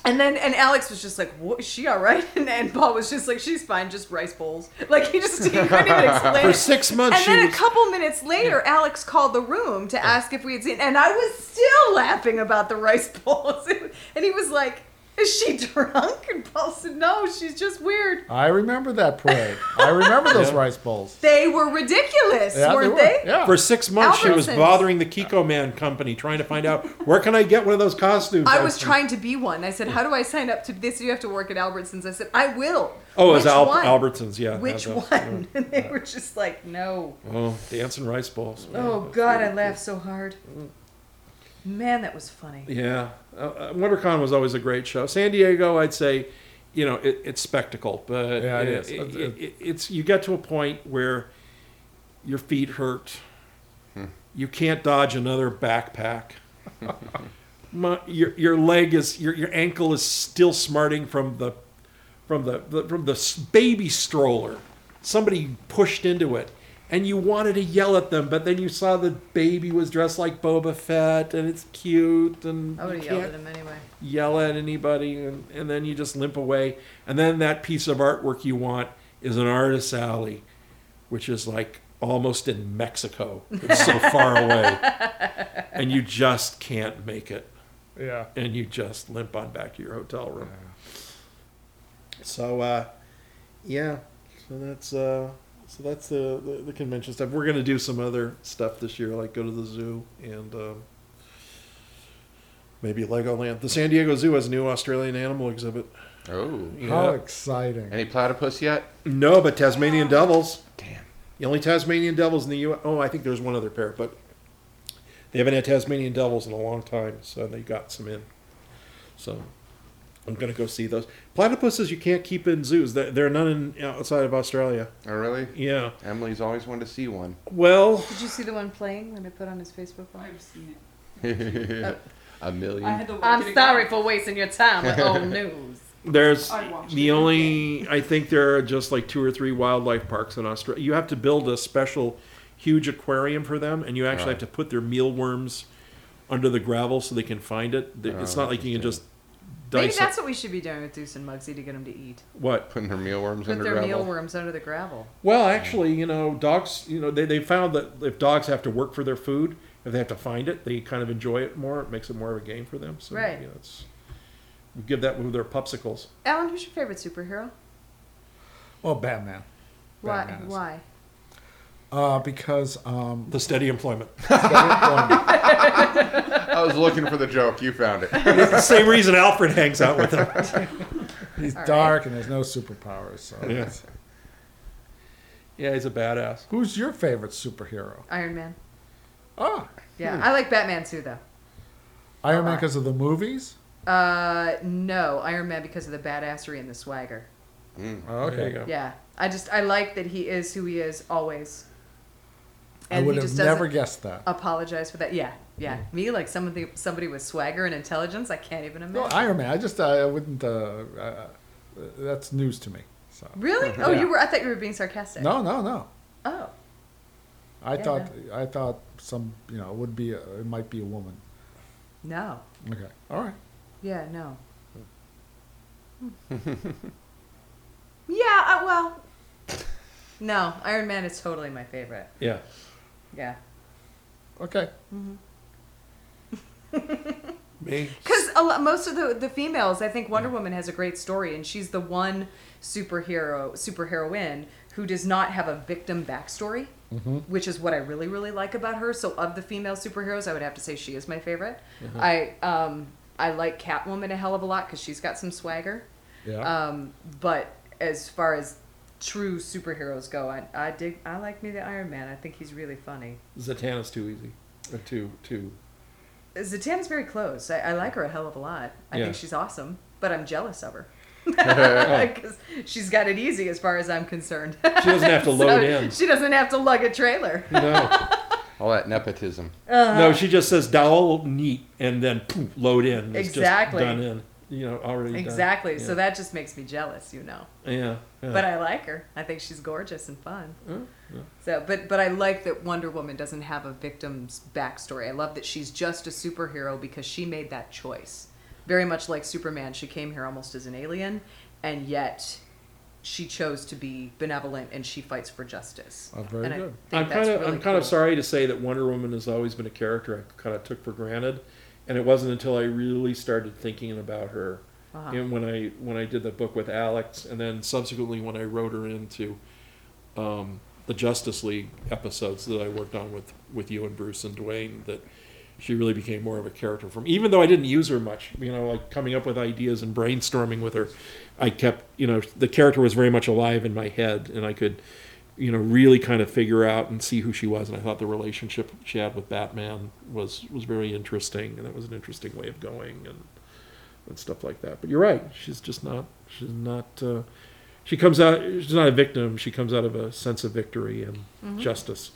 [SPEAKER 4] And then, and Alex was just like, "What? Is she all right?" And, and Paul was just like, "She's fine, just rice bowls." Like he just he couldn't even explain.
[SPEAKER 9] For
[SPEAKER 4] it.
[SPEAKER 9] six months,
[SPEAKER 4] And
[SPEAKER 9] she
[SPEAKER 4] then
[SPEAKER 9] was-
[SPEAKER 4] a couple minutes later, Alex called the room to ask if we had seen, and I was still laughing about the rice bowls. And he was like, "Is she drunk?" And Paul said, "No, she's just weird."
[SPEAKER 3] I remember that parade. I remember those rice bowls.
[SPEAKER 4] They were ridiculous,
[SPEAKER 3] Yeah,
[SPEAKER 4] weren't
[SPEAKER 3] were.
[SPEAKER 4] they?
[SPEAKER 3] Yeah.
[SPEAKER 9] For six months, she was
[SPEAKER 4] Albertsons.
[SPEAKER 9] bothering the Kiko Man company trying to find out where can I get one of those costumes.
[SPEAKER 4] I was trying to be one. I said, "How do I sign up to this? You have to work at Albertsons." I said, "I will."
[SPEAKER 9] Oh, it was
[SPEAKER 4] Which
[SPEAKER 9] Al-
[SPEAKER 4] one?
[SPEAKER 9] Albertsons, yeah.
[SPEAKER 4] Which
[SPEAKER 9] Yeah,
[SPEAKER 4] one?
[SPEAKER 9] that-
[SPEAKER 4] And they were just like, "No."
[SPEAKER 9] Oh, dancing rice balls.
[SPEAKER 4] Oh God, I laughed so hard. Man, that was funny.
[SPEAKER 9] Yeah, uh, uh, WonderCon was always a great show. San Diego, I'd say, you know, it, it's spectacle, but
[SPEAKER 3] Yeah, it
[SPEAKER 9] uh,
[SPEAKER 3] is.
[SPEAKER 9] it-
[SPEAKER 3] It-
[SPEAKER 9] it- it- it's you get to a point where your feet hurt.
[SPEAKER 3] Hmm.
[SPEAKER 9] You can't dodge another backpack. My, your your leg is your your ankle is still smarting from the from the, the from the s- baby stroller. Somebody pushed into it, and you wanted to yell at them, but then you saw the baby was dressed like Boba Fett, and it's cute, and
[SPEAKER 4] I
[SPEAKER 9] you
[SPEAKER 4] would have yelled
[SPEAKER 9] can't
[SPEAKER 4] at him anyway.
[SPEAKER 9] yell at anybody, and, and then you just limp away. And then that piece of artwork you want is an artist's alley, which is like almost in Mexico. It's so far away, and you just can't make it
[SPEAKER 3] Yeah.
[SPEAKER 9] and you just limp on back to your hotel room. So, uh, yeah. So that's uh, so that's the, the the convention stuff. We're gonna do some other stuff this year, like go to the zoo and um, maybe Legoland. The San Diego Zoo has a new Australian animal exhibit.
[SPEAKER 6] Oh.
[SPEAKER 9] Yeah.
[SPEAKER 3] How exciting.
[SPEAKER 6] Any platypus yet?
[SPEAKER 9] No, but Tasmanian devils.
[SPEAKER 6] Damn.
[SPEAKER 9] The only Tasmanian devils in the U. Oh, I think there's one other pair, but they haven't had Tasmanian devils in a long time, so they got some in. So I'm gonna go see those platypuses. You can't keep in zoos. There, there are none in, outside of Australia.
[SPEAKER 6] Oh, really?
[SPEAKER 9] Yeah.
[SPEAKER 6] Emily's always wanted to see one.
[SPEAKER 9] Well,
[SPEAKER 4] Did you see the one playing that I put on his Facebook live?
[SPEAKER 8] I've seen it.
[SPEAKER 6] A million.
[SPEAKER 8] I had to look at
[SPEAKER 4] I'm
[SPEAKER 8] it
[SPEAKER 4] sorry
[SPEAKER 8] again.
[SPEAKER 4] for wasting your time with old news.
[SPEAKER 9] There's
[SPEAKER 8] I'd watch
[SPEAKER 9] the
[SPEAKER 8] it.
[SPEAKER 9] only I think there are just like two or three wildlife parks in Australia. You have to build a special huge aquarium for them, and you actually
[SPEAKER 6] Right.
[SPEAKER 9] have to put their mealworms under the gravel so they can find it. Th- it's
[SPEAKER 6] Oh,
[SPEAKER 9] not like you can just
[SPEAKER 4] Maybe
[SPEAKER 9] dice
[SPEAKER 4] that's
[SPEAKER 9] it.
[SPEAKER 4] what we should be doing with Deuce and Muggsy to get them to eat.
[SPEAKER 9] What?
[SPEAKER 6] Putting her mealworms
[SPEAKER 4] Put
[SPEAKER 6] under
[SPEAKER 4] their
[SPEAKER 6] gravel.
[SPEAKER 4] mealworms under the gravel.
[SPEAKER 9] Well, actually, you know, dogs. You know, they they found that if dogs have to work for their food, if they have to find it, they kind of enjoy it more. It makes it more of a game for them. So,
[SPEAKER 4] Right.
[SPEAKER 9] You know, it's, we give that with their popsicles.
[SPEAKER 4] Alan, who's your favorite superhero?
[SPEAKER 3] Oh, Batman.
[SPEAKER 4] Why?
[SPEAKER 3] Batman is-
[SPEAKER 4] Why?
[SPEAKER 3] Uh, because um,
[SPEAKER 9] The steady employment.
[SPEAKER 6] I was looking for the joke. You found it.
[SPEAKER 9] it's the same reason Alfred hangs out with them.
[SPEAKER 3] he's dark and there's no superpowers. So.
[SPEAKER 9] Yeah. Yeah, he's a badass.
[SPEAKER 3] Who's your favorite superhero?
[SPEAKER 4] Iron Man.
[SPEAKER 3] Ah,
[SPEAKER 4] Yeah, I like Batman too, though.
[SPEAKER 3] Iron
[SPEAKER 4] Uh-huh.
[SPEAKER 3] Man because of the movies.
[SPEAKER 4] Uh, no, Iron Man because of the badassery and the swagger.
[SPEAKER 3] Oh, okay.
[SPEAKER 9] There you go.
[SPEAKER 4] Yeah, I just I like that he is who he is always.
[SPEAKER 3] I would have never guessed that.
[SPEAKER 4] apologize for that. Yeah, yeah. Me like somebody somebody with swagger and intelligence. I can't even
[SPEAKER 3] No,
[SPEAKER 4] imagine.
[SPEAKER 3] Iron Man. I just I wouldn't. Uh, uh, that's news to me. So
[SPEAKER 4] really? Oh,
[SPEAKER 3] Yeah.
[SPEAKER 4] you were. I thought you were being sarcastic.
[SPEAKER 3] no, no, no.
[SPEAKER 4] Oh,
[SPEAKER 3] I
[SPEAKER 4] Yeah,
[SPEAKER 3] thought I thought some you know it would be a, it might be a woman.
[SPEAKER 4] no.
[SPEAKER 3] Okay, all right.
[SPEAKER 4] Yeah, no. yeah. I, uh, well, no. Iron Man is totally my favorite.
[SPEAKER 9] Yeah.
[SPEAKER 4] Yeah.
[SPEAKER 3] Okay.
[SPEAKER 9] Mm-hmm. Me.
[SPEAKER 4] Because a lot, most of the the females, I think Wonder Woman has a great story, and she's the one superhero superheroine who does not have a victim backstory, which is what I really really like about her. So of the female superheroes, I would have to say she is my favorite. I um I like Catwoman a hell of a lot because she's got some swagger.
[SPEAKER 3] Yeah.
[SPEAKER 4] Um, but as far as true superheroes go, I I dig I like me the Iron Man. I think he's really funny.
[SPEAKER 9] Zatanna's too easy. Or too too.
[SPEAKER 4] Zatanna's very close. I, I like her a hell of a lot. I
[SPEAKER 9] Yeah.
[SPEAKER 4] think she's awesome, but I'm jealous of her. Because she's got it easy as far as I'm concerned. She
[SPEAKER 9] She doesn't have to load in.
[SPEAKER 4] She doesn't have to lug a trailer.
[SPEAKER 9] No,
[SPEAKER 6] All that nepotism.
[SPEAKER 4] Uh-huh.
[SPEAKER 9] no. She just says dowel neat and then poof, load in. It's
[SPEAKER 4] Exactly.
[SPEAKER 9] Just done in. You know, already done.
[SPEAKER 4] exactly. So
[SPEAKER 9] Yeah.
[SPEAKER 4] that just makes me jealous, you know.
[SPEAKER 9] Yeah. yeah.
[SPEAKER 4] But I like her. I think she's gorgeous and fun. So, but but I like that Wonder Woman doesn't have a victim's backstory. I love that she's just a superhero because she made that choice. Very much like Superman, she came here almost as an alien, and yet she chose to be benevolent and she fights for justice.
[SPEAKER 3] Oh, very
[SPEAKER 4] And I
[SPEAKER 3] good.
[SPEAKER 4] think
[SPEAKER 9] I'm
[SPEAKER 4] that's
[SPEAKER 9] kind of
[SPEAKER 4] really
[SPEAKER 9] I'm kind of
[SPEAKER 4] cool.
[SPEAKER 9] sorry to say that Wonder Woman has always been a character I kind of took for granted, and it wasn't until I really started thinking about her,
[SPEAKER 4] Uh-huh.
[SPEAKER 9] and when I when I did the book with Alex, and then subsequently when I wrote her into, um, the Justice League episodes that I worked on with with you and Bruce and Dwayne, that she really became more of a character for me. Even though I didn't use her much, you know, like coming up with ideas and brainstorming with her, I kept you know the character was very much alive in my head, and I could you know, really kind of figure out and see who she was. And I thought the relationship she had with Batman was was very interesting, and that was an interesting way of going and and stuff like that. But you're right; she's just not she's not uh, she comes out she's not a victim. She comes out of a sense of victory and
[SPEAKER 4] Mm-hmm.
[SPEAKER 9] justice.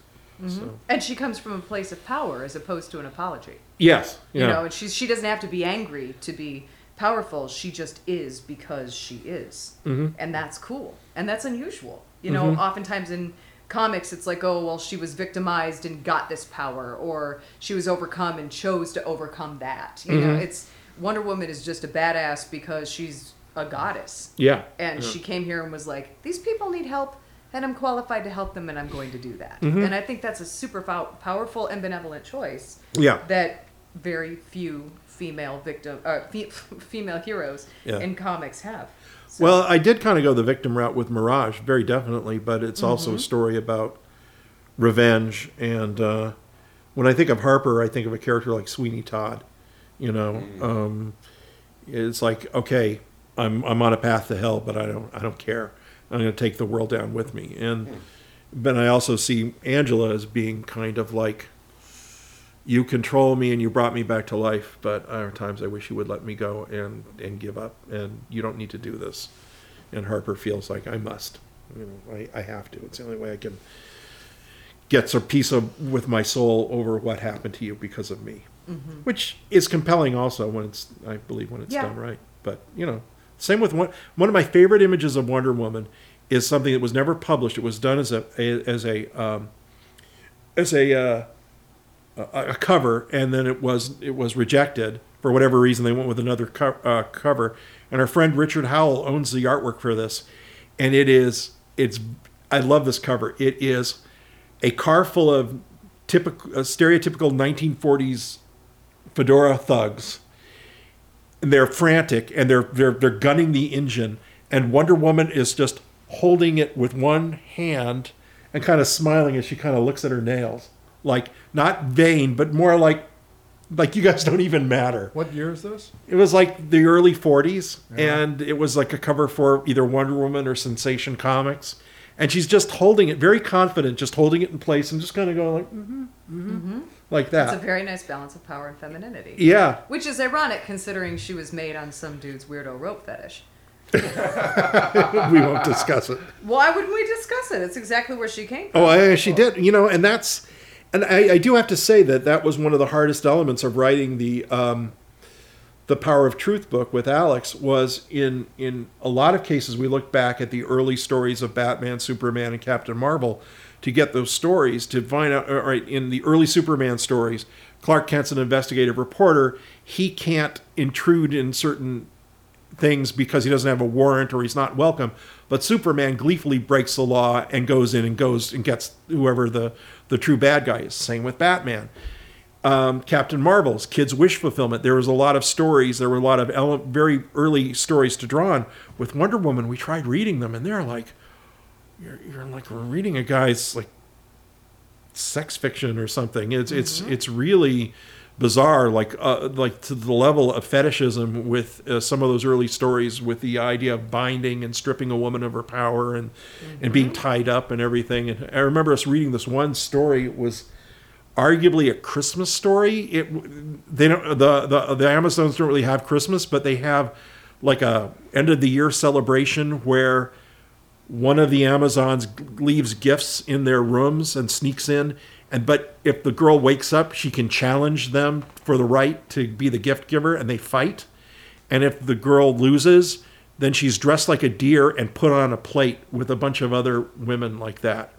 [SPEAKER 9] So
[SPEAKER 4] And she comes from a place of power as opposed to an apology.
[SPEAKER 9] yes, yeah,
[SPEAKER 4] You know, and she she doesn't have to be angry to be powerful. She just is because she is, and that's cool and that's unusual. You know, oftentimes in comics, it's like, oh well, she was victimized and got this power, or she was overcome and chose to overcome that. You know, it's Wonder Woman is just a badass because she's a goddess,
[SPEAKER 9] yeah.
[SPEAKER 4] and she came here and was like, these people need help. And I'm qualified to help them, and I'm going to do that.
[SPEAKER 9] Mm-hmm.
[SPEAKER 4] And I think that's a super pow- powerful and benevolent choice
[SPEAKER 9] yeah.
[SPEAKER 4] that very few female victim uh, fe- female heroes
[SPEAKER 9] Yeah.
[SPEAKER 4] in comics have. So-
[SPEAKER 9] Well, I did kind of go the victim route with Mirage, very definitely, but it's also a story about revenge. And uh, when I think of Harper, I think of a character like Sweeney Todd. You know, um, it's like okay, I'm I'm on a path to hell, but I don't I don't care. I'm going to take the world down with me. And But I also see Angela as being kind of like, you control me and you brought me back to life, but there are times I wish you would let me go and, and give up, and you don't need to do this. And Harper feels like I must. You know, I, I have to. It's the only way I can get a piece of with my soul over what happened to you because of me, which is compelling also when it's I believe when it's
[SPEAKER 4] Yeah.
[SPEAKER 9] done right. But you know, same with one one of my favorite images of Wonder Woman is something that was never published. It was done as a as a um, as a uh, a, a cover, and then it was it was rejected for whatever reason. They went with another co- uh, cover, and our friend Richard Howell owns the artwork for this, and it is it's I love this cover. It is a car full of typical uh, stereotypical 1940s fedora thugs. And they're frantic and they're they're they're gunning the engine, and Wonder Woman is just holding it with one hand and kind of smiling as she kind of looks at her nails, like not vain, but more like like you guys don't even matter.
[SPEAKER 3] What year is this?
[SPEAKER 9] It was like the early 40s, and it was like a cover for either Wonder Woman or Sensation Comics. And she's just holding it, very confident, just holding it in place and just kind of going like, mm-hmm, mm-hmm, like
[SPEAKER 4] It's a
[SPEAKER 9] that.
[SPEAKER 4] very nice balance of power and femininity.
[SPEAKER 9] yeah.
[SPEAKER 4] Which is ironic considering she was made on some dude's weirdo rope fetish.
[SPEAKER 9] we won't discuss it.
[SPEAKER 4] Why wouldn't we discuss it? It's exactly where she came from.
[SPEAKER 9] Oh, I, she did. You know, and that's, and I, I do have to say that that was one of the hardest elements of writing the, um, the Power of Truth book with Alex was in in a lot of cases we look back at the early stories of Batman, Superman, and Captain Marvel to get those stories to find out. All right, in the early Superman stories, Clark Kent's an investigative reporter. He can't intrude in certain things because he doesn't have a warrant or he's not welcome. But Superman gleefully breaks the law and goes in and goes and gets whoever the the true bad guy is. Same with Batman um, Captain Marvel's Kids Wish Fulfillment. There was a lot of stories. There were a lot of ele- very early stories to draw on. With Wonder Woman, we tried reading them, and they're like, you're, you're like reading a guy's like sex fiction or something. It's it's it's really bizarre, like uh, like to the level of fetishism with uh, some of those early stories, with the idea of binding and stripping a woman of her power and and being tied up and everything. And I remember us reading this one story it was arguably a Christmas story. It they don't the the the Amazons don't really have Christmas, but they have like a end of the year celebration where one of the Amazons leaves gifts in their rooms and sneaks in. And but if the girl wakes up, she can challenge them for the right to be the gift giver, and they fight. And if the girl loses, then she's dressed like a deer and put on a plate with a bunch of other women like that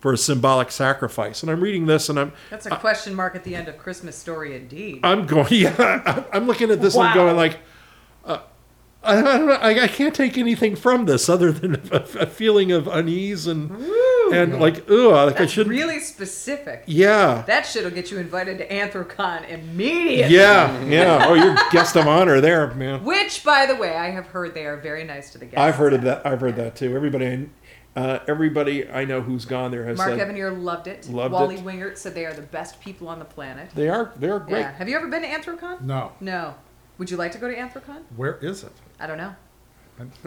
[SPEAKER 9] for a symbolic sacrifice. And I'm reading this, and I'm
[SPEAKER 4] That's a question mark at the end of Christmas Story indeed.
[SPEAKER 9] I'm going, yeah, I'm- I'm looking at this and I'm going like, uh, I, I don't know, I, I can't take anything from this other than a, a feeling of unease and and like, ugh, like I
[SPEAKER 4] That's
[SPEAKER 9] shouldn't.
[SPEAKER 4] really specific.
[SPEAKER 9] yeah,
[SPEAKER 4] That shit'll get you invited to Anthrocon immediately.
[SPEAKER 9] yeah, yeah. Oh, you're guest of honor there, man.
[SPEAKER 4] Which, by the way, I have heard they are very nice to the guests.
[SPEAKER 9] I've heard of that. I've heard that too. Everybody, uh, everybody I know who's gone there has
[SPEAKER 4] Mark
[SPEAKER 9] said
[SPEAKER 4] Evanier loved it.
[SPEAKER 9] Loved
[SPEAKER 4] Wally
[SPEAKER 9] it.
[SPEAKER 4] Wingert said they are the best people on the planet.
[SPEAKER 9] they are they are great.
[SPEAKER 4] Yeah. Have you ever been to Anthrocon?
[SPEAKER 3] No.
[SPEAKER 4] No. Would you like to go to Anthrocon?
[SPEAKER 3] Where is it?
[SPEAKER 4] I don't know.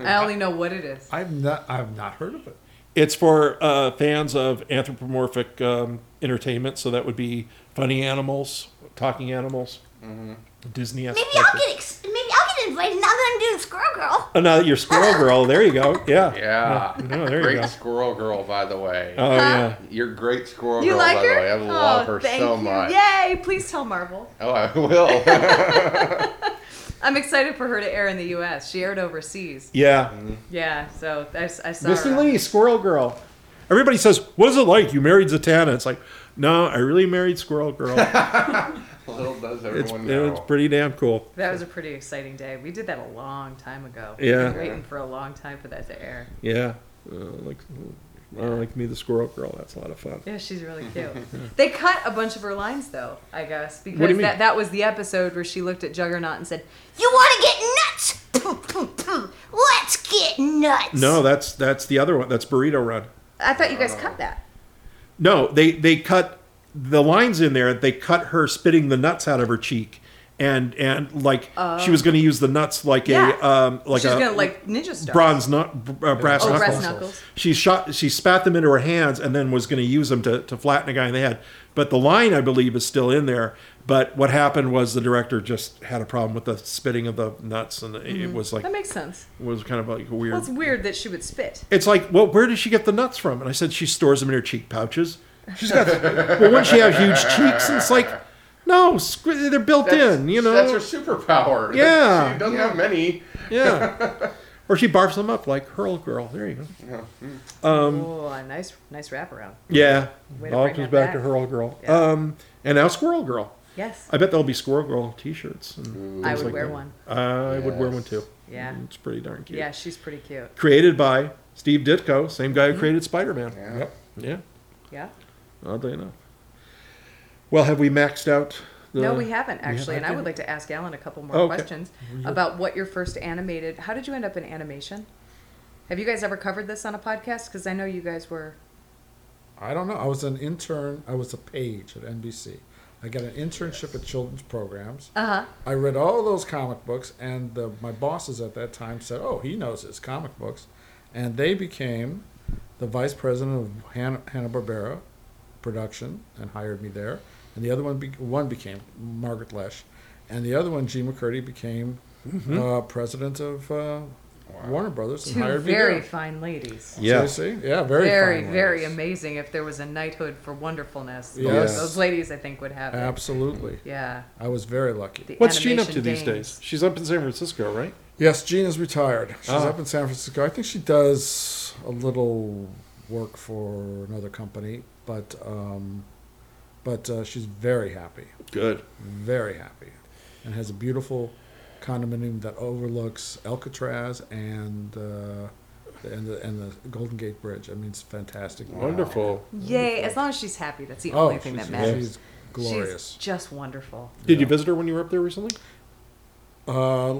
[SPEAKER 4] I only know what it is.
[SPEAKER 3] I've not. I've not heard of it.
[SPEAKER 9] It's for uh, fans of anthropomorphic um, entertainment, so that would be funny animals, talking animals,
[SPEAKER 4] Mm-hmm.
[SPEAKER 9] Disney.
[SPEAKER 2] Maybe I'll get ex- maybe I'll get invited now that I'm doing Squirrel Girl.
[SPEAKER 9] Oh, now that you're Squirrel Girl, there you go. Yeah.
[SPEAKER 6] Yeah.
[SPEAKER 9] No, there you
[SPEAKER 6] great
[SPEAKER 9] go.
[SPEAKER 6] squirrel girl, by the way.
[SPEAKER 9] Oh yeah.
[SPEAKER 6] You're great squirrel
[SPEAKER 4] You
[SPEAKER 6] girl,
[SPEAKER 4] like
[SPEAKER 6] by
[SPEAKER 4] her?
[SPEAKER 6] the way. I love
[SPEAKER 4] oh,
[SPEAKER 6] her
[SPEAKER 4] thank
[SPEAKER 6] so
[SPEAKER 4] you.
[SPEAKER 6] much.
[SPEAKER 4] Yay! Please tell Marvel.
[SPEAKER 6] Oh, I will.
[SPEAKER 4] I'm excited for her to air in the U.S. She aired overseas.
[SPEAKER 9] Yeah.
[SPEAKER 4] Yeah, so I, s- I saw
[SPEAKER 9] Missy
[SPEAKER 4] her on-
[SPEAKER 9] Lee, Squirrel Girl. Everybody says, "What is it like? You married Zatanna?" It's like, no, I really married Squirrel Girl.
[SPEAKER 6] Little does
[SPEAKER 9] It's
[SPEAKER 6] everyone know.
[SPEAKER 9] it's pretty damn cool.
[SPEAKER 4] That was a pretty exciting day. We did that a long time ago.
[SPEAKER 9] Yeah.
[SPEAKER 4] We've been waiting for a long time for that to air.
[SPEAKER 9] Yeah. Uh, like, I like me the Squirrel Girl. That's a lot of fun.
[SPEAKER 4] Yeah, she's really cute. they cut a bunch of her lines though, I guess, because
[SPEAKER 9] you mean?
[SPEAKER 4] that that was the episode where she looked at Juggernaut and said,
[SPEAKER 2] You want to get nuts? Let's get nuts.
[SPEAKER 9] No, that's that's the other one. That's Burrito Run.
[SPEAKER 4] "I thought you guys cut that."
[SPEAKER 9] No, they they cut the lines in there. They cut her spitting the nuts out of her cheek and and like she was going to use the nuts like
[SPEAKER 4] Oh. Yeah.
[SPEAKER 9] a um, like
[SPEAKER 4] She's
[SPEAKER 9] a
[SPEAKER 4] gonna like ninja stuff.
[SPEAKER 9] bronze nut, br- uh, brass,
[SPEAKER 4] Oh,
[SPEAKER 9] knuckles.
[SPEAKER 4] brass knuckles.
[SPEAKER 9] She shot. She spat them into her hands and then was going to use them to, to flatten a guy in the head. But the line, I believe, is still in there. But what happened was the director just had a problem with the spitting of the nuts, and it was like
[SPEAKER 4] That makes sense.
[SPEAKER 9] was kind of like a weird.
[SPEAKER 4] Well, it's weird that she would spit.
[SPEAKER 9] It's like, well, where does she get the nuts from? And I said, she stores them in her cheek pouches. She's got, well, wouldn't she have huge cheeks? And it's like, no, squ- they're built
[SPEAKER 6] That's-
[SPEAKER 9] in, you know?
[SPEAKER 6] That's her superpower.
[SPEAKER 9] Yeah.
[SPEAKER 6] She doesn't have many.
[SPEAKER 9] yeah. Or she barfs them up like Hurl Girl. There you go. Um,
[SPEAKER 4] oh, a nice, nice wraparound.
[SPEAKER 9] Yeah.
[SPEAKER 4] Way
[SPEAKER 9] It
[SPEAKER 4] to
[SPEAKER 9] all
[SPEAKER 4] bring that
[SPEAKER 9] comes back to
[SPEAKER 4] back.
[SPEAKER 9] Hurl Girl.
[SPEAKER 4] Yeah.
[SPEAKER 9] Um, and now Squirrel Girl.
[SPEAKER 4] Yes,
[SPEAKER 9] I bet there'll be Squirrel Girl t shirts. and
[SPEAKER 4] I
[SPEAKER 9] things
[SPEAKER 4] would
[SPEAKER 9] like
[SPEAKER 4] wear
[SPEAKER 9] that.
[SPEAKER 4] one.
[SPEAKER 9] I would wear
[SPEAKER 6] Yes.
[SPEAKER 9] one too.
[SPEAKER 4] Mm-hmm.
[SPEAKER 9] Mm,
[SPEAKER 4] Yeah,
[SPEAKER 9] It's pretty darn cute.
[SPEAKER 4] yeah, she's pretty cute.
[SPEAKER 9] Created by Steve Ditko, same
[SPEAKER 4] Mm-hmm.
[SPEAKER 9] guy who created Spider Man.
[SPEAKER 6] Yeah.
[SPEAKER 9] Yeah.
[SPEAKER 4] Yeah.
[SPEAKER 9] Oddly enough. Well, have we maxed out the.
[SPEAKER 4] no, we haven't actually, and I would
[SPEAKER 9] haven't?
[SPEAKER 4] like to ask Alan a couple more
[SPEAKER 9] Okay.
[SPEAKER 4] questions about what your first animated. How did you end up in animation? Have you guys ever covered this on a podcast? Because I know you guys were.
[SPEAKER 3] I don't know. I was an intern. I was a page at NBC. I got an internship at children's programs.
[SPEAKER 4] Uh huh.
[SPEAKER 3] I read all those comic books, and the, my bosses at that time said, "Oh, he knows his comic books," and they became the vice president of Han- Hanna Barbera production and hired me there. And the other one, be- one became Margaret Lesh, and the other one, Gene McCurdy, became uh, president of uh, Warner Brothers and
[SPEAKER 4] Two
[SPEAKER 3] hired
[SPEAKER 4] very
[SPEAKER 3] me there.
[SPEAKER 4] fine ladies.
[SPEAKER 9] Yeah.
[SPEAKER 3] So you see? yeah, very,
[SPEAKER 4] very,
[SPEAKER 3] fine
[SPEAKER 4] very
[SPEAKER 3] ones.
[SPEAKER 4] amazing. If there was a knighthood for wonderfulness, those-
[SPEAKER 3] Yes.
[SPEAKER 4] those ladies I think would have it.
[SPEAKER 3] Absolutely,
[SPEAKER 4] Yeah.
[SPEAKER 3] I was very lucky.
[SPEAKER 4] The
[SPEAKER 9] What's Gene up to
[SPEAKER 4] animation
[SPEAKER 9] these
[SPEAKER 4] games.
[SPEAKER 9] days? She's up in San Francisco, right?
[SPEAKER 3] Yes, Gene is retired. She's
[SPEAKER 9] Ah.
[SPEAKER 3] up in San Francisco. I think she does a little work for another company, but um, but uh, she's very happy,
[SPEAKER 9] Good.
[SPEAKER 3] very happy, and has a beautiful condominium that overlooks Alcatraz and uh, and the, and the Golden Gate Bridge. I mean, it's fantastic.
[SPEAKER 9] Wonderful.
[SPEAKER 4] Yay! As long as she's happy, that's the
[SPEAKER 3] Oh,
[SPEAKER 4] only thing
[SPEAKER 3] she's,
[SPEAKER 4] that matters.
[SPEAKER 3] she's glorious.
[SPEAKER 4] She's just wonderful.
[SPEAKER 9] Did you visit her when you were up there recently?
[SPEAKER 3] Uh,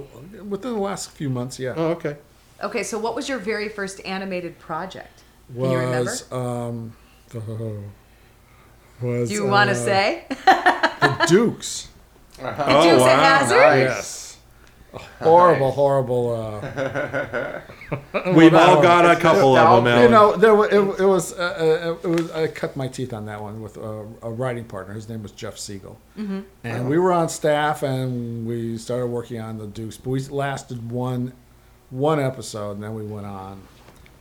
[SPEAKER 3] within the last few months, yeah.
[SPEAKER 9] Oh, okay.
[SPEAKER 4] Okay, so what was your very first animated project? Can you remember?
[SPEAKER 3] was um, was
[SPEAKER 4] Do you want
[SPEAKER 3] uh,
[SPEAKER 4] to say?
[SPEAKER 3] the Dukes?
[SPEAKER 4] Dukes of
[SPEAKER 9] wow.
[SPEAKER 4] Hazzard?
[SPEAKER 3] Yes. Oh, Horrible, horrible. Uh,
[SPEAKER 9] We've
[SPEAKER 3] that
[SPEAKER 9] all
[SPEAKER 3] one.
[SPEAKER 9] got a couple of them,
[SPEAKER 3] you
[SPEAKER 9] Alan.
[SPEAKER 3] know, there wa- it, it was. Uh, uh, it was. I cut my teeth on that one with a, a writing partner. His name was Jeff Siegel,
[SPEAKER 4] Mm-hmm.
[SPEAKER 3] and we were on staff, and we started working on the Dukes. But we lasted one, one episode, and then we went on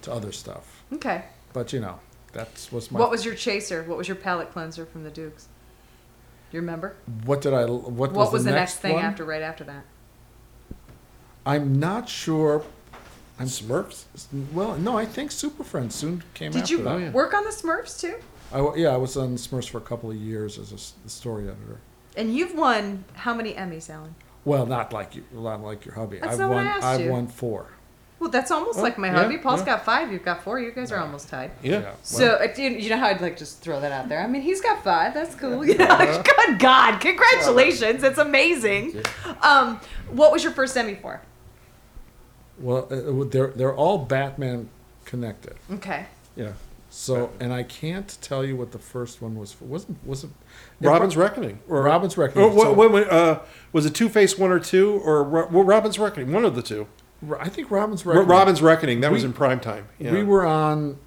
[SPEAKER 3] to other stuff.
[SPEAKER 4] Okay.
[SPEAKER 3] But you know, that's what's my.
[SPEAKER 4] What was your chaser? What was your palate cleanser from the Dukes? Do you remember?
[SPEAKER 3] What did I? What,
[SPEAKER 4] What was, the, next, thing
[SPEAKER 3] one?
[SPEAKER 4] after, right after that?
[SPEAKER 3] I'm not sure. I'm Smurfs. Well, no, I think Super Friends soon came.
[SPEAKER 4] Did
[SPEAKER 3] after
[SPEAKER 4] you
[SPEAKER 9] Oh,
[SPEAKER 3] that.
[SPEAKER 4] work on the Smurfs too?
[SPEAKER 3] I w yeah, I was on Smurfs for a couple of years as a s- story editor.
[SPEAKER 4] And you've won how many Emmys, Alan?
[SPEAKER 3] Well, not like you, not like your hubby.
[SPEAKER 4] That's
[SPEAKER 3] I've
[SPEAKER 4] not what
[SPEAKER 3] won.
[SPEAKER 4] I asked
[SPEAKER 3] have
[SPEAKER 4] you.
[SPEAKER 3] won four.
[SPEAKER 4] Well, that's almost like my
[SPEAKER 9] yeah,
[SPEAKER 4] hobby. Paul's
[SPEAKER 9] yeah.
[SPEAKER 4] got five. You've got four. You guys are almost tied.
[SPEAKER 9] Yeah.
[SPEAKER 4] So uh, you you know how I'd like just throw that out there. I mean, he's got five. That's cool. You know, like, Good God! Congratulations! That's amazing. Um, what was your first Emmy for?
[SPEAKER 3] Well, uh, uh, they're they're all Batman connected.
[SPEAKER 4] Okay.
[SPEAKER 9] yeah.
[SPEAKER 3] So, and I can't tell you what the first one was. For. Wasn't was it?
[SPEAKER 9] Robin's Reckoning.
[SPEAKER 3] or Robin's Record.
[SPEAKER 9] Oh, what, what, what, uh, was it Two Face One or Two or Ro- well, Robin's Reckoning? One of the two.
[SPEAKER 3] I think Robin's
[SPEAKER 9] Ro-
[SPEAKER 3] Record.
[SPEAKER 9] Robin's Reckoning. That was
[SPEAKER 3] We-
[SPEAKER 9] in prime time. Yeah.
[SPEAKER 3] We were on.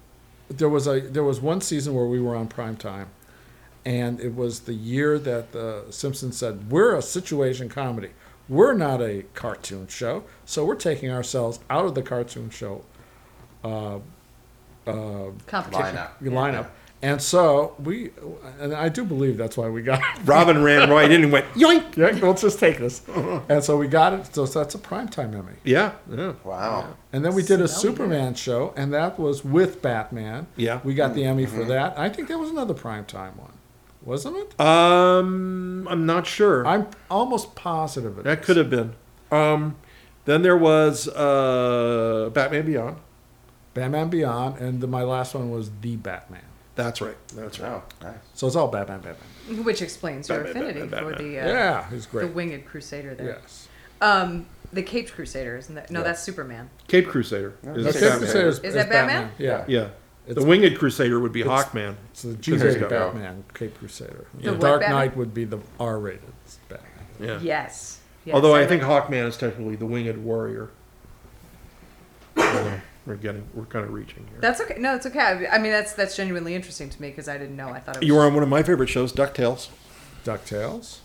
[SPEAKER 3] There was a there was one season where we were on prime time, and it was the year that the Simpsons said we're a situation comedy. We're not a cartoon show, so we're taking ourselves out of the cartoon show
[SPEAKER 4] Competition.
[SPEAKER 6] Lineup.
[SPEAKER 3] lineup. And so we, and I do believe that's why we got it.
[SPEAKER 9] Robin ran right in and went yoink.
[SPEAKER 3] Yeah, let's just take this. And so we got it. So that's a primetime Emmy.
[SPEAKER 9] Yeah. Yeah.
[SPEAKER 6] Wow.
[SPEAKER 3] And then we did a Superman show, and that was with Batman.
[SPEAKER 9] Yeah. Mm-hmm.
[SPEAKER 3] We got the Emmy for that. I think that was another primetime one, wasn't it?
[SPEAKER 9] Um, I'm not sure.
[SPEAKER 3] I'm almost positive it
[SPEAKER 9] that
[SPEAKER 3] is.
[SPEAKER 9] could have been. Um, then there was uh, Batman Beyond.
[SPEAKER 3] Batman Beyond, and then my last one was The Batman.
[SPEAKER 9] That's right. That's right.
[SPEAKER 6] Oh, nice.
[SPEAKER 3] So it's all Batman, Batman.
[SPEAKER 4] Which explains your
[SPEAKER 9] Batman,
[SPEAKER 4] affinity
[SPEAKER 9] Batman,
[SPEAKER 4] for
[SPEAKER 9] Batman.
[SPEAKER 4] the uh,
[SPEAKER 3] Yeah, he's
[SPEAKER 4] the
[SPEAKER 3] great.
[SPEAKER 4] winged crusader there.
[SPEAKER 3] yes.
[SPEAKER 4] Um, the caped crusader, isn't that? No, that's Superman.
[SPEAKER 9] Cape Crusader. is
[SPEAKER 3] No,
[SPEAKER 6] Is
[SPEAKER 3] Caped
[SPEAKER 6] Batman.
[SPEAKER 3] Crusader
[SPEAKER 4] Is that Batman?
[SPEAKER 3] Yeah.
[SPEAKER 9] Yeah.
[SPEAKER 3] It's-
[SPEAKER 9] the Winged Crusader would be
[SPEAKER 3] it's-
[SPEAKER 9] Hawkman.
[SPEAKER 3] It's the
[SPEAKER 9] There you
[SPEAKER 3] G-rated
[SPEAKER 9] go.
[SPEAKER 3] Batman, Cape Crusader.
[SPEAKER 4] The
[SPEAKER 3] The
[SPEAKER 4] what
[SPEAKER 3] Dark
[SPEAKER 4] Batman?
[SPEAKER 3] Knight would be the R-rated Batman.
[SPEAKER 1] Yeah.
[SPEAKER 4] Yes. Yes,
[SPEAKER 1] Although I
[SPEAKER 4] read-
[SPEAKER 1] think Hawkman is technically the winged warrior. we're getting, we're kind of reaching here.
[SPEAKER 4] that's okay. No, it's okay. I- I mean, that's that's genuinely interesting to me because I didn't know. I thought it was
[SPEAKER 1] You were on one of my favorite shows, Ducktales.
[SPEAKER 3] DuckTales.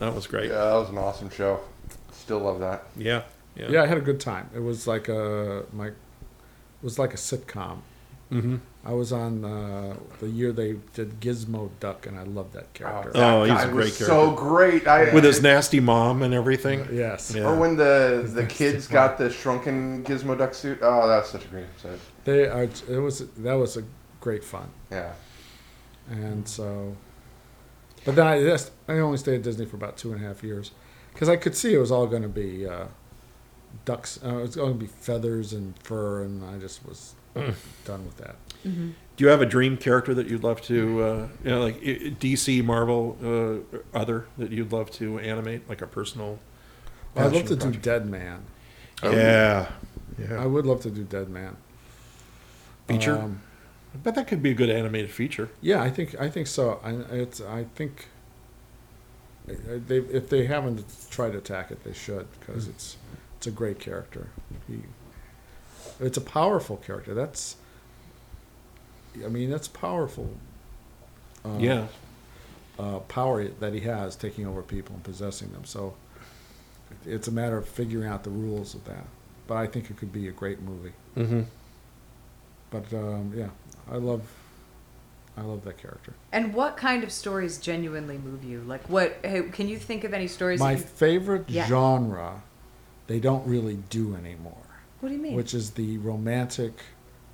[SPEAKER 1] That was great.
[SPEAKER 6] Yeah, that was an awesome show. Still love that.
[SPEAKER 1] Yeah.
[SPEAKER 3] Yeah. I had a good time. It was like a my, it was like a sitcom.
[SPEAKER 9] Mm-hmm.
[SPEAKER 1] Mhm.
[SPEAKER 3] I was on uh, the year they did Gizmo Duck, and I loved that character.
[SPEAKER 1] that- Oh, he's
[SPEAKER 6] guy
[SPEAKER 1] a
[SPEAKER 6] was
[SPEAKER 1] great
[SPEAKER 6] So
[SPEAKER 1] character.
[SPEAKER 6] great. I,
[SPEAKER 1] With his nasty mom and everything.
[SPEAKER 3] yes,
[SPEAKER 1] Yeah.
[SPEAKER 6] Or when the the kids got the shrunken Gizmo Duck suit. Oh, that's such a great episode.
[SPEAKER 3] they are. It was that was a great fun,
[SPEAKER 6] Yeah.
[SPEAKER 3] and so. But then I just I only stayed at Disney for about two and a half years, because I could see it was all going to be uh, ducks. Uh, it was going to be feathers and fur, and I just was
[SPEAKER 1] Mm.
[SPEAKER 3] done with that.
[SPEAKER 1] Do you have a dream character that you'd love to, uh, you know, like i- DC, Marvel, uh, other that you'd love to animate, like a personal?
[SPEAKER 3] I'd love
[SPEAKER 1] passion
[SPEAKER 3] to do
[SPEAKER 1] project?
[SPEAKER 3] Dead Man.
[SPEAKER 1] Yeah.
[SPEAKER 3] I
[SPEAKER 1] Oh, Yeah.
[SPEAKER 3] would love to do Dead Man.
[SPEAKER 1] Feature.
[SPEAKER 3] Um,
[SPEAKER 1] I bet that could be a good animated feature.
[SPEAKER 3] Yeah, I think I think so. I it's I think I- I- they if they haven't tried to attack it, they should because it's it's a great character. He, it's a powerful character. That's I mean that's powerful. Uh,
[SPEAKER 1] yeah.
[SPEAKER 3] uh, power that he has, taking over people and possessing them. So it's a matter of figuring out the rules of that. But I think it could be a great movie.
[SPEAKER 1] Mm-hmm.
[SPEAKER 3] But um, yeah, I love I love that character.
[SPEAKER 4] And what kind of stories genuinely move you? Like, what? Hey, can you think of any stories? that
[SPEAKER 3] My
[SPEAKER 4] you-
[SPEAKER 3] favorite
[SPEAKER 4] Yeah.
[SPEAKER 3] genre, they don't really do anymore,
[SPEAKER 4] what do you mean?
[SPEAKER 3] which is the romantic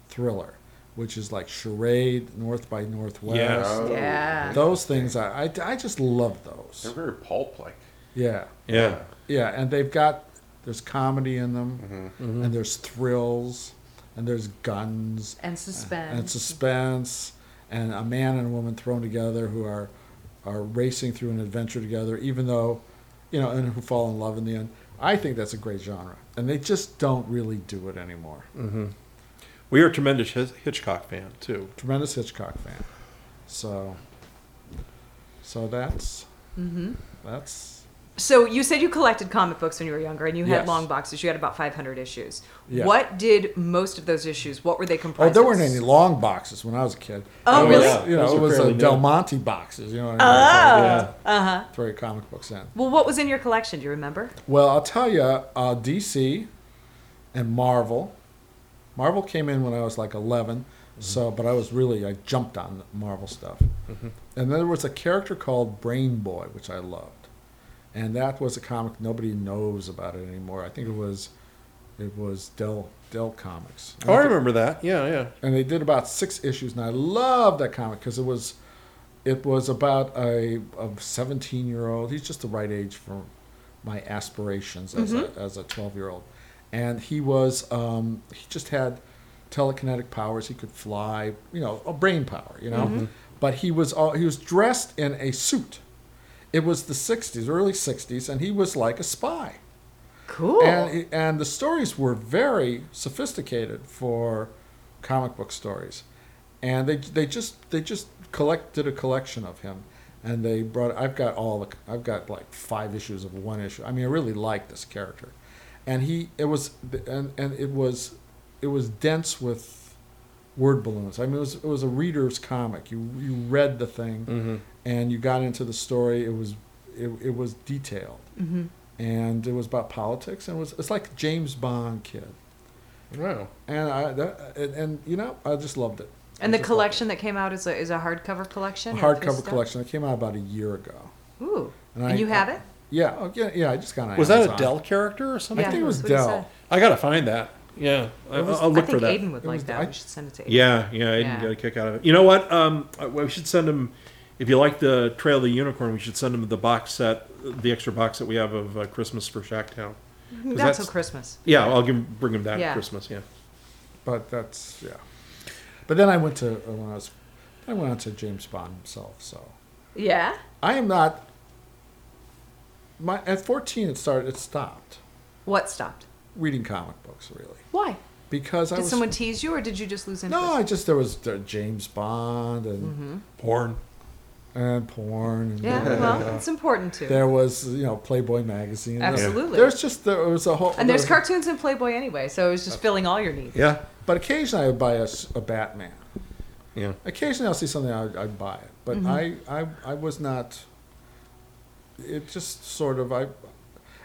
[SPEAKER 3] thriller, which is like Charade, North by Northwest.
[SPEAKER 1] Yes.
[SPEAKER 6] Oh.
[SPEAKER 4] Yeah.
[SPEAKER 3] Those things, I, I, I just love
[SPEAKER 6] They're
[SPEAKER 3] those.
[SPEAKER 6] very pulp like.
[SPEAKER 3] Yeah.
[SPEAKER 1] Yeah.
[SPEAKER 3] Yeah. And they've got, there's comedy in them, and there's thrills, and there's guns,
[SPEAKER 4] and suspense.
[SPEAKER 3] and suspense and a man and a woman thrown together who are are racing through an adventure together even though you know and who fall in love in the end i think that's a great genre and they just don't really do it anymore
[SPEAKER 1] Mm. We are a tremendous Hitch- Hitchcock fan, too.
[SPEAKER 3] tremendous hitchcock fan so so that's that's
[SPEAKER 4] So you said you collected comic books when you were younger, and you had
[SPEAKER 3] Yes.
[SPEAKER 4] long boxes. You had about 500 issues.
[SPEAKER 3] Yeah.
[SPEAKER 4] What did most of those issues? What were they
[SPEAKER 3] Oh,
[SPEAKER 4] comprised?
[SPEAKER 3] there
[SPEAKER 4] of?
[SPEAKER 3] weren't any long boxes when I was a kid.
[SPEAKER 4] Oh,
[SPEAKER 3] It was,
[SPEAKER 4] really?
[SPEAKER 3] You know,
[SPEAKER 1] Those
[SPEAKER 3] it
[SPEAKER 1] are
[SPEAKER 3] was
[SPEAKER 1] fairly
[SPEAKER 3] a
[SPEAKER 1] new.
[SPEAKER 3] Del Monte boxes. You know what I mean? Oh, uh huh. Throw your comic books in.
[SPEAKER 4] Well, what was in your collection? Do you remember?
[SPEAKER 3] Well, I'll tell you, uh, DC and Marvel. Marvel came in when I was like 11, so but I was really I jumped on Marvel stuff. And then there was a character called Brain Boy, which I loved, and that was a comic nobody knows about it anymore. I think it was, it was Dell Dell Comics.
[SPEAKER 1] Oh, I remember that. Yeah, yeah.
[SPEAKER 3] And they did about six issues, and I loved that comic because it was, it was about a a seventeen year old. He's just the right age for my aspirations as a as a twelve year old, and he was um, he just had telekinetic powers. He could fly, you know, a brain power, you know. But he was all, he was dressed in a suit. It was the '60s, early '60s, and he was like a spy.
[SPEAKER 4] Cool.
[SPEAKER 3] And, and the stories were very sophisticated for comic book stories, and they they just they just collected a collection of him, and they brought. I've got all the I've got like five issues of one issue. I mean, I really like this character, and he it was and and it was it was dense with word balloons. I mean, it was it was a reader's comic. You you read the thing, and you got into the story. It was it, it was detailed, and it was about politics, and it was it's like James Bond kid,
[SPEAKER 1] Wow.
[SPEAKER 3] and I that, and, and you know I just loved it.
[SPEAKER 4] And
[SPEAKER 3] I
[SPEAKER 4] the
[SPEAKER 3] just loved
[SPEAKER 4] collection that came out is a is a hardcover collection.
[SPEAKER 3] it.
[SPEAKER 4] of his
[SPEAKER 3] hardcover
[SPEAKER 4] stuff?
[SPEAKER 3] collection that came out about a year ago.
[SPEAKER 4] Ooh.
[SPEAKER 3] And
[SPEAKER 4] And,
[SPEAKER 3] I-
[SPEAKER 4] you have it?
[SPEAKER 3] Yeah, oh, yeah, yeah. I just got it on
[SPEAKER 1] Was that a
[SPEAKER 3] Amazon.
[SPEAKER 1] Dell character or something?
[SPEAKER 3] I
[SPEAKER 4] Yeah.
[SPEAKER 3] think it was
[SPEAKER 4] That's what he
[SPEAKER 3] Dell.
[SPEAKER 1] I gotta find that. Yeah, I,
[SPEAKER 3] was-
[SPEAKER 1] I'll
[SPEAKER 4] I
[SPEAKER 1] look
[SPEAKER 4] think
[SPEAKER 1] for that.
[SPEAKER 4] Aiden would
[SPEAKER 3] It
[SPEAKER 4] like
[SPEAKER 3] was-
[SPEAKER 4] that.
[SPEAKER 3] I-
[SPEAKER 4] we should send it to Aiden.
[SPEAKER 1] Yeah, yeah, Aiden
[SPEAKER 4] Yeah.
[SPEAKER 1] got a kick out of it. You know what? Um, uh, we should send him. If you like the Trail of the Unicorn, we should send him the box set, the extra box that we have of uh, Christmas for Shacktown. 'Cause
[SPEAKER 4] That's till Christmas.
[SPEAKER 1] Yeah, I'll give him, bring him that at
[SPEAKER 4] Yeah.
[SPEAKER 1] Christmas. Yeah.
[SPEAKER 3] But that's yeah. But then I went to uh, when I was I went on to James Bond himself. So
[SPEAKER 4] Yeah.
[SPEAKER 3] I am not. My at fourteen it started it stopped
[SPEAKER 4] What stopped?
[SPEAKER 3] reading comic books really
[SPEAKER 4] Why?
[SPEAKER 3] because I
[SPEAKER 4] Did
[SPEAKER 3] was
[SPEAKER 4] someone tease you, or did you just lose interest?
[SPEAKER 3] no I just there was uh, James Bond and
[SPEAKER 1] Porn.
[SPEAKER 3] and porn. And
[SPEAKER 4] Mm-hmm. Yeah, well, it's important too.
[SPEAKER 3] There was, you know, Playboy magazine.
[SPEAKER 4] Absolutely.
[SPEAKER 3] There's just there was a whole
[SPEAKER 4] and there's
[SPEAKER 3] there-
[SPEAKER 4] cartoons in Playboy anyway, so it was just filling all your needs.
[SPEAKER 9] Yeah.
[SPEAKER 3] But occasionally I would buy a, s- a Batman.
[SPEAKER 9] Yeah.
[SPEAKER 3] Occasionally I'll see something I'd, I'd buy it, but
[SPEAKER 4] Mm-hmm.
[SPEAKER 3] I, I I was not. It just sort of I,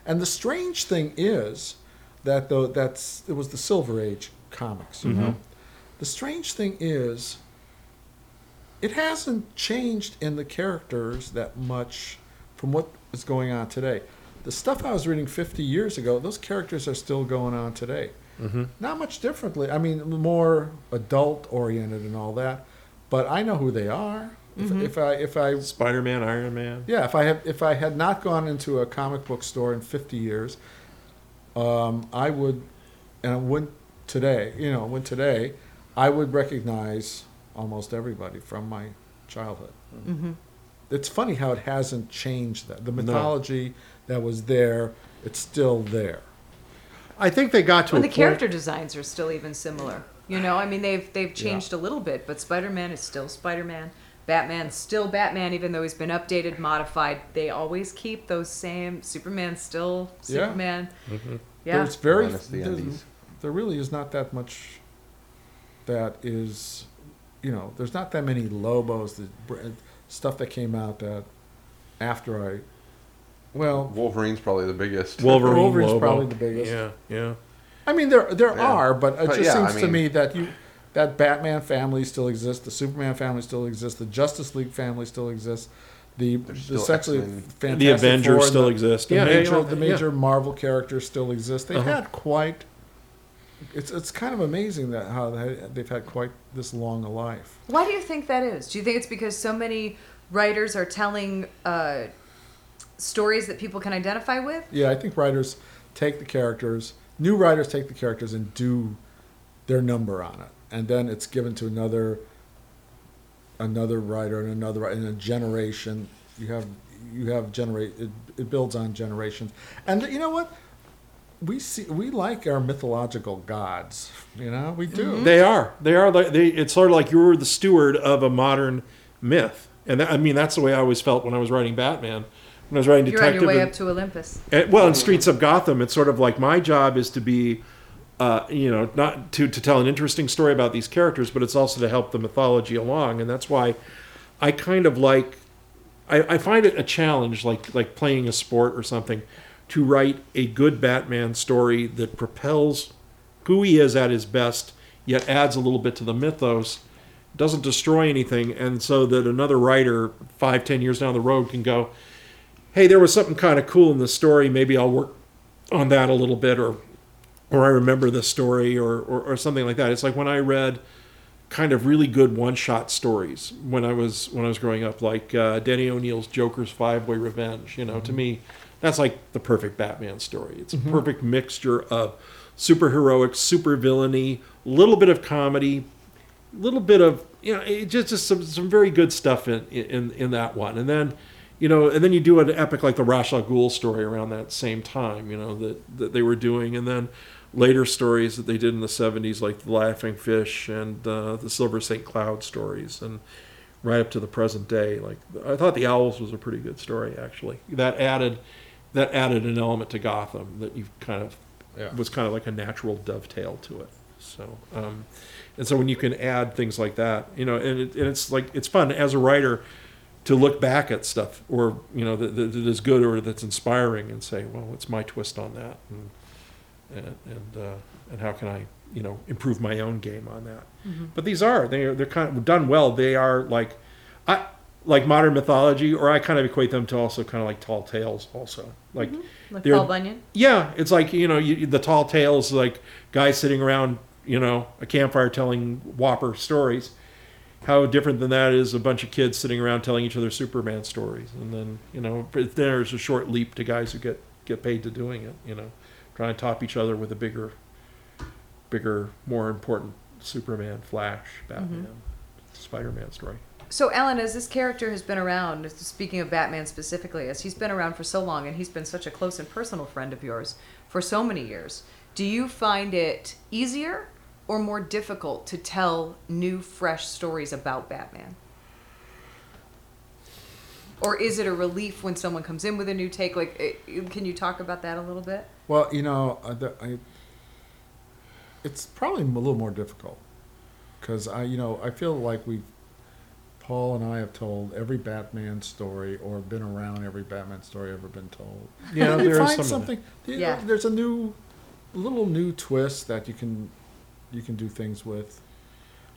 [SPEAKER 3] and the strange thing is that though that's it was the Silver Age comics, you know. The strange thing is. It hasn't changed in the characters that much from what is going on today. The stuff I was reading 50 years ago, those characters are still going on today not much differently. I mean, more adult oriented and all that, but I know who they are. If, if I if I
[SPEAKER 9] Spider Man, Iron Man.
[SPEAKER 3] yeah, if I have if I had not gone into a comic book store in 50 years, um, I would, and I went today. You know, went today, I would recognize almost everybody from my childhood. Mm-hmm. It's funny how it hasn't changed. That the mythology that was there, it's still there.
[SPEAKER 9] I think they got to
[SPEAKER 4] And
[SPEAKER 9] a
[SPEAKER 4] the
[SPEAKER 9] point-
[SPEAKER 4] character designs are still even similar. You know, I mean they've they've changed a little bit, but Spider-Man is still Spider-Man. Batman's still Batman, even though he's been updated, modified. They always keep those same. Superman's still
[SPEAKER 3] Yeah.
[SPEAKER 4] Superman. Yeah,
[SPEAKER 3] There's very
[SPEAKER 6] Minus the
[SPEAKER 3] there-
[SPEAKER 6] undies.
[SPEAKER 3] there really is not that much that is you know there's not that many lobos the br- uh, stuff that came out that after I well
[SPEAKER 6] Wolverine's probably the biggest.
[SPEAKER 9] Wolverine.
[SPEAKER 3] Wolverine's
[SPEAKER 9] Lobo.
[SPEAKER 3] probably the biggest.
[SPEAKER 9] Yeah. Yeah.
[SPEAKER 3] I mean there there
[SPEAKER 6] Yeah.
[SPEAKER 3] are but it
[SPEAKER 6] But
[SPEAKER 3] just
[SPEAKER 6] yeah, I
[SPEAKER 3] seems to
[SPEAKER 6] mean-
[SPEAKER 3] me that you that Batman family still exists the Superman family still exists the Justice League family still exists the the
[SPEAKER 6] still
[SPEAKER 3] essentially
[SPEAKER 6] X-Men.
[SPEAKER 3] Fantastic
[SPEAKER 9] the Avengers
[SPEAKER 3] Four and
[SPEAKER 9] still
[SPEAKER 3] the-
[SPEAKER 9] exist.
[SPEAKER 3] The
[SPEAKER 9] yeah,
[SPEAKER 3] major,
[SPEAKER 9] yeah,
[SPEAKER 3] the
[SPEAKER 9] yeah.
[SPEAKER 3] major Marvel characters still exist. They've
[SPEAKER 9] Uh-huh.
[SPEAKER 3] had quite. It's it's kind of amazing that how they, they've had quite this long a life.
[SPEAKER 4] Why do you think that is? Do you think it's because so many writers are telling uh, stories that people can identify with?
[SPEAKER 3] Yeah, I think writers take the characters, new writers take the characters and do their number on it, and then it's given to another another writer and another writer and a generation. You have you have generate it, it builds on generations, and you know what. We see we like our mythological gods, you know we do.
[SPEAKER 9] They are. They are. Like, they. It's sort of like you were the steward of a modern myth, and that, I mean that's the way I always felt when I was writing Batman, when I was writing
[SPEAKER 4] You're on
[SPEAKER 9] Detective.
[SPEAKER 4] your way
[SPEAKER 9] and-
[SPEAKER 4] up to Olympus.
[SPEAKER 9] and- Eh, well, in Streets of Gotham, it's sort of like my job is to be, uh, you know, not to to tell an interesting story about these characters, but it's also to help the mythology along, and that's why I kind of like. I, I find it a challenge, like like playing a sport or something, to write a good Batman story that propels who he is at his best, yet adds a little bit to the mythos, doesn't destroy anything, and so that another writer five, ten years down the road can go, hey, there was something kind of cool in this story. Maybe I'll work on that a little bit, or or I remember this story, or or, or something like that. It's like when I read kind of really good one-shot stories when I was when I was growing up, like uh, Danny O'Neill's Joker's Five Way Revenge. You know, to me, that's like the perfect Batman story. It's a perfect mixture of superheroic, supervillainy, little bit of comedy, little bit of you know it just just some, some very good stuff in, in in that one and then you know and then you do an epic like the Ra's al Ghul story around that same time you know that that they were doing and then later stories that they did in the 70s like the laughing fish and uh, the silver st cloud stories and right up to the present day like i thought the owls was a pretty good story actually that added that added an element to gotham that you kind of was kind of like a natural dovetail to it so um, and so when you can add things like that, you know, and, it, and it's like it's fun as a writer to look back at stuff or you know that, that that is good or that's inspiring and say, well, what's my twist on that, and and and, uh, and how can I you know improve my own game on that? But these are they are they're kind of done well. They are like I like modern mythology, or I kind of equate them to also kind of like tall tales, also like
[SPEAKER 4] Like
[SPEAKER 9] they're-
[SPEAKER 4] Paul Bunyan.
[SPEAKER 9] yeah, it's like you know you, the tall tales, like guys sitting around you know a campfire telling whopper stories. How different than that is a bunch of kids sitting around telling each other Superman stories, and then you know but there's a short leap to guys who get get paid to doing it. You know, trying to top each other with a bigger, bigger, more important Superman, Flash, Batman, Spider-Man story.
[SPEAKER 4] So, Alan, as this character has been around, speaking of Batman specifically, as he's been around for so long and he's been such a close and personal friend of yours for so many years, do you find it easier or more difficult to tell new, fresh stories about Batman? Or is it a relief when someone comes in with a new take? Like, it, can you talk about that a little bit?
[SPEAKER 3] Well, you know, uh, the, I, it's probably a little more difficult because I, you know, I feel like we've Paul and I have told every Batman story or been around every Batman story ever been told.
[SPEAKER 1] Yeah,
[SPEAKER 3] you
[SPEAKER 1] there is
[SPEAKER 3] find
[SPEAKER 1] some of that.
[SPEAKER 3] something. you know,
[SPEAKER 4] Yeah.
[SPEAKER 3] there's a new, little new twist that you can, you can do things with.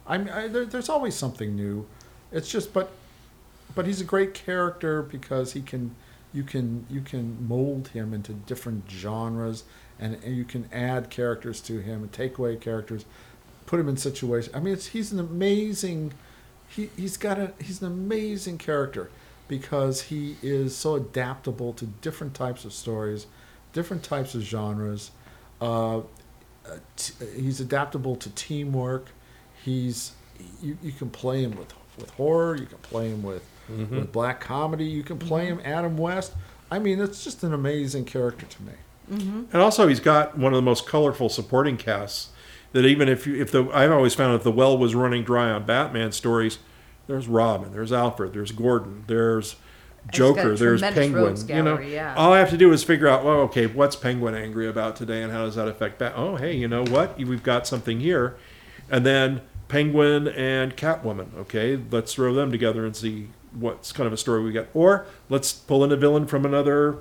[SPEAKER 3] I'm I, there, there's always something new. It's just but, but he's a great character because he can, you can you can mold him into different genres and, and you can add characters to him and take away characters, put him in situations. I mean, it's he's an amazing. He, he's got a he's an amazing character because he is so adaptable to different types of stories, different types of genres. Uh, uh, t- he's adaptable to teamwork. He's you, you can play him with with horror. You can play him with with black comedy. You can play him Adam West. I mean, it's just an amazing character to me.
[SPEAKER 1] And also, he's got one of the most colorful supporting casts. That even if you, if the I've always found if the well was running dry on Batman stories, there's Robin, there's Alfred, there's Gordon, there's Joker,
[SPEAKER 4] got a
[SPEAKER 1] there's
[SPEAKER 4] tremendous
[SPEAKER 1] Penguin.
[SPEAKER 4] rogues
[SPEAKER 1] you know,
[SPEAKER 4] gallery, yeah.
[SPEAKER 1] all I have to do is figure out well, okay, what's Penguin angry about today, and how does that affect Bat? Oh, hey, you know what? We've got something here, and then Penguin and Catwoman. Okay, let's throw them together and see what's kind of a story we got, or let's pull in a villain from another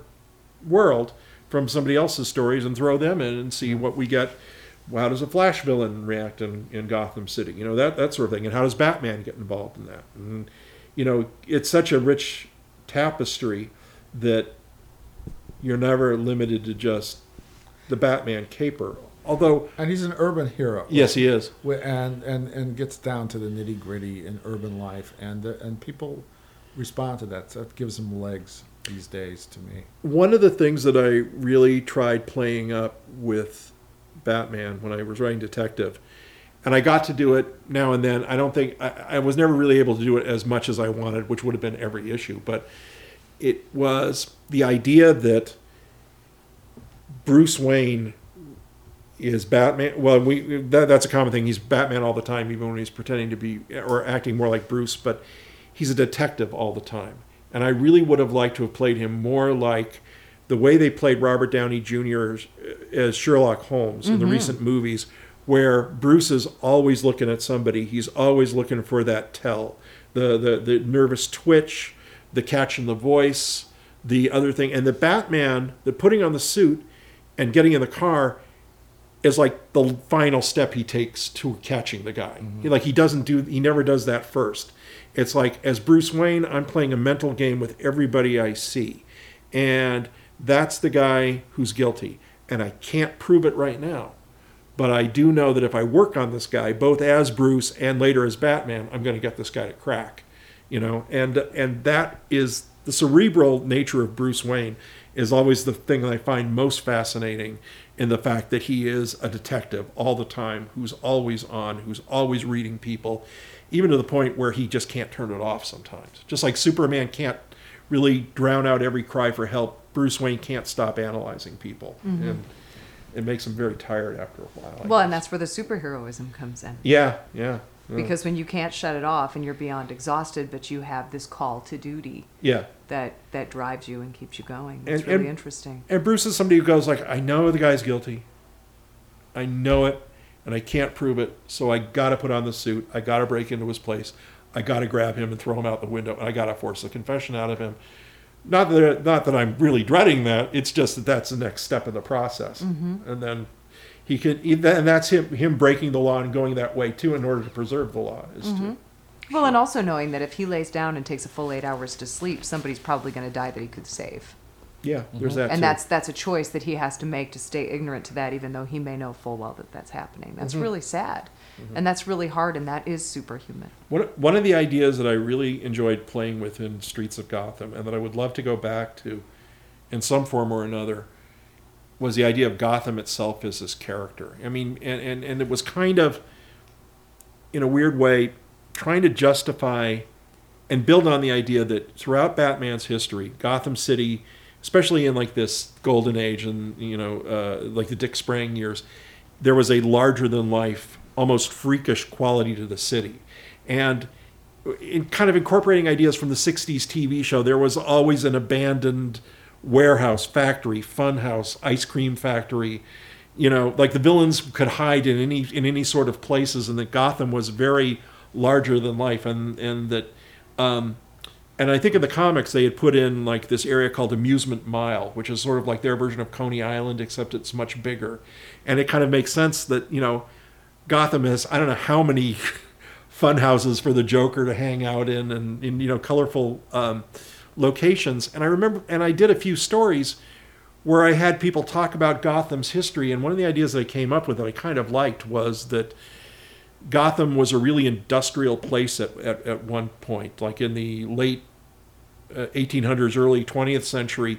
[SPEAKER 1] world from somebody else's stories and throw them in and see what we get. Well, How does a Flash villain react in, in Gotham City? You know that that sort of thing. And how does Batman get involved in that? And you know, it's such a rich tapestry that you're never limited to just the Batman caper. Although,
[SPEAKER 3] And he's an urban hero.
[SPEAKER 1] yes, he is.
[SPEAKER 3] Wh- and and and gets down to the nitty gritty in urban life, and the, and people respond to that. So that gives them legs these days to me.
[SPEAKER 1] one of the things that I really tried playing up with Batman when I was writing Detective, and I got to do it now and then. I don't think I, I was never really able to do it as much as I wanted, which would have been every issue, but it was the idea that Bruce Wayne is Batman. Well, we that, that's a common thing. He's Batman all the time, even when he's pretending to be or acting more like Bruce. But he's a detective all the time, and I really would have liked to have played him more like the way they played Robert Downey Jr. as- as Sherlock Holmes in the recent movies, where Bruce is always looking at somebody. He's always looking for that tell, the the, the nervous twitch, the catch in the voice. The other thing, and the Batman, the putting on the suit and getting in the car, is like the final step he takes to catching the guy. He, like he doesn't do he never does that first. It's like as Bruce Wayne, I'm playing a mental game with everybody I see. And that's the guy who's guilty. And I can't prove it right now. But I do know that if I work on this guy, both as Bruce and later as Batman, I'm going to get this guy to crack. You know, and and that is the cerebral nature of Bruce Wayne is always the thing that I find most fascinating in the fact that he is a detective all the time, who's always on, who's always reading people, even to the point where he just can't turn it off sometimes. Just like Superman can't really drown out every cry for help, Bruce Wayne can't stop analyzing people. And it makes him very tired after a while. I
[SPEAKER 4] Mm-hmm. Well, and
[SPEAKER 1] guess.
[SPEAKER 4] that's where the superheroism comes in.
[SPEAKER 1] yeah, yeah, yeah,
[SPEAKER 4] Because when you can't shut it off and you're beyond exhausted, but you have this call to duty
[SPEAKER 1] yeah.
[SPEAKER 4] that, that drives you and keeps you going.
[SPEAKER 1] And-
[SPEAKER 4] It's really
[SPEAKER 1] and-
[SPEAKER 4] interesting.
[SPEAKER 1] And Bruce is somebody who goes like, I know the guy's guilty. I know it, and I can't prove it. So I gotta put on the suit. I gotta break into his place. I gotta grab him and throw him out the window. And I gotta force a confession out of him. Not that not that I'm really dreading that. It's just that that's the next step in the process. And then he could, and that's him him breaking the law and going that way too, in order to preserve the law. Is to
[SPEAKER 4] Well, and also knowing that if he lays down and takes a full eight hours to sleep, somebody's probably going to die that he could save.
[SPEAKER 1] yeah, there's that.
[SPEAKER 4] and
[SPEAKER 1] too.
[SPEAKER 4] that's that's a choice that he has to make to stay ignorant to that even though he may know full well that that's happening that's really sad and that's really hard and that is superhuman
[SPEAKER 1] One, one of the ideas that I really enjoyed playing with in Streets of Gotham and that I would love to go back to in some form or another was the idea of Gotham itself as this character. I mean, and, and, and it was kind of, in a weird way, trying to justify and build on the idea that throughout Batman's history, Gotham City, especially in like this golden age and, you know, uh, like the Dick Sprang years, there was a larger than life, almost freakish quality to the city. And in kind of incorporating ideas from the 60s TV show, there was always an abandoned warehouse, factory, fun house, ice cream factory. You know, like the villains could hide in any in any sort of places, and that Gotham was very larger than life, and and that, um, and I think in the comics they had put in like this area called Amusement Mile, which is sort of like their version of Coney Island, except it's much bigger, and it kind of makes sense that you know, Gotham has I don't know how many fun houses for the Joker to hang out in and, in you know colorful um, locations. And I remember, and I did a few stories where I had people talk about Gotham's history. And one of the ideas that I came up with that I kind of liked was that Gotham was a really industrial place at, at, at one point, like in the late uh, 1800s, early 20th century.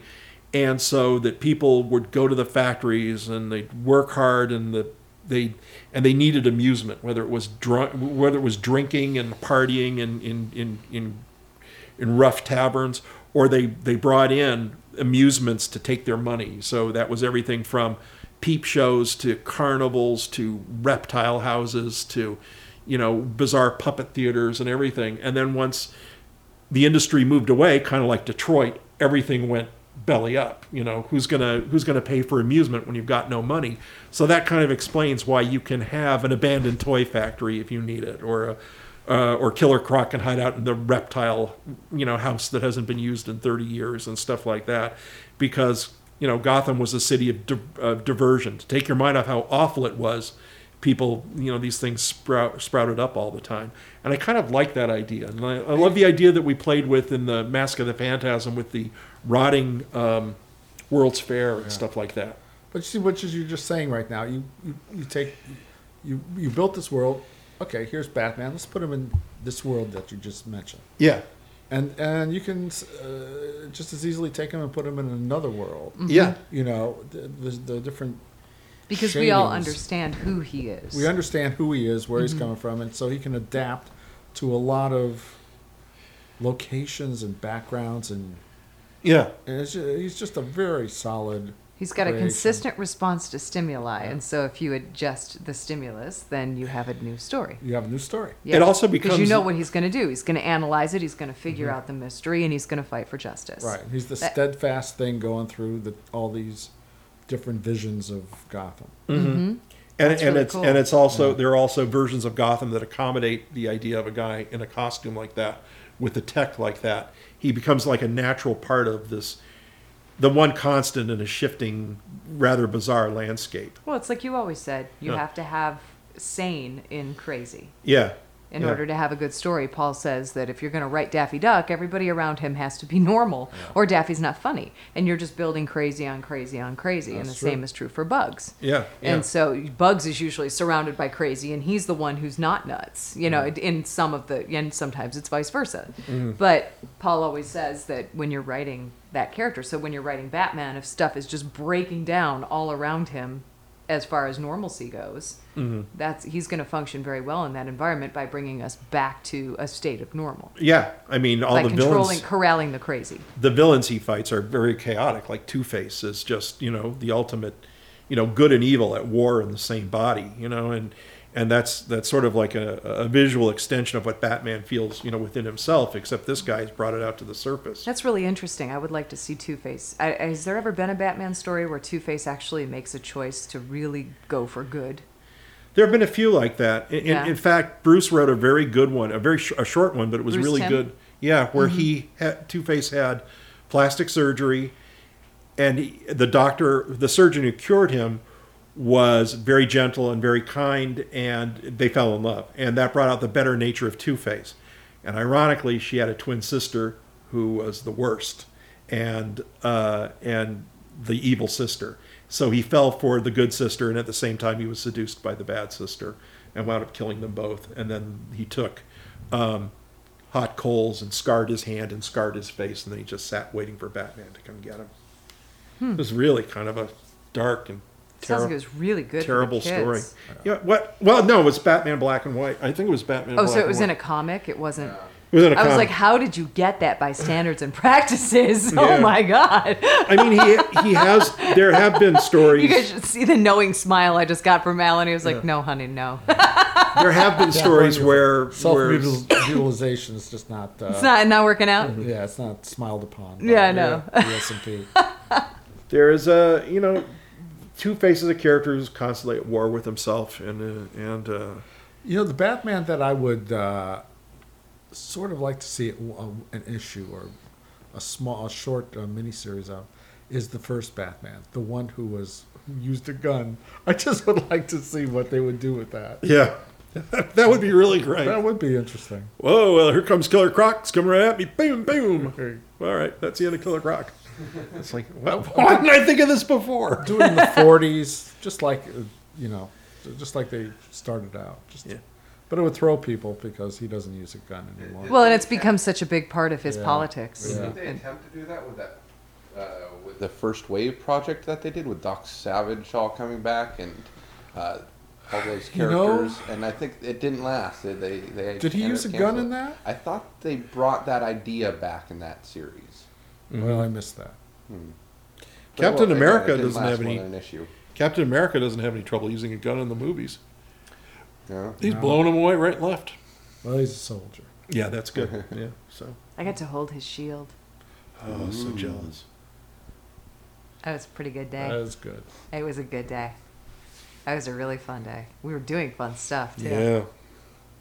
[SPEAKER 1] And so that people would go to the factories and they'd work hard and the they and they needed amusement, whether it was drunk, whether it was drinking and partying and in in, in in rough taverns, or they they brought in amusements to take their money. So that was everything from peep shows to carnivals to reptile houses to you know bizarre puppet theaters and everything. And then once the industry moved away, kind of like Detroit, everything went belly up you know who's gonna who's gonna pay for amusement when you've got no money so that kind of explains why you can have an abandoned toy factory if you need it or a uh, or killer croc can hide out in the reptile you know house that hasn't been used in 30 years and stuff like that because you know gotham was a city of, di- of diversion to take your mind off how awful it was people you know these things sprout, sprouted up all the time and i kind of like that idea and I, I love the idea that we played with in the mask of the phantasm with the rotting um, world's fair and stuff like that
[SPEAKER 3] But you see, what you're just saying right now, you, you, you take, you, you built this world. Okay, here's Batman. Let's put him in this world that you just mentioned.
[SPEAKER 1] yeah
[SPEAKER 3] And, and you can uh, just as easily take him and put him in another world.
[SPEAKER 1] yeah
[SPEAKER 3] You know, the, the, the different.
[SPEAKER 4] Because we all
[SPEAKER 3] shadings.
[SPEAKER 4] understand who he is.
[SPEAKER 3] We understand who he is, where he's coming from, and so he can adapt to a lot of locations and backgrounds, and,
[SPEAKER 1] yeah
[SPEAKER 3] and it's ju- he's just a very solid.
[SPEAKER 4] He's got a
[SPEAKER 3] creation.
[SPEAKER 4] consistent response to stimuli, and so if you adjust the stimulus, then you have a new story.
[SPEAKER 3] You have a new story.
[SPEAKER 1] It also
[SPEAKER 4] because you
[SPEAKER 1] becomes- Mm-hmm.
[SPEAKER 4] know what he's going to do. He's going to analyze it. He's going to figure out the mystery, and he's going to fight for justice.
[SPEAKER 3] Right. He's the
[SPEAKER 4] That-
[SPEAKER 3] steadfast thing going through the, all these different visions of Gotham.
[SPEAKER 1] and,
[SPEAKER 4] That's
[SPEAKER 1] and
[SPEAKER 4] really
[SPEAKER 1] it's
[SPEAKER 4] cool.
[SPEAKER 1] and it's also there are also versions of Gotham that accommodate the idea of a guy in a costume like that with the tech like that. He becomes like a natural part of this, the one constant in a shifting, rather bizarre landscape.
[SPEAKER 4] Well, it's like you always said. You
[SPEAKER 1] Yeah.
[SPEAKER 4] have to have sane in crazy.
[SPEAKER 1] Yeah.
[SPEAKER 4] in
[SPEAKER 1] Yeah.
[SPEAKER 4] order to have a good story. Paul says that if you're going to write Daffy Duck, everybody around him has to be normal, or Daffy's not funny, and you're just building crazy on crazy on crazy. and the
[SPEAKER 3] That's true.
[SPEAKER 4] same is true for Bugs.
[SPEAKER 1] Yeah, yeah.
[SPEAKER 4] And so Bugs is usually surrounded by crazy, and he's the one who's not nuts. You know,
[SPEAKER 1] Mm-hmm.
[SPEAKER 4] in some of the, and sometimes it's vice versa. But Paul always says that when you're writing that character, so when you're writing Batman, if stuff is just breaking down all around him, as far as normalcy goes,
[SPEAKER 1] Mm-hmm.
[SPEAKER 4] that's he's going to function very well in that environment by bringing us back to a state of normal
[SPEAKER 1] Yeah, I mean, all
[SPEAKER 4] by
[SPEAKER 1] the
[SPEAKER 4] controlling,
[SPEAKER 1] villains,
[SPEAKER 4] corralling the crazy.
[SPEAKER 1] the villains he fights are very chaotic. Like Two Face is just you know the ultimate, you know, good and evil at war in the same body. You know, and and that's that's sort of like a, a visual extension of what Batman feels you know within himself. Except this guy's brought it out to the surface.
[SPEAKER 4] That's really interesting. I would like to see Two Face. Has there ever been a Batman story where Two Face actually makes a choice to really go for good?
[SPEAKER 1] There have been a few like that. In, in-
[SPEAKER 4] Yeah.
[SPEAKER 1] in, fact, Bruce wrote a very good one, a very sh- a short one, but it was
[SPEAKER 4] Bruce
[SPEAKER 1] really
[SPEAKER 4] Timm?
[SPEAKER 1] good. Yeah, where he had, Two Face had plastic surgery, and he, the doctor, the surgeon who cured him, was very gentle and very kind, and they fell in love, and that brought out the better nature of Two Face. And ironically, she had a twin sister who was the worst, and uh, and the evil sister. So he fell for the good sister, and at the same time, he was seduced by the bad sister, and wound up killing them both. And then he took um, hot coals and scarred his hand and scarred his face, and then he just sat waiting for Batman to come get him. It was really kind of a dark and
[SPEAKER 4] Hmm. Sounds like it
[SPEAKER 1] terrible,
[SPEAKER 4] was really good. for the
[SPEAKER 1] terrible story.
[SPEAKER 4] kids.
[SPEAKER 1] Yeah, what? Well, no, it was Batman Black and White. I think it was Batman.
[SPEAKER 4] Oh,
[SPEAKER 1] Black
[SPEAKER 4] so it
[SPEAKER 1] and
[SPEAKER 4] was
[SPEAKER 1] White.
[SPEAKER 4] in a comic. It wasn't.
[SPEAKER 1] was in a
[SPEAKER 4] I was
[SPEAKER 1] comic.
[SPEAKER 4] like, how did you get that by standards and practices? Oh
[SPEAKER 1] Yeah.
[SPEAKER 4] my god!
[SPEAKER 1] I mean, he he has. There have been stories.
[SPEAKER 4] You guys should see the knowing smile I just got from Alan. He was like, no, honey, no.
[SPEAKER 1] there have been stories where
[SPEAKER 3] Self
[SPEAKER 1] where
[SPEAKER 3] mutilization is just not. Uh, mm-hmm.
[SPEAKER 4] it's not not working out.
[SPEAKER 1] Mm-hmm.
[SPEAKER 3] Yeah, it's not smiled upon.
[SPEAKER 4] Yeah, I know.
[SPEAKER 3] S and P.
[SPEAKER 1] there is a you know two faces of character who's constantly at war with himself and uh, and uh,
[SPEAKER 3] You know, the Batman that I would uh, sort of like to see a- an issue or a small, a short uh, miniseries of is the first Batman, the one who was who used a gun. I just would like to see what they would do with that.
[SPEAKER 1] yeah. That would be really great.
[SPEAKER 3] That would be interesting.
[SPEAKER 1] Whoa, well, here comes Killer Croc. It's coming right at me. Boom, boom. All right, that's the end of Killer Croc. It's like, well, why didn't I think of this before?
[SPEAKER 3] Do it in the forties, just like uh, you know, just like they started out. Just,
[SPEAKER 1] Yeah.
[SPEAKER 3] but it would throw people because he doesn't use a gun anymore.
[SPEAKER 4] Well, and it's become such a big part of his
[SPEAKER 3] Yeah.
[SPEAKER 4] politics.
[SPEAKER 3] Yeah.
[SPEAKER 6] Did they attempt to do that with that? Uh, with the first wave project that they did with Doc Savage all coming back and uh, all those
[SPEAKER 3] You know-
[SPEAKER 6] characters, and I think it didn't last. They, they, they
[SPEAKER 3] Did he
[SPEAKER 6] ended
[SPEAKER 3] use
[SPEAKER 6] up
[SPEAKER 3] a gun
[SPEAKER 6] canceling.
[SPEAKER 3] in that?
[SPEAKER 6] I thought they brought that idea back in that series.
[SPEAKER 3] well, I missed that.
[SPEAKER 6] But
[SPEAKER 1] Captain
[SPEAKER 6] again, it
[SPEAKER 1] America
[SPEAKER 6] didn't
[SPEAKER 1] doesn't
[SPEAKER 6] last
[SPEAKER 1] have
[SPEAKER 6] more
[SPEAKER 1] any-
[SPEAKER 6] than an issue.
[SPEAKER 1] Captain America doesn't have any trouble using a gun in the movies.
[SPEAKER 6] No?
[SPEAKER 1] He's
[SPEAKER 3] No.
[SPEAKER 1] blowing them away right and left.
[SPEAKER 3] Well, he's a soldier.
[SPEAKER 1] Yeah, that's good. yeah, so.
[SPEAKER 4] I got to hold his shield.
[SPEAKER 1] Oh, so jealous.
[SPEAKER 4] That was a pretty good
[SPEAKER 3] That
[SPEAKER 4] day.
[SPEAKER 3] is good.
[SPEAKER 4] It was a good day. That was a really fun day. We were doing fun stuff too.
[SPEAKER 1] yeah.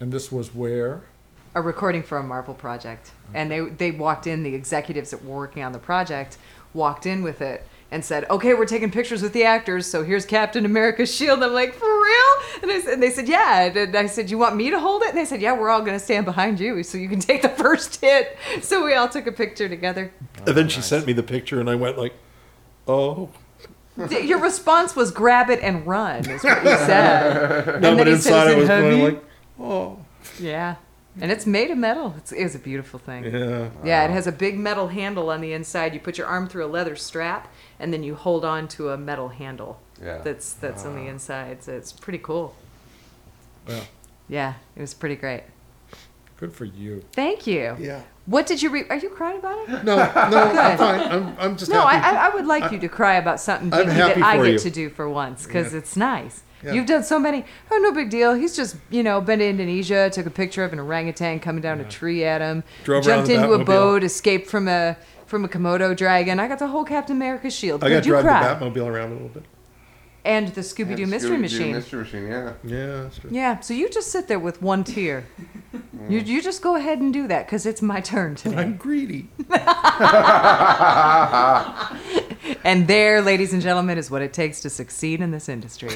[SPEAKER 3] And this was where.
[SPEAKER 4] a recording for a Marvel project, and they they walked in. The executives that were working on the project walked in with it and said, "Okay, we're taking pictures with the actors. So here's Captain America's shield." I'm like, "For real?" And, I, said- and they said, "Yeah." And I said, "You want me to hold it?" And they said, "Yeah, we're all gonna stand behind you, so you can take the first hit." So we all took a picture together.
[SPEAKER 1] and then she sent me the picture, and I went like, "Oh,
[SPEAKER 4] D- Your response was "Grab it and run," is what you said.
[SPEAKER 1] no!"
[SPEAKER 4] then
[SPEAKER 1] But
[SPEAKER 4] he
[SPEAKER 1] inside,
[SPEAKER 4] says,
[SPEAKER 1] I was
[SPEAKER 4] "Is it
[SPEAKER 1] going
[SPEAKER 4] heavy?"
[SPEAKER 1] like, "Oh,
[SPEAKER 4] yeah, and it's made of metal. It's, it was a beautiful thing.
[SPEAKER 1] yeah."
[SPEAKER 4] Yeah, it has a big metal handle on the inside. You put your arm through a leather strap, and then you hold on to a metal handle.
[SPEAKER 6] Yeah.
[SPEAKER 4] That's that's on the inside. So it's pretty cool.
[SPEAKER 3] Well,
[SPEAKER 4] Yeah, it was pretty great.
[SPEAKER 3] good for you.
[SPEAKER 4] Thank you.
[SPEAKER 1] Yeah.
[SPEAKER 4] What did you read? Are you crying about it?
[SPEAKER 3] No, no, I'm
[SPEAKER 4] Good.
[SPEAKER 3] fine. I'm, I'm just
[SPEAKER 4] No, I,
[SPEAKER 3] happy.
[SPEAKER 4] I, I would like you to cry about something
[SPEAKER 1] I'm
[SPEAKER 4] geeky
[SPEAKER 1] happy
[SPEAKER 4] that I
[SPEAKER 1] for
[SPEAKER 4] get
[SPEAKER 1] you.
[SPEAKER 4] to do for once because it's nice.
[SPEAKER 3] Yeah.
[SPEAKER 4] You've done so many. Oh, no big deal. He's just, you know, been to Indonesia, took a picture of an orangutan coming down a tree at him,
[SPEAKER 1] Drove around
[SPEAKER 4] jumped
[SPEAKER 1] the
[SPEAKER 4] into a
[SPEAKER 1] Batmobile.
[SPEAKER 4] boat, escaped from a from a Komodo dragon. I got the whole Captain America shield.
[SPEAKER 1] I got
[SPEAKER 4] Could
[SPEAKER 1] to
[SPEAKER 4] you
[SPEAKER 1] drive
[SPEAKER 4] cry?
[SPEAKER 1] the Batmobile around a little bit.
[SPEAKER 4] And the Scooby Doo
[SPEAKER 6] And
[SPEAKER 4] Mystery
[SPEAKER 6] Scooby-Doo
[SPEAKER 4] Machine.
[SPEAKER 6] Mystery Machine, yeah.
[SPEAKER 1] Yeah, that's true.
[SPEAKER 4] yeah, so you just sit there with one tear. you, you just go ahead and do that because it's my turn today.
[SPEAKER 1] I'm greedy.
[SPEAKER 4] and there, ladies and gentlemen, is what it takes to succeed in this industry.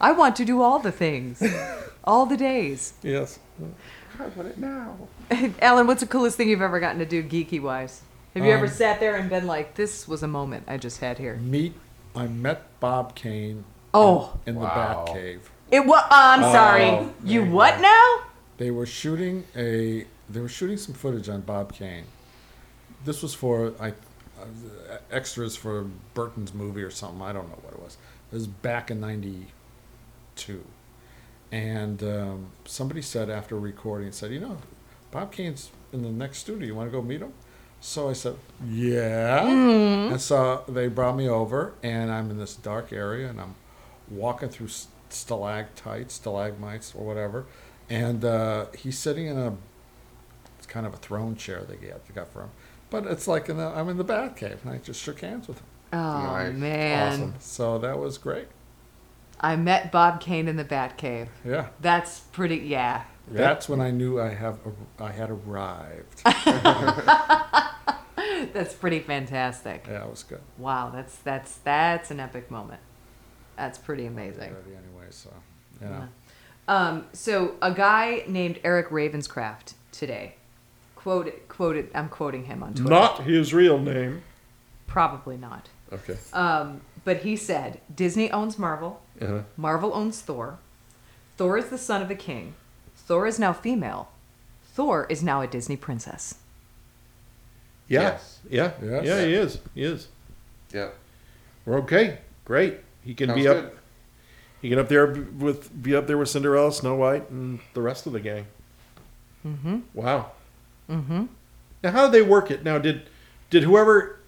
[SPEAKER 4] I want to do all the things, all the days.
[SPEAKER 1] Yes.
[SPEAKER 6] I want it now.
[SPEAKER 4] Alan, what's the coolest thing you've ever gotten to do geeky wise? Have you ever
[SPEAKER 3] Um,
[SPEAKER 4] sat there and been like, this was a moment I just had here?
[SPEAKER 3] meet. I met Bob Kane
[SPEAKER 4] Oh,
[SPEAKER 3] in
[SPEAKER 6] Wow.
[SPEAKER 3] the Batcave.
[SPEAKER 4] it was. I'm sorry. you what now?
[SPEAKER 3] They were shooting a. They were shooting some footage on Bob Kane. This was for I, uh, extras for Burton's movie or something. I don't know what it was. It was back in '92, and um, somebody said after recording, said, "You know, Bob Kane's in the next studio. You want to go meet him?" So I said, "Yeah." And so they brought me over, and I'm in this dark area, and I'm walking through s- stalactites, stalagmites, or whatever. And uh, he's sitting in a it's kind of a throne chair they got, they got for him. But it's like in the, I'm in the Batcave, and I just shook hands with him.
[SPEAKER 4] Oh,
[SPEAKER 6] Nice.
[SPEAKER 4] man.
[SPEAKER 3] Awesome. So that was great.
[SPEAKER 4] I met Bob Kane in the Batcave.
[SPEAKER 3] Yeah.
[SPEAKER 4] That's pretty, yeah.
[SPEAKER 3] That's when I knew I have a, I had arrived.
[SPEAKER 4] That's pretty fantastic.
[SPEAKER 3] yeah, it was good.
[SPEAKER 4] Wow, that's that's that's an epic moment. That's pretty amazing.
[SPEAKER 3] Already Anyway, so you know.
[SPEAKER 4] Um, so a guy named Eric Ravenscraft today quoted quoted I'm quoting him on Twitter.
[SPEAKER 1] Not his real name.
[SPEAKER 4] Probably not.
[SPEAKER 1] Okay.
[SPEAKER 4] Um, but he said Disney owns Marvel.
[SPEAKER 1] Uh-huh.
[SPEAKER 4] Marvel owns Thor. Thor is the son of a king. Thor is now female. Thor is now a Disney princess.
[SPEAKER 1] Yeah.
[SPEAKER 6] Yes.
[SPEAKER 1] Yeah.
[SPEAKER 3] Yes.
[SPEAKER 1] Yeah, he is. He is.
[SPEAKER 6] Yeah.
[SPEAKER 1] We're okay. Great. He can be
[SPEAKER 6] Sounds
[SPEAKER 1] up.
[SPEAKER 6] good.
[SPEAKER 1] He can up there with be up there with Cinderella, Snow White, and the rest of the gang. Mm-hmm. Wow. Now, how did they work it? Now, did did whoever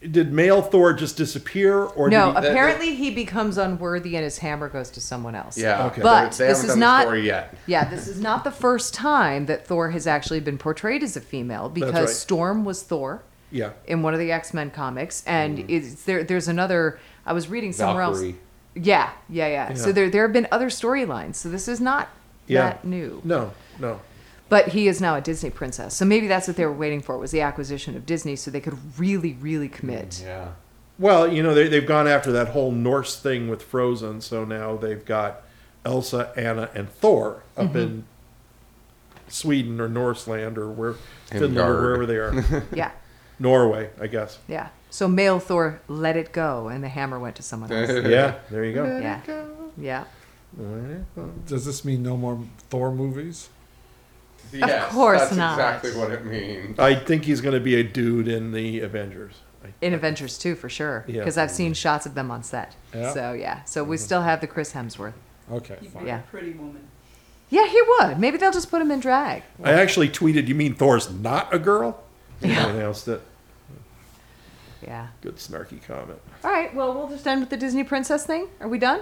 [SPEAKER 1] did male Thor just disappear, or
[SPEAKER 4] No, uh,
[SPEAKER 1] did he,
[SPEAKER 4] apparently he becomes unworthy and his hammer goes to someone else.
[SPEAKER 6] Yeah.
[SPEAKER 3] Okay.
[SPEAKER 4] But
[SPEAKER 6] They- they
[SPEAKER 4] this
[SPEAKER 6] haven't
[SPEAKER 4] is
[SPEAKER 6] done the
[SPEAKER 4] not-
[SPEAKER 6] story yet.
[SPEAKER 4] Yeah, this is not the first time that Thor has actually been portrayed as a female because
[SPEAKER 1] right.
[SPEAKER 4] Storm was Thor
[SPEAKER 1] yeah,
[SPEAKER 4] in one of the X Men comics, and it's, there. There's another. I was reading somewhere
[SPEAKER 6] Valkyrie.
[SPEAKER 4] else. Yeah, yeah, yeah, So
[SPEAKER 1] Yeah.
[SPEAKER 4] there there have been other storylines. So this is not
[SPEAKER 1] Yeah.
[SPEAKER 4] that new.
[SPEAKER 1] no, no,
[SPEAKER 4] But he is now a Disney princess. So maybe that's what they were waiting for was the acquisition of Disney, so they could really, really commit.
[SPEAKER 6] Mm, Yeah.
[SPEAKER 1] Well, you know, they, they've gone after that whole Norse thing with Frozen, so now they've got Elsa, Anna, and Thor up
[SPEAKER 4] Mm-hmm.
[SPEAKER 1] in Sweden or Norseland or where Finland
[SPEAKER 6] Himgard.
[SPEAKER 1] or wherever they are.
[SPEAKER 4] Yeah.
[SPEAKER 1] Norway, I guess.
[SPEAKER 4] Yeah. So male Thor let it go, and the hammer went to someone else.
[SPEAKER 1] Yeah, there you go.
[SPEAKER 4] yeah. Yeah.
[SPEAKER 3] Does this mean no more Thor movies?
[SPEAKER 6] Yes,
[SPEAKER 4] course
[SPEAKER 6] that's
[SPEAKER 4] not.
[SPEAKER 6] exactly what it means.
[SPEAKER 1] I think he's going to be a dude in the Avengers. I-
[SPEAKER 4] In Avengers too, for sure.
[SPEAKER 1] Yeah. Mm-hmm.
[SPEAKER 4] Because I've seen shots of them on set.
[SPEAKER 3] Yeah.
[SPEAKER 4] So yeah. So we still have the Chris Hemsworth.
[SPEAKER 3] Okay, fine.
[SPEAKER 4] Yeah.
[SPEAKER 8] Pretty woman.
[SPEAKER 4] Yeah, he would. Maybe they'll just put him in drag.
[SPEAKER 1] I actually tweeted, "You mean Thor's not a girl?" And I announced it.
[SPEAKER 4] Yeah.
[SPEAKER 1] Good snarky comment.
[SPEAKER 4] All right. Well, we'll just end with the Disney princess thing. Are we done?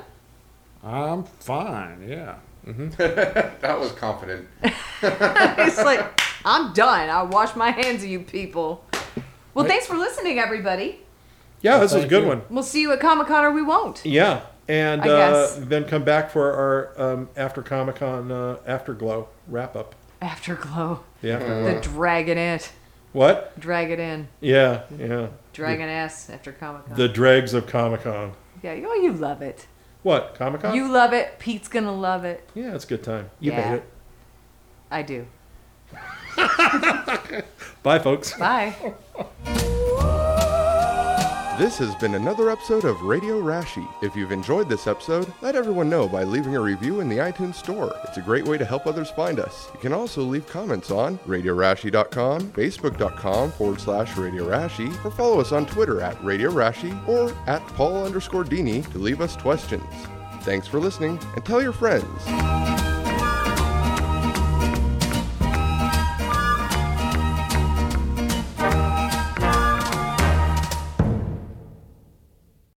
[SPEAKER 3] I'm fine. Yeah.
[SPEAKER 6] That was confident.
[SPEAKER 4] it's like I'm done. I wash my hands of you people. Well, thanks for listening, everybody.
[SPEAKER 1] Yeah, this was a
[SPEAKER 3] thank
[SPEAKER 1] good
[SPEAKER 3] you.
[SPEAKER 1] one.
[SPEAKER 4] We'll see you at Comic Con or we won't.
[SPEAKER 1] Yeah, and
[SPEAKER 4] I
[SPEAKER 1] uh,
[SPEAKER 4] guess.
[SPEAKER 1] then come back for our um, after Comic Con uh, afterglow wrap up.
[SPEAKER 4] Afterglow.
[SPEAKER 1] The afterglow.
[SPEAKER 4] The dragging it.
[SPEAKER 1] What?
[SPEAKER 4] Drag it in.
[SPEAKER 1] Yeah, yeah.
[SPEAKER 4] Dragging ass after Comic Con.
[SPEAKER 1] The dregs of Comic Con.
[SPEAKER 4] yeah, you, oh, you love it.
[SPEAKER 1] What? Comic Con?
[SPEAKER 4] You love it. Pete's going to love it.
[SPEAKER 1] yeah, it's a good time. You
[SPEAKER 4] Yeah.
[SPEAKER 1] made it.
[SPEAKER 4] I do.
[SPEAKER 1] Bye, folks.
[SPEAKER 4] Bye.
[SPEAKER 6] This has been another episode of Radio Rashi. If you've enjoyed this episode, let everyone know by leaving a review in the iTunes Store. It's a great way to help others find us. You can also leave comments on radiorashi.com, facebook.com forward slash Radio Rashi, or follow us on Twitter at Radio Rashi or at Paul underscore Dini to leave us questions. Thanks for listening and tell your friends.